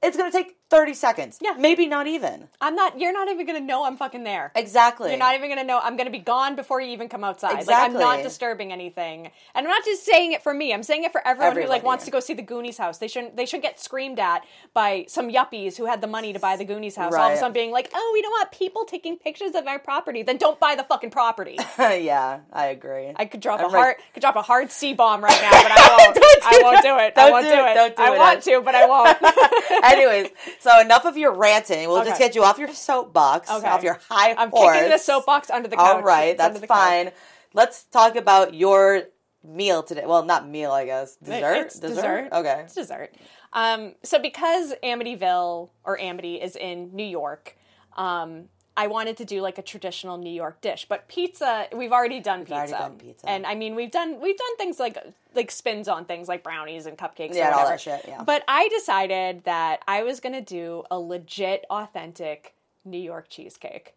Speaker 3: It's gonna take thirty seconds.
Speaker 2: Yeah.
Speaker 3: maybe not even.
Speaker 2: I'm not. You're not even gonna know I'm fucking there.
Speaker 3: Exactly.
Speaker 2: You're not even gonna know. I'm gonna be gone before you even come outside. Like I'm
Speaker 3: Exactly.
Speaker 2: not disturbing anything, and I'm not just saying it for me. I'm saying it for everyone who like
Speaker 3: Everybody.
Speaker 2: wants to go see the Goonies house. They shouldn't. They should get screamed at by some yuppies who had the money to buy the Goonies house. All of a
Speaker 3: Right.
Speaker 2: sudden, being like, "Oh, we don't want people taking pictures of our property. Then don't buy the fucking property."
Speaker 3: yeah, I agree.
Speaker 2: I could drop a
Speaker 3: I'm like-
Speaker 2: hard could drop a hard C bomb right now, but I won't. I won't do it. I
Speaker 3: Don't
Speaker 2: won't
Speaker 3: do
Speaker 2: do
Speaker 3: it.
Speaker 2: it.
Speaker 3: Don't do
Speaker 2: I
Speaker 3: it,
Speaker 2: want
Speaker 3: Ash.
Speaker 2: to, but I won't.
Speaker 3: Anyways, so enough of your ranting. We'll just
Speaker 2: Okay.
Speaker 3: get you off your soapbox,
Speaker 2: Okay.
Speaker 3: off your high
Speaker 2: I'm
Speaker 3: horse.
Speaker 2: kicking the soapbox under the couch.
Speaker 3: All right,
Speaker 2: It's under
Speaker 3: that's
Speaker 2: the couch.
Speaker 3: fine. Let's talk about your meal today. Well, not meal, I guess. Dessert?
Speaker 2: It's dessert.
Speaker 3: Okay.
Speaker 2: It's dessert. Um, so because Amityville or Amity is in New York, um, I wanted to do like a traditional New York dish, but pizza. We've already done pizza,
Speaker 3: already done pizza.
Speaker 2: and I mean we've done we've done things like like spins on things like brownies and cupcakes. or
Speaker 3: Yeah, and all
Speaker 2: whatever.
Speaker 3: that shit, yeah.
Speaker 2: But I decided that I was gonna do a legit, authentic New York cheesecake,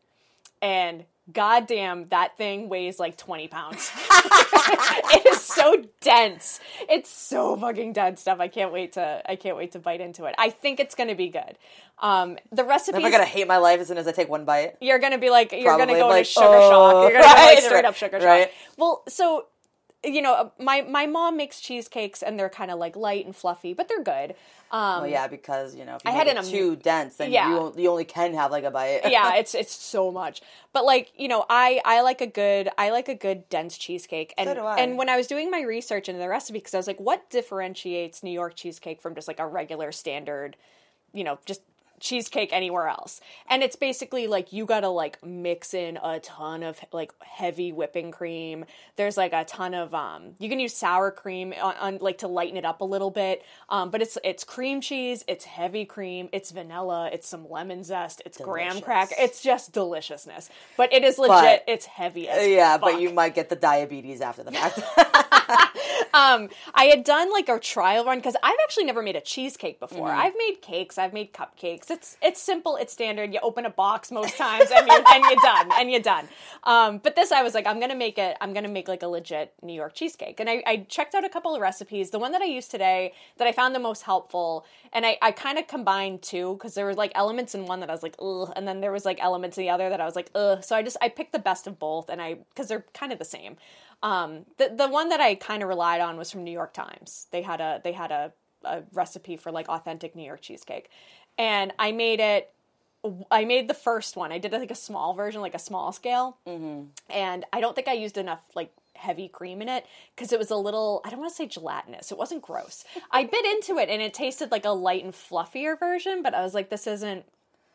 Speaker 2: and goddamn, that thing weighs like twenty pounds. it is so dense. It's so fucking dense stuff. I can't wait to I can't wait to bite into it. I think it's gonna be good. Um, the recipe.
Speaker 3: Am I going to hate my life as soon as I take one bite?
Speaker 2: You're gonna be like you're
Speaker 3: Probably,
Speaker 2: gonna go
Speaker 3: like,
Speaker 2: into sugar
Speaker 3: oh,
Speaker 2: shock. You're gonna go
Speaker 3: right,
Speaker 2: like straight up sugar
Speaker 3: right.
Speaker 2: shock. Well, so you know, uh, my my mom makes cheesecakes and they're kind of like light and fluffy, but they're good. Um,
Speaker 3: Well, yeah, because, you know, if you
Speaker 2: I
Speaker 3: make
Speaker 2: had
Speaker 3: it
Speaker 2: an am-
Speaker 3: too dense, then
Speaker 2: Yeah.
Speaker 3: you, on- you only can have like a bite.
Speaker 2: yeah, it's it's so much. But like, you know, I I like a good I like a good dense cheesecake. And
Speaker 3: So do I.
Speaker 2: and when I was doing my research into the recipe cuz I was like what differentiates New York cheesecake from just like a regular standard, you know, just cheesecake anywhere else. And it's basically like you got to like mix in a ton of like heavy whipping cream. There's like a ton of um you can use sour cream on, on like to lighten it up a little bit. Um but it's it's cream cheese, it's heavy cream, it's vanilla, it's some lemon zest, it's graham
Speaker 3: Delicious.
Speaker 2: cracker. It's just deliciousness. But it is legit.
Speaker 3: But-
Speaker 2: it's heavy
Speaker 3: Uh,
Speaker 2: as
Speaker 3: yeah, but
Speaker 2: fuck.
Speaker 3: you might get the diabetes after the fact.
Speaker 2: um, I had done like a trial run because I've actually never made a cheesecake before.
Speaker 3: Mhm.
Speaker 2: I've made cakes, I've made cupcakes. It's it's simple, it's standard. You open a box most times, and you're and you're done, and you're done. Um, but this, I was like, I'm gonna make it. I'm gonna make like a legit New York cheesecake. And I, I checked out a couple of recipes. The one that I used today that I found the most helpful, and I I kind of combined two because there were like elements in one that I was like, ugh, and then there was like elements in the other that I was like, ugh. So I just I picked the best of both, and I because they're kind of the same. Um, the the one that I kind of relied on was from New York Times. They had a they had a, a recipe for like authentic New York cheesecake, and I made it. I made the first one. I did like a small version, like a small scale, and I don't think I used enough like heavy cream in it because it was a little. I don't want to say gelatinous. It wasn't gross. I bit into it and it tasted like a light and fluffier version, but I was like, this isn't.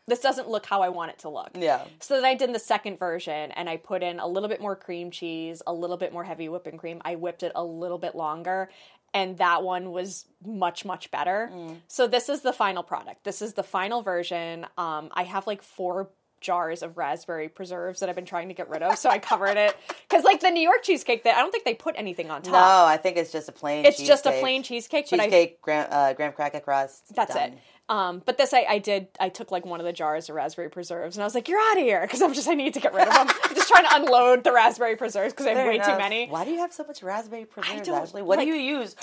Speaker 2: This doesn't look how I want it to look.
Speaker 3: Yeah.
Speaker 2: So then I did the second version and I put in a little bit more cream cheese, a little bit more heavy whipping cream. I whipped it a little bit longer and that one was much much better.
Speaker 3: Mm.
Speaker 2: So this is the final product. This is the final version. Um I have like 4 jars of raspberry preserves that I've been trying to get rid of, so I covered it cuz like the New York cheesecake that I don't think they put anything on
Speaker 3: No,
Speaker 2: top.
Speaker 3: Oh, I think it's just a plain.
Speaker 2: it's just a
Speaker 3: cheesecake.
Speaker 2: plain cheesecake, but I
Speaker 3: cheesecake, graham, uh, graham cracker crust.
Speaker 2: that's it. Um, but this I, I did. I took like one of the jars of raspberry preserves, and I was like, "You're out of here," because I'm just I need to get rid of them. I'm just trying to unload the raspberry preserves because I have
Speaker 3: Fair
Speaker 2: way too
Speaker 3: enough.
Speaker 2: many.
Speaker 3: Why do you have so much raspberry preserve,
Speaker 2: don't-
Speaker 3: Ashley? What
Speaker 2: like-
Speaker 3: do you use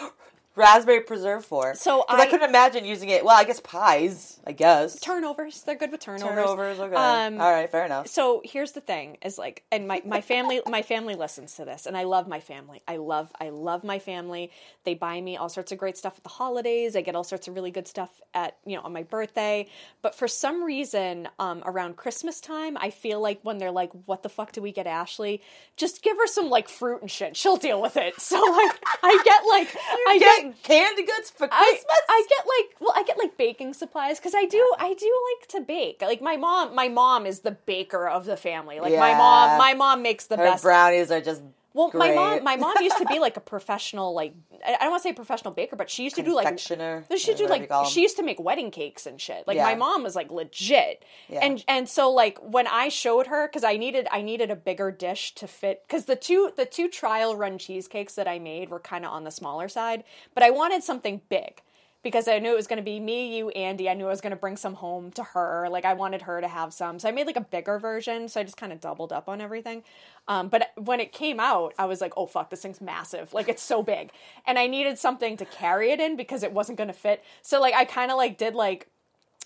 Speaker 3: raspberry preserve for?
Speaker 2: So
Speaker 3: 'Cause I,
Speaker 2: I-
Speaker 3: couldn't imagine using it. Well, I guess pies. I guess
Speaker 2: Turnovers, they're good with turnovers.
Speaker 3: turnovers. Okay.
Speaker 2: Um,
Speaker 3: All right. Fair enough.
Speaker 2: So here's the thing: is like, and my my family my family listens to this, and I love my family. I love I love my family. They buy me all sorts of great stuff at the holidays. I get all sorts of really good stuff at you know on my birthday. But for some reason, um, around Christmas time, I feel like when they're like, "What the fuck do we get Ashley?" Just give her some like fruit and shit. She'll deal with it. So like, I get like I get
Speaker 3: get canned goods for
Speaker 2: I,
Speaker 3: Christmas.
Speaker 2: I get like well I get like baking supplies because I do I do like to bake like my mom my mom is the baker of the family like my
Speaker 3: Yeah.
Speaker 2: mom my mom makes the
Speaker 3: Her
Speaker 2: best
Speaker 3: brownies are just
Speaker 2: well my
Speaker 3: great.
Speaker 2: mom my mom used to be like a professional like I I don't want to say professional baker but she used to do like
Speaker 3: confectioner.
Speaker 2: she used to do
Speaker 3: whatever you
Speaker 2: like
Speaker 3: call 'em.
Speaker 2: she used to make wedding cakes and shit like
Speaker 3: Yeah.
Speaker 2: my mom was like legit
Speaker 3: Yeah.
Speaker 2: and and so like when I showed her because I needed I needed a bigger dish to fit because the two the two trial run cheesecakes that I made were kind of on the smaller side but I wanted something big because I knew it was going to be me, you, Andy. I knew I was going to bring some home to her. Like I wanted her to have some, so I made like a bigger version. So I just kind of doubled up on everything. Um, but when it came out, I was like, "Oh fuck, this thing's massive! Like it's so big," and I needed something to carry it in because it wasn't going to fit. So like I kind of like did like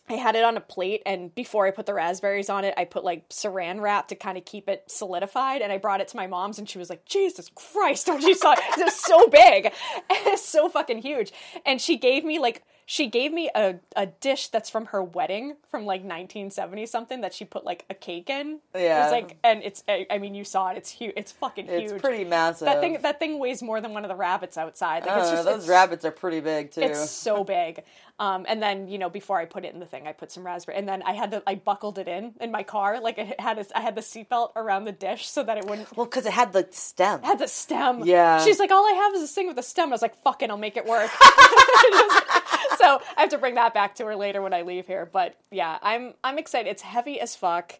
Speaker 2: I had it on a plate, and before I put the raspberries on it, I put like saran wrap to kind of keep it solidified. And I brought it to my mom's, and she was like, "Jesus Christ!" When she saw it, 'cause it was so big, it's so fucking huge. And she gave me like she gave me a a dish that's from her wedding from like 1970 something that she put like a cake in. it
Speaker 3: Yeah.
Speaker 2: was like, and it's I, I mean you saw it, it's huge, it's fucking
Speaker 3: It's
Speaker 2: huge.
Speaker 3: pretty massive.
Speaker 2: that thing that thing weighs more than one of the rabbits outside. Like,
Speaker 3: I
Speaker 2: it's
Speaker 3: don't know,
Speaker 2: just,
Speaker 3: those
Speaker 2: it's-
Speaker 3: rabbits are pretty big too.
Speaker 2: it's so big. Um, and then you know, before I put it in the thing, I put some raspberry, and then I had to I buckled it in in my car, like it had a, I had the seatbelt around the dish so that it wouldn't.
Speaker 3: well, because it had the stem.
Speaker 2: I had the stem.
Speaker 3: Yeah.
Speaker 2: She's like, all I have is this thing with a stem. I was like, fucking, I'll make it work. so I have to bring that back to her later when I leave here. But yeah, I'm I'm excited. It's heavy as fuck.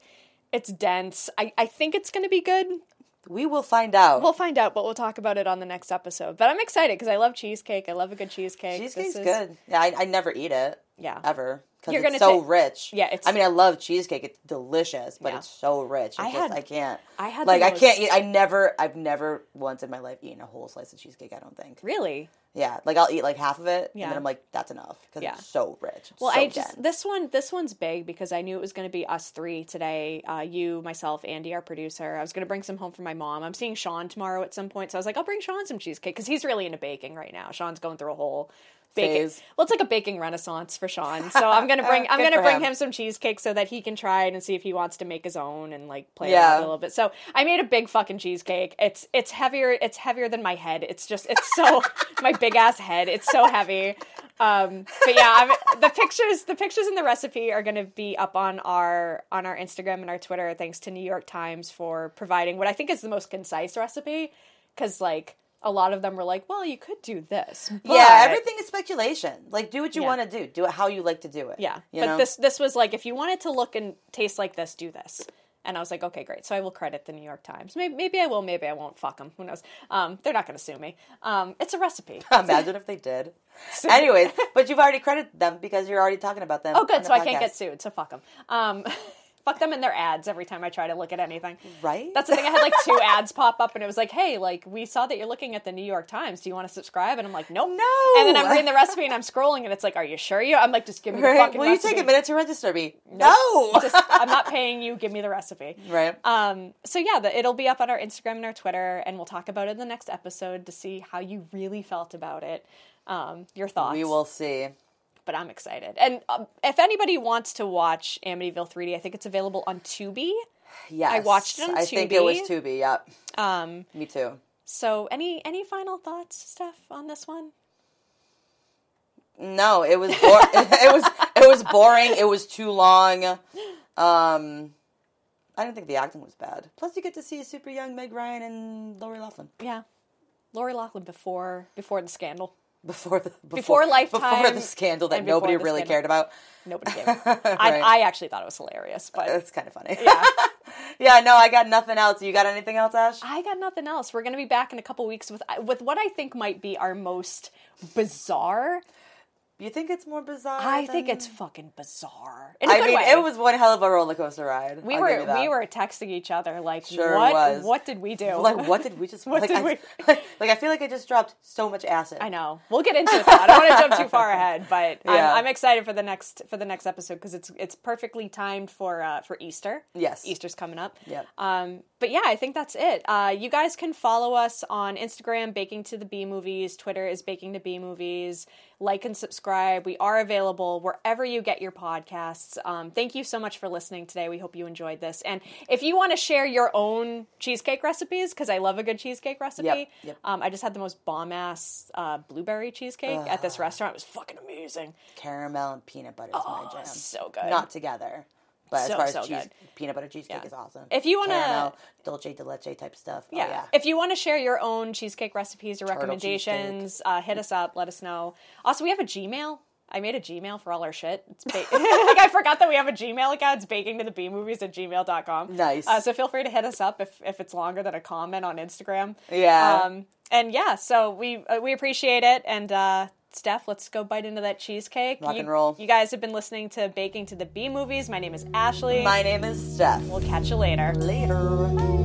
Speaker 2: It's dense. I, I think it's gonna be good.
Speaker 3: we will find out.
Speaker 2: We'll find out, but we'll talk about it on the next episode. But I'm excited because I love cheesecake. I love a good cheesecake. This
Speaker 3: Cheesecake's
Speaker 2: is-
Speaker 3: good. Yeah, I, I never eat it.
Speaker 2: Yeah.
Speaker 3: Ever. Because
Speaker 2: You're
Speaker 3: it's
Speaker 2: gonna
Speaker 3: so
Speaker 2: ta-
Speaker 3: rich.
Speaker 2: Yeah, it's-
Speaker 3: I mean, I love cheesecake. It's delicious, but
Speaker 2: Yeah.
Speaker 3: it's so rich. It's
Speaker 2: I
Speaker 3: I just,
Speaker 2: had-
Speaker 3: I can't.
Speaker 2: I had the
Speaker 3: like, I can't
Speaker 2: most-
Speaker 3: eat. I never, I've never once in my life eaten a whole slice of cheesecake, I don't think.
Speaker 2: Really?
Speaker 3: Yeah. Like, I'll eat like half of it,
Speaker 2: Yeah.
Speaker 3: and then I'm like, that's enough. Because
Speaker 2: Yeah.
Speaker 3: it's so rich. It's
Speaker 2: Well,
Speaker 3: so
Speaker 2: I just
Speaker 3: dense.
Speaker 2: this one this one's big because I knew it was going to be us three today. Uh, you, myself, Andy, our producer. I was going to bring some home for my mom. I'm seeing Sean tomorrow at some point, so I was like, I'll bring Sean some cheesecake because he's really into baking right now. Sean's going through a whole baking.
Speaker 3: Phase. Uh,
Speaker 2: Well, it's like a baking renaissance for Sean. So I'm gonna bring I'm
Speaker 3: Good
Speaker 2: gonna
Speaker 3: for
Speaker 2: bring
Speaker 3: him.
Speaker 2: him some cheesecake so that he can try it and see if he wants to make his own and like play
Speaker 3: Yeah.
Speaker 2: around with it a little bit. So I made a big fucking cheesecake. It's it's heavier it's heavier than my head. It's just it's so my big ass head. It's so heavy. Um, but yeah, I'm, the pictures the pictures and the recipe are gonna be up on our on our Instagram and our Twitter. Thanks to New York Times for providing what I think is the most concise recipe because like. A lot of them were like, "Well, you could do this."
Speaker 3: yeah,
Speaker 2: but-
Speaker 3: everything is speculation. Like, do what you
Speaker 2: Yeah.
Speaker 3: want to do. Do it how you like to do it.
Speaker 2: yeah,
Speaker 3: You
Speaker 2: but
Speaker 3: know?
Speaker 2: this this was like if you want it to look and taste like this, do this. And I was like, okay, great. So I will credit the New York Times. Maybe, maybe I will, maybe I won't. Fuck them. Who knows? Um, they're not going to sue me. Um, it's a recipe.
Speaker 3: Imagine if they did. Anyways, but you've already credited them because you're already talking about them.
Speaker 2: Oh,
Speaker 3: on
Speaker 2: good.
Speaker 3: the
Speaker 2: So I can't
Speaker 3: podcast.
Speaker 2: get sued. So fuck them. Um, fuck them and their ads every time I try to look at anything.
Speaker 3: right.
Speaker 2: That's the thing. I had like two ads pop up, and it was like, "Hey, like we saw that you're looking at the New York Times. Do you want to subscribe?" And I'm like, "Nope."
Speaker 3: No.
Speaker 2: And then I'm reading the recipe, and I'm scrolling, and it's like, "Are you sure you?" I'm like, "Just give me the
Speaker 3: Right.
Speaker 2: fucking."
Speaker 3: Will you
Speaker 2: recipe.
Speaker 3: take a minute to register me? No.
Speaker 2: Just, I'm not paying you. Give me the recipe.
Speaker 3: right.
Speaker 2: Um, so yeah, the, it'll be up on our Instagram and our Twitter, and we'll talk about it in the next episode to see how you really felt about it, um, your thoughts.
Speaker 3: We will see.
Speaker 2: but I'm excited. And um, if anybody wants to watch Amityville 3D, I think it's available on Tubi.
Speaker 3: Yes.
Speaker 2: watched it on
Speaker 3: I think it was
Speaker 2: Tubi.
Speaker 3: Tubi. Yep.
Speaker 2: Um,
Speaker 3: Me too.
Speaker 2: so any any final thoughts, Steph, on this one?
Speaker 3: No, it was bor- it was it was boring. It was too long. Um, I didn't think the acting was bad. Plus, you get to see super young Meg Ryan and Lori Loughlin
Speaker 2: Yeah, Lori Loughlin before before the scandal,
Speaker 3: before the before,
Speaker 2: Lifetime
Speaker 3: before the scandal that
Speaker 2: and before
Speaker 3: nobody
Speaker 2: the
Speaker 3: really
Speaker 2: scandal.
Speaker 3: cared about.
Speaker 2: nobody gave. it.
Speaker 3: Right.
Speaker 2: I, I actually thought it was hilarious, but
Speaker 3: It's kind of funny.
Speaker 2: yeah.
Speaker 3: yeah, no, I got nothing else. You got anything else, Ash?
Speaker 2: I got nothing else. We're gonna be back in a couple weeks with with what I think might be our most bizarre.
Speaker 3: You think it's more bizarre?
Speaker 2: I think
Speaker 3: than-
Speaker 2: it's fucking bizarre. In a
Speaker 3: I
Speaker 2: good
Speaker 3: mean,
Speaker 2: way.
Speaker 3: it was one hell of a roller coaster ride.
Speaker 2: We
Speaker 3: I'll give you
Speaker 2: were
Speaker 3: that.
Speaker 2: we were texting each other like
Speaker 3: Sure
Speaker 2: what
Speaker 3: was.
Speaker 2: what did we do?
Speaker 3: like, what did we just?
Speaker 2: Oh. What
Speaker 3: like,
Speaker 2: did
Speaker 3: I,
Speaker 2: we-
Speaker 3: like, I feel like I just dropped so much acid.
Speaker 2: I know. We'll get into it. Though. I don't want to jump too far ahead, but
Speaker 3: Yeah.
Speaker 2: I'm, I'm excited for the next for the next episode because it's it's perfectly timed for uh, for Easter.
Speaker 3: Yes.
Speaker 2: Easter's coming up.
Speaker 3: Yep.
Speaker 2: Um, but yeah, I think that's it. Uh, you guys can follow us on Instagram, Baking to the B Movies. Twitter is Baking to B Movies. Like and subscribe. We are available wherever you get your podcasts. Um, thank you so much for listening today. We hope you enjoyed this. And if you want to share your own cheesecake recipes, because I love a good cheesecake recipe,
Speaker 3: Yep, yep.
Speaker 2: Um, I just had the most bomb ass uh, blueberry cheesecake at this restaurant. It was fucking amazing.
Speaker 3: Caramel and peanut butter is my jam.
Speaker 2: Oh, so good.
Speaker 3: Not together, but
Speaker 2: So,
Speaker 3: as far as
Speaker 2: so
Speaker 3: cheese,
Speaker 2: good.
Speaker 3: peanut butter cheesecake
Speaker 2: Yeah.
Speaker 3: is awesome.
Speaker 2: If you wanna-
Speaker 3: Caramel, dulce de leche type stuff. oh,
Speaker 2: yeah.
Speaker 3: yeah.
Speaker 2: If you want to share your own cheesecake recipes or recommendations, uh, hit us up. Let us know. Also, we have a Gmail. I made a Gmail for all our shit. It's ba- like I forgot that we have a Gmail account. It's baking to the B movies at gmail.com.
Speaker 3: Nice.
Speaker 2: Uh, so feel free to hit us up if, if it's longer than a comment on Instagram.
Speaker 3: Yeah.
Speaker 2: Um, and yeah, so we uh, we appreciate it. And uh, Steph, let's go bite into that cheesecake.
Speaker 3: Rock
Speaker 2: You-
Speaker 3: and roll.
Speaker 2: You guys have been listening to Baking to the B movies. My name is Ashley.
Speaker 3: My name is Steph.
Speaker 2: we'll catch you later.
Speaker 3: Later.